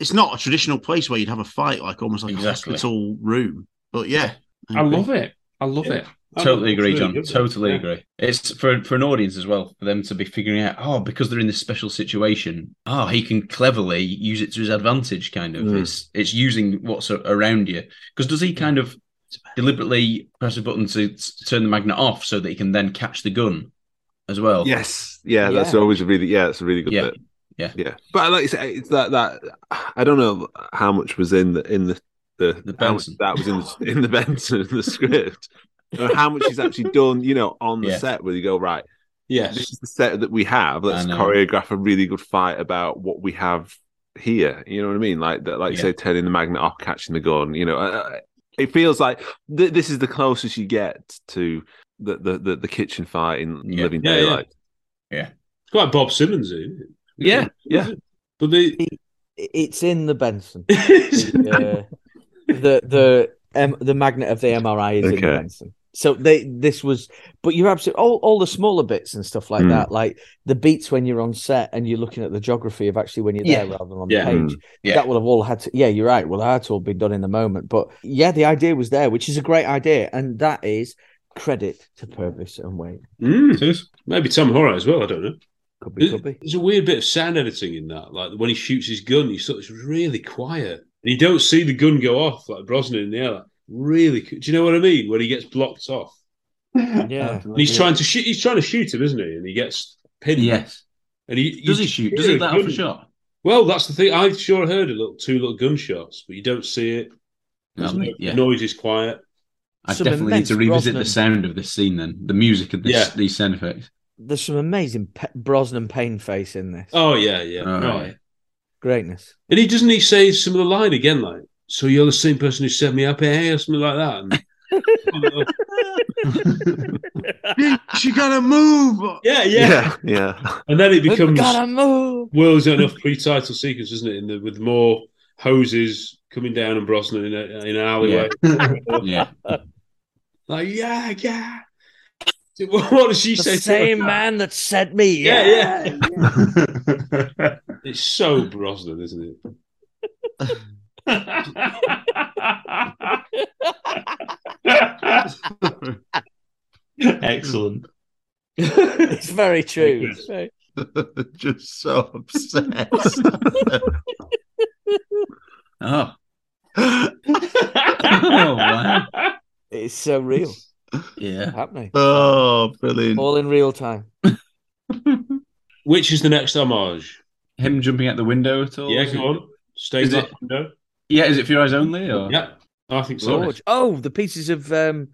it's not a traditional place where you'd have a fight, like almost like Exactly. a hospital room. But yeah, I love it. I love Yeah. it. Totally agree, Absolutely John. love it. Totally Yeah. agree. It's for for an audience as well for them to be figuring out. Oh, because they're in this special situation. Oh, he can cleverly use it to his advantage. Kind of. Mm. It's it's using what's a- around you. Because does he kind of deliberately press a button to s- turn the magnet off so that he can then catch the gun as well? Yes. Yeah, that's always a really yeah, that's a really good bit. Yeah, yeah. But like I say, it's that that I don't know how much was in the in the the, how much Benson. that was in the, in the Benson in the script, or how much is actually done, you know, on the Yeah. set where you go right. Yes. this is the set that we have. Let's know. choreograph a really good fight about what we have here. You know what I mean? Like that, like Yeah. say turning the magnet off, catching the gun. You know, uh, it feels like th- this is the closest you get to the the the, the kitchen fight in Living Yeah, yeah. Daylight. Yeah. It's quite Bob Simmons, isn't it? Yeah, yeah. But the it's in the Benson. the, uh, the the um, the magnet of the MRI is in the Okay. Benson. So they this was, but you're absolutely all, all the smaller bits and stuff like Mm. that, like the beats when you're on set and you're looking at the geography of actually when you're there Yeah. rather than on Yeah. the page. Mm. Yeah. That will have all had to. Yeah, you're right. Well, had to all been done in the moment, but yeah, the idea was there, which is a great idea, and that is credit to Purvis and Wade. Hmm. Mm. Maybe Tom Horror as well. I don't know. Could be, could be. There's a weird bit of sound editing in that. Like when he shoots his gun, you sort of it's really quiet. And you don't see the gun go off like Brosnan in the air. Like, really, co- do you know what I mean? When he gets blocked off, Yeah, and he's trying to shoot. He's trying to shoot him, isn't he? And he gets pinned. Yes. And he Does you he shoot? hear Does he let off a gun. shot? Well, that's the thing. I sure heard a little two little gunshots, but you don't see it. There's No, no- yeah. Noise is quiet. I definitely need to revisit the Brosnan. sound of this scene then, the music of this, Yeah. these sound effects. There's some amazing pe- Brosnan pain face in this. Oh yeah, yeah. Oh, Right. yeah. Greatness. And he doesn't he say some of the line again, like, so you're the same person who set me up here, or something like that. And- she gotta move. Yeah, yeah. yeah. And then it becomes gotta move. World's Not Enough pre-title sequence, isn't it? In the, with more hoses coming down and Brosnan in, a, in an alleyway. yeah. Like, yeah, yeah. What does she the say? to Same her? man that sent me. Yeah, yeah. yeah. It's so Brosnan, isn't it? Excellent. It's very true. It's very- Just so obsessed. oh. Ah. oh wow. It's so real. Yeah. Happening. Oh, brilliant. All in real time. Which is the next homage? Him jumping out the window at all? Yeah, Is come it- on. Stay Is back it- window. Yeah, is it for your eyes only? Or? Yeah, I think so. Gorge. Oh, the pieces of um,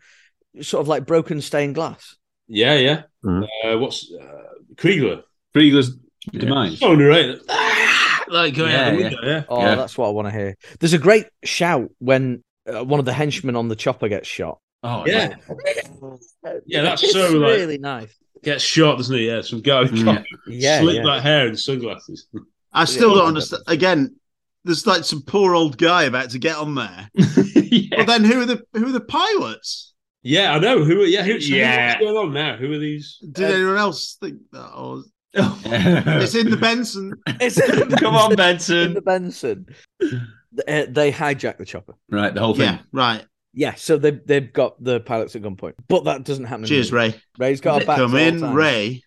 sort of like broken stained glass. Yeah, yeah. Hmm. Uh, what's uh, Kriegler? Kriegler's demise. Oh, no, right. Ah, like uh, going out the window. Yeah. Oh, that's what I want to hear. There's a great shout when uh, one of the henchmen on the chopper gets shot. Oh, yeah. Yeah, that's It's so like, really nice. Gets shot, doesn't he? Yeah, some guy Mm. with yeah. Yeah, slick yeah. back hair and sunglasses. I still don't understand. Again, there's like some poor old guy about to get on there. But then who are the who are the pilots? Yeah, I know. Who? are- Yeah, who, Uh, so Yeah. What's going on now? Who are these? Did anyone else think that? Or... it's in the Benson. It's in the Come on, Benson. In the Benson. Uh, they hijack the chopper. Right, the whole thing. Yeah, right. Yeah, so they they've got the pilots at gunpoint, but that doesn't happen. in Cheers, the movie. Ray. Ray's got a back. Come all in, times. Ray.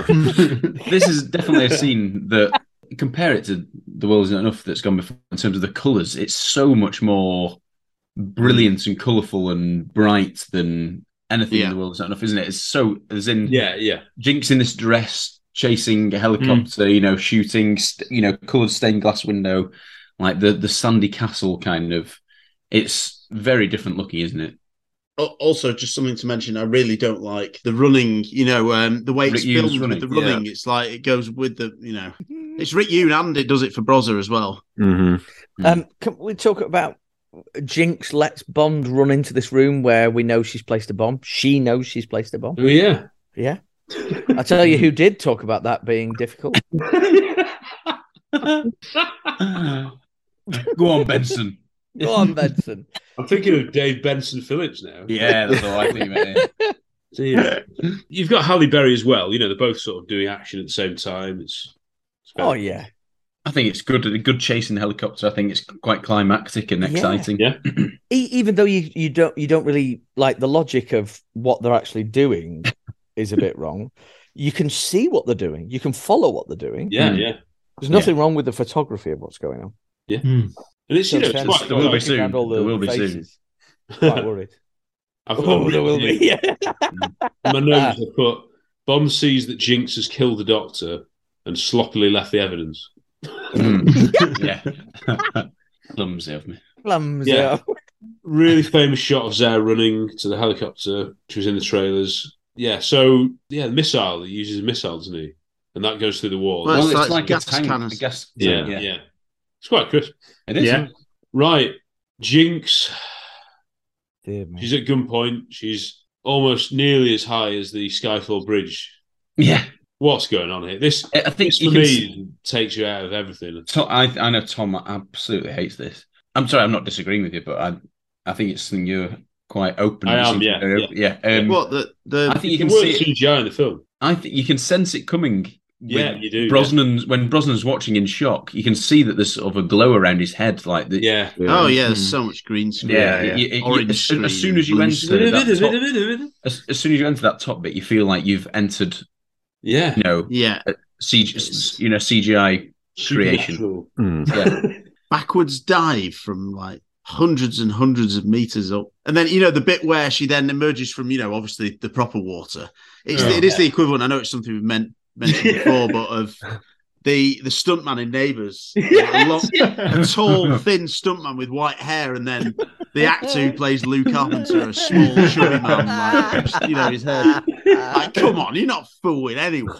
this is definitely a scene that compare it to the world isn't enough that's gone before in terms of the colors it's so much more brilliant and colorful and bright than anything in the world isn't enough isn't it it's so as in yeah yeah jinx in this dress chasing a helicopter Mm. you know shooting st- you know colored stained glass window like the the sandy castle kind of it's very different looking isn't it Al- Also, just something to mention. I really don't like the running. You know, um, the way it's Rick Yoon's filmed with the running, running. It's like it goes with the. You know, it's Rick Yoon and it does it for Brozza as well. Mm-hmm. Um, can we talk about Jinx lets Bond run into this room where we know she's placed a bomb. She knows she's placed a bomb. Oh yeah, yeah. I tell you, who did talk about that being difficult? Go on, Benson. Go on, Benson. I'm thinking of Dave Benson Phillips now. Yeah, that's all I think about it. Jeez. You've got Halle Berry as well. You know, they're both sort of doing action at the same time. It's, it's Oh yeah, I think it's good. A good chase in the helicopter. I think it's quite climactic and Yeah. exciting. Yeah. E- even though you, you don't you don't really like the logic of what they're actually doing is a bit wrong you can see what they're doing you can follow what they're doing Yeah, Mm. yeah. there's nothing wrong with the photography of what's going on Yeah. And it's, you know, So it's Trent's quite- there will be looking soon. around all the There will be soon. faces. quite worried I've- oh there will be yeah My notes have put Bond sees that Jinx has killed the doctor and sloppily left the evidence. Hmm. yeah. Clumsy of me. Plums, yeah. really famous shot of Zare running to the helicopter, which was in the trailers. Yeah, so yeah, the missile, he uses a missile, doesn't he? And that goes through the wall. Well, Well, it's it's like like a gas tank- cannons. a gas yeah, tank, yeah, yeah. It's quite crisp. It is, Yeah. isn't Right. Jinx. Dear She's at gunpoint. She's almost nearly as high as the Skyfall Bridge. Yeah. What's going on here? This I think this you for can me see- takes you out of everything. To- I I know Tom absolutely hates this. I'm sorry, I'm not disagreeing with you, but I I think it's something you're quite open. I you am, seem to yeah, be very open- yeah. Um, What, the- the- I think The you can word see it- CGI in the film. I think you can sense it coming. with Yeah, you do, yeah. Brosnan's when Brosnan's watching in shock, you can see that there's sort of a glow around his head, like the, Hmm. yeah. Oh, yeah, there's so much green screen. Yeah, Yeah. you- you- Orange as, soon- as screen, soon as you blue enter, screen. that top, as, as soon as you enter that top bit, you feel like you've entered. Yeah, you know, yeah, CG, you know, CGI creation. Mm. Supernatural. Yeah. backwards dive from like hundreds and hundreds of meters up. And then, you know, the bit where she then emerges from, you know, obviously the proper water. It's, Yeah. It is the equivalent. I know it's something we've meant, mentioned before, but of the the stuntman in Neighbours. A, long, a tall, thin stuntman with white hair. And then the actor who plays Lou Carpenter, a small, chubby man, like, just, you know, his hair. Like, come on, you're not fooling anyone.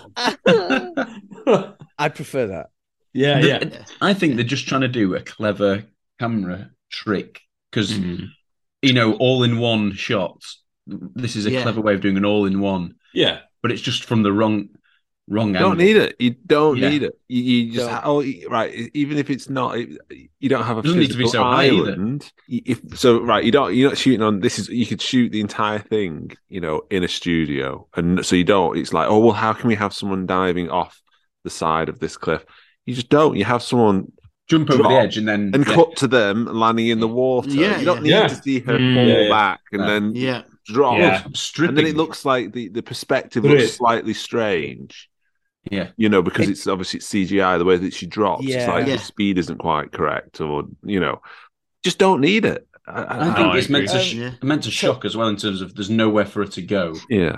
i prefer that Yeah, yeah. I think they're just trying to do a clever camera trick because you know, all in one shot. This is a Yeah. clever way of doing an all in one. Yeah. But it's just from the wrong wrong You don't angle. need it. You don't Yeah. need it. You, you just Don't. how right. e, Even if it's not, it- you don't have a Doesn't need to be physical so high either. island. Y- If so, right, you don't. You're not shooting on. This is you could shoot the entire thing, you know, in a studio, and so you don't. It's like, oh well, how can we have someone diving off the side of this cliff? You just don't. You have someone jump over the edge and then and yeah. cut to them landing in the water. Yeah, you don't need yeah. to see her Mm. fall Yeah, yeah. back and No. then Yeah. drop. Yeah. And then it looks like the the perspective But it looks is. slightly strange. Yeah. You know, because it's obviously it's CGI, the way that she drops, it's like Yeah. the speed isn't quite correct, or you know, just don't need it. I, I- I think it's meant to sh- Um, meant to shock as well in terms of there's nowhere for it to go. Yeah.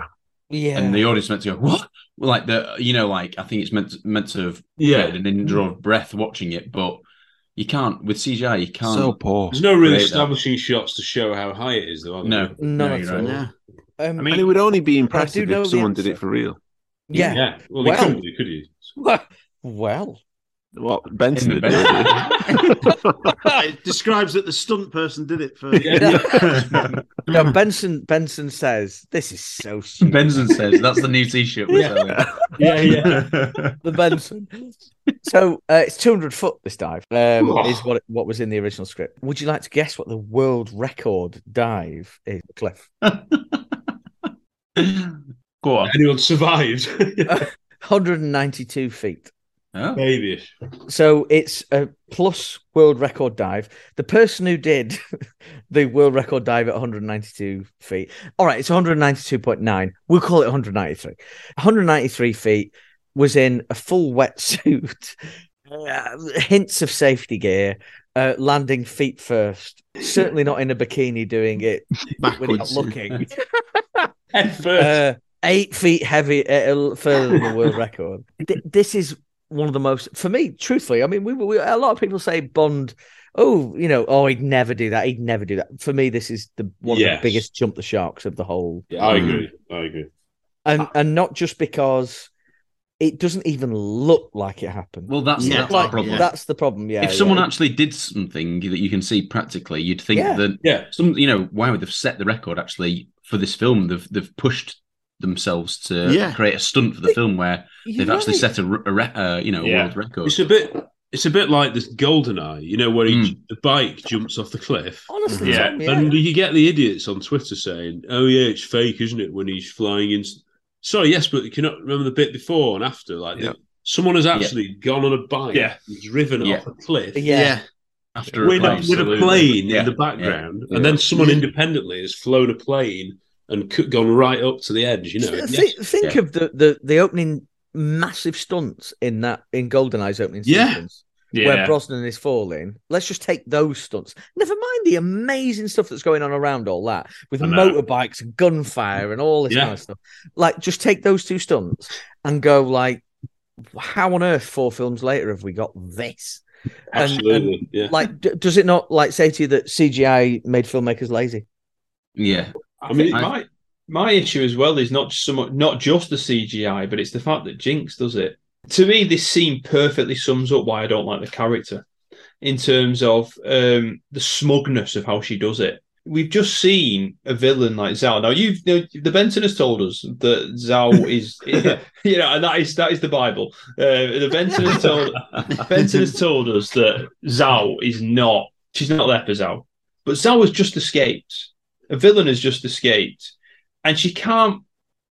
Yeah. And the audience meant to go, what? Well, like the you know, like I think it's meant to, meant to have Yeah. created an indraw of breath watching it, but you can't with CGI. You can't. So poor. There's no really create that. establishing shots to show how high it is, though. Are No. there? No, No, you're at right. all. Um, I mean, it would only be impressive know if the someone did it for real. Yeah. Yeah. Well, they Well. couldn't do, could you? well Well, Benson In did the it. it describes that the stunt person did it for. no benson benson says this is so stupid. Benson says that's the new T-shirt we're Yeah. selling. Yeah, yeah. the Benson. So uh, it's 200 foot this dive um, Oh. is what what was in the original script. Would you like to guess what the world record dive is, Cliff? Go on. Anyone survived? 192 feet. Babyish. So it's a plus world record dive. The person who did the world record dive at 192 feet. All right, it's 192.9. We'll call it 193. 193 feet was in a full wetsuit, uh, hints of safety gear, uh, landing feet first. Certainly not in a bikini doing it when you're not Backwards. looking. Uh, eight feet heavy, uh, further than the world record. Th- this is one of the most, for me, truthfully. I mean, we, we a lot of people say Bond. Oh, you know, oh, he'd never do that. He'd never do that. For me, this is the one Yes. of the biggest jump the sharks of the whole. Yeah, I agree. I agree. and and not just because it doesn't even look like it happened. Well, that's- that's our problem. That's the problem. Yeah, if yeah. someone actually did something that you can see practically, you'd think Yeah. that yeah, some you know, wow, they've set the record actually for this film. They've they've pushed themselves to Yeah. create a stunt for the film where You're they've actually right. set a, re- a re- uh, you know a world record. Hmm. It's a bit. It's a bit like this golden eye, you know, where he, the bike jumps off the cliff. Honestly, yeah. Tom, yeah. And you get the idiots on Twitter saying, "Oh yeah, it's fake, isn't it?" When he's flying in. Sorry, yes, but you cannot remember the bit before and after. Like the, Someone has actually gone on a bike, Yeah. and driven Yeah. off a cliff, Yeah. Yeah. After a with, plane. with a Absolutely. plane Yeah. in the background, Yeah. and then Yeah. someone Yeah. independently has flown a plane and c- gone right up to the edge. You know, Th- Yes. thi- think of the, the the opening massive stunts in that in Goldeneye's opening Yeah. sequence. Yeah. Where Brosnan is falling. Let's just take those stunts. Never mind the amazing stuff that's going on around all that with I know. motorbikes and gunfire and all this Yeah. kind of stuff. Like, just take those two stunts and go like, how on earth four films later have we got this? And- Absolutely, and, yeah. Like, d- does it not like say to you that CGI made filmmakers lazy? Yeah. I, mean, think I- my my issue as well is not so much, not just the CGI, but it's the fact that Jinx does it. To me, this scene perfectly sums up why I don't like the character in terms of um, the smugness of how she does it. We've just seen a villain like Zhao. Now you've now, the Benson has told us that Zhao is, you know, and that is that is the Bible. Uh, the Benson has told Benson has told us that Zhao is not. She's not there for Zhao, but Zhao has just escaped. A villain has just escaped, and she can't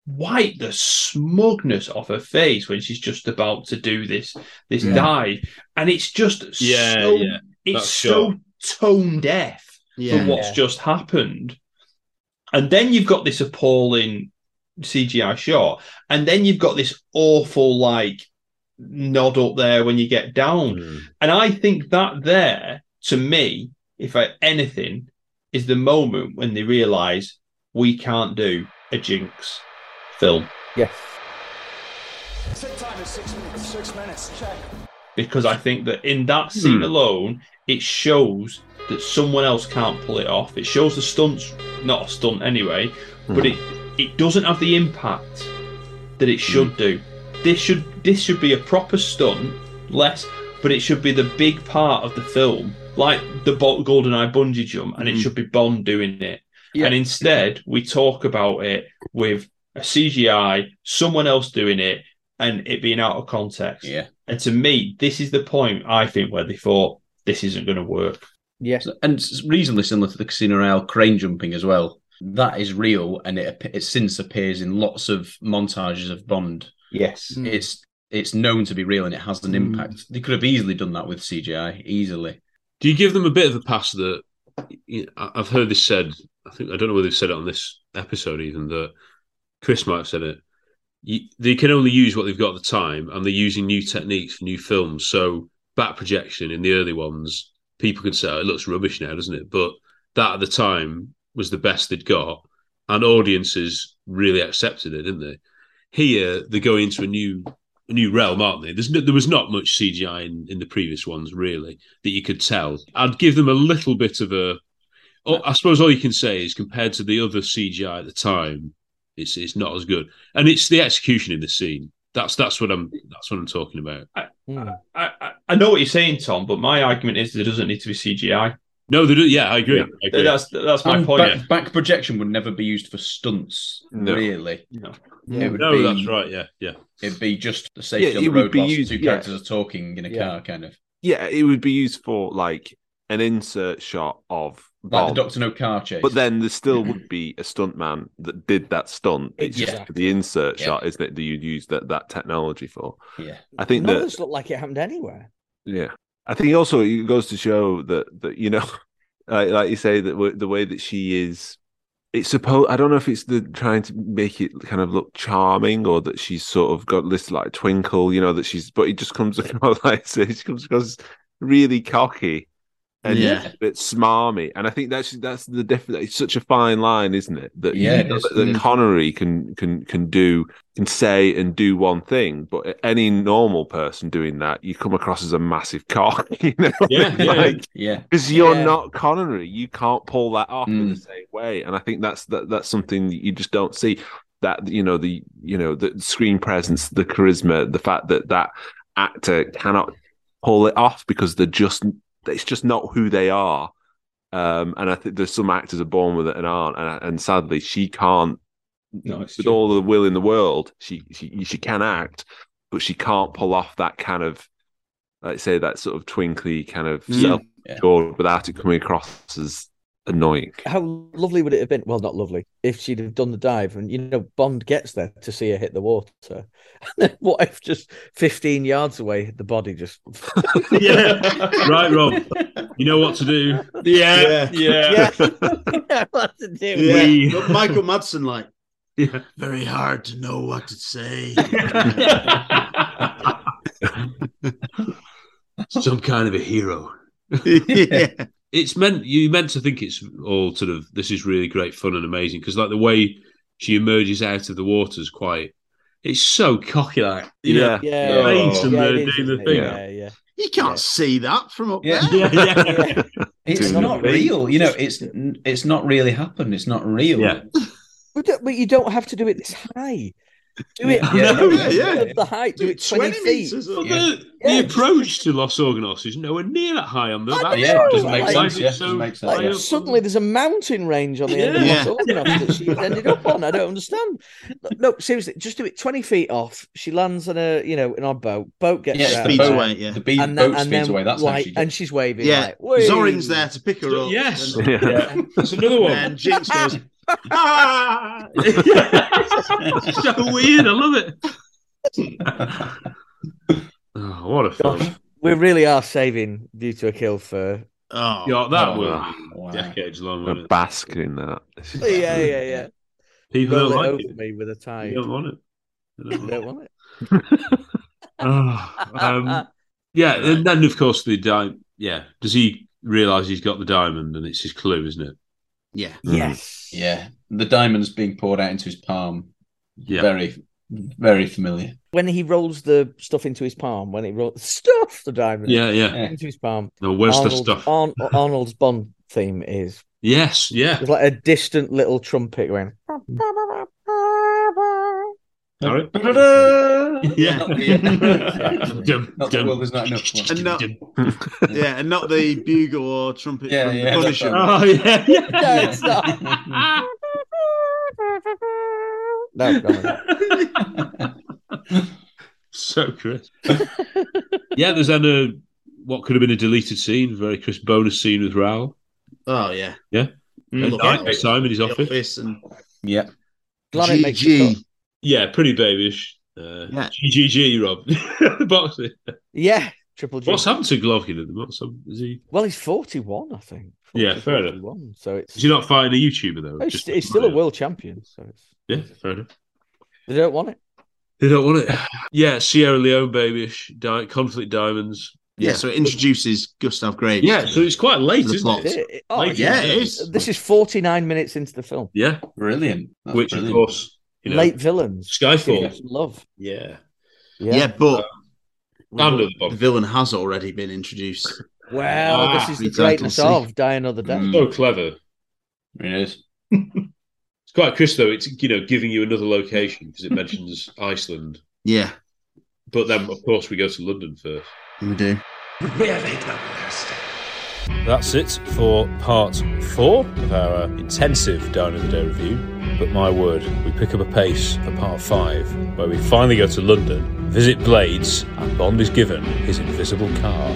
wipe the smugness off her face when she's just about to do this this Yeah. dive, and it's just Yeah, so yeah. it's That's so sure. tone deaf Yeah. for what's Yeah. just happened, and then you've got this appalling CGI shot, and then you've got this awful like nod up there when you get down. And I think that there, to me, if I, anything, is the moment when they realise we can't do a jinx film Yes. Set time is six minutes. Six minutes. Check. because I think that in that scene Hmm. alone, it shows that someone else can't pull it off. It shows the stunts, not a stunt anyway, but Hmm. it it doesn't have the impact that it should do. This should this should be a proper stunt, less, but it should be the big part of the film, like the Bo- Goldeneye bungee jump, and it should be Bond doing it. And instead, we talk about it with a CGI, someone else doing it, and it being out of context. Yeah. And to me, this is the point I think where they thought this isn't going to work. Yes. And it's reasonably similar to the Casino Royale crane jumping as well. That is real, and it ap- it since appears in lots of montages of Bond. Yes, Mm. it's it's known to be real, and it has an impact. They could have easily done that with CGI, easily. Do you give them a bit of a pass that you know, I- I've heard this said? I think I don't know whether they've said it on this episode even that Chris might have said it. You, they can only use what they've got at the time, and they're using new techniques for new films. So back projection in the early ones, people could say "Oh, it looks rubbish now, doesn't it? But that at the time was the best they'd got, and audiences really accepted it, didn't they? Here they're going into a new a new realm, aren't they? There's no, there was not much CGI in, in the previous ones, really, that you could tell. I'd give them a little bit of a. oh, I suppose all you can say is compared to the other CGI at the time, it's it's not as good, and it's the execution in the scene. That's that's what I'm that's what I'm talking about. I, I, I know what you're saying, Tom, but my argument is there doesn't need to be CGI. No, there do. Yeah, I agree. I agree. That's that's my And point. Back, back projection would never be used for stunts, No. really. No, No, that's right, Yeah, yeah. It'd be just the Yeah, safety on it the would road be whilst used- two yeah. characters are talking in a car, kind of. Yeah, it would be used for like an insert shot of Like the Bond. Doctor No car chase. But then there still would be a stuntman that did that stunt. It's just for Exactly. the insert Yeah. shot, isn't it? That you'd use that, that technology for. Yeah. I think None of that this looked like it happened anywhere. Yeah, I think also it goes to show that that you know, like, like you say that w- the way that she is, it's supposed. I don't know if it's the trying to make it kind of look charming or that she's sort of got this like twinkle, you know, that she's. But it just comes across like I say, she comes across really cocky and Yeah. a bit smarmy, and I think that's that's the difference. It's such a fine line, isn't it? That Yeah, you it know, is. that, that Mm. Connery can can can do can say and do one thing, but any normal person doing that, you come across as a massive cock. You know? Yeah, yeah, yeah. Because you're Yeah. not Connery, you can't pull that off in the Mm. same way. And I think that's that that's something that you just don't see. That you know the you know the screen presence, the charisma, the fact that that actor cannot pull it off because they're just it's just not who they are. Um, and I think there's some actors are born with it and aren't, and, and sadly she can't. with all the will in the world, she, she she can act, but she can't pull off that kind of, like say, that sort of twinkly kind of Mm. self assured without it coming across as annoying. How lovely would it have been? Well, not lovely if she'd have done the dive, and you know Bond gets there to see her hit the water. what if just fifteen yards away, the body just? yeah, right, Rob. You know what to do. Yeah, yeah. what to do? Yeah. We- But Michael Madsen, like, yeah. very hard to know what to say. Some kind of a hero. yeah. It's meant you meant to think it's all sort of this is really great fun and amazing because like the way she emerges out of the water is quite. It's so cocky, like you know, yeah, the face and yeah, the, it is, doing the isn't it? thing. Yeah, yeah. You can't see that from up Yeah. there. It's Doing not the thing. real. You know, it's it's not really happened. It's not real. Yeah. But, don't- but you don't have to do it this high. Do it. Yeah. do No, it yeah, yeah. at The height. Do, it twenty, feet. But the, the approach to Los Organos is nowhere near that high on the I that know. doesn't Like, make sense. like, It's so like, high up. suddenly there's a mountain range on the end of Yeah. Los Organos that she ended up on. I don't understand. No, seriously, just do it 20 feet off. She lands on a, you know, in our boat. Boat gets Yeah, out. the boat- Speeds away, yeah. the be- then- boat speeds away, that's how like, she did it. And she's waving. Yeah, Like, "Whee!" Zorin's there to pick her up. Yes. And- Yeah. That's another one. And Jinx goes, Ah! so weird. I love it. Oh, what a film. We really are saving Due to a Kill for. Oh, Yeah, that Oh, will wow. be decades long. I won't it? bask in that. This is- Yeah, yeah, yeah. People Roll don't it like over it. me with a tie. They don't want it. They You don't want it. Ah, um, yeah, and then of course the diamond. Yeah, does he realize he's got the diamond and it's his clue, isn't it? Mm. Yeah. Yes. Yeah. The diamonds being poured out into his palm. Yeah. Very, very familiar. When he rolls the stuff into his palm, when he rolls stuff, the diamond. Yeah, yeah. Into his palm. No, where's the Arnold's- stuff? Arn- Arnold's Bond theme is. Yes, yeah. It's like a distant little trumpet going. Sorry? Yeah. Dum, Not that, well, there's not enough. and not, yeah, and not the bugle or trumpet Yeah, from yeah, the Punisher. that's- Oh, yeah, yeah. No, it's not. No, no, no. So crisp. yeah, there's then a what could have been a deleted scene, very crisp bonus scene with Raoul. Oh, yeah. Yeah. Mm, At look night, out. next time in his The office. office and Yeah. Glad it makes GG. Yeah, pretty babyish. Uh, Yeah. GGG, Rob. the boxer. Yeah, triple G. What's happened to Glovkin at the moment? So, Is he? Well, he's 41, I think. Yeah, fair enough. 41, so it's. Oh, Is he not fighting a YouTuber though? He's, Just- he's still a world champion, so it's, yeah, fair enough. they don't want it. They don't want it. Yeah, Sierra Leone babyish. Di- conflict diamonds. Yeah, so it introduces Gustav Graves. Yeah, so it's quite late, To the isn't plot. it? It- oh, Like, yeah, it is. This is 49 minutes into the film. Yeah, Brilliant. That's which brilliant. of course, you know, Late villains. Skyfall. Love. Yeah, Yeah, Yeah. but Under the the villain has already been introduced. Well, Ah, Mm. this is we the don't greatness see. of Die Another Day. so clever. Mm. It is. It's quite crisp though. It's you know giving you another location because it mentions Iceland, Yeah, but then of course we go to London first. we do. Really double S. That's it for part four of our intensive Down of the Day review. But my word, we pick up a pace for part five, where we finally go to London, visit Blades, and Bond is given his invisible car.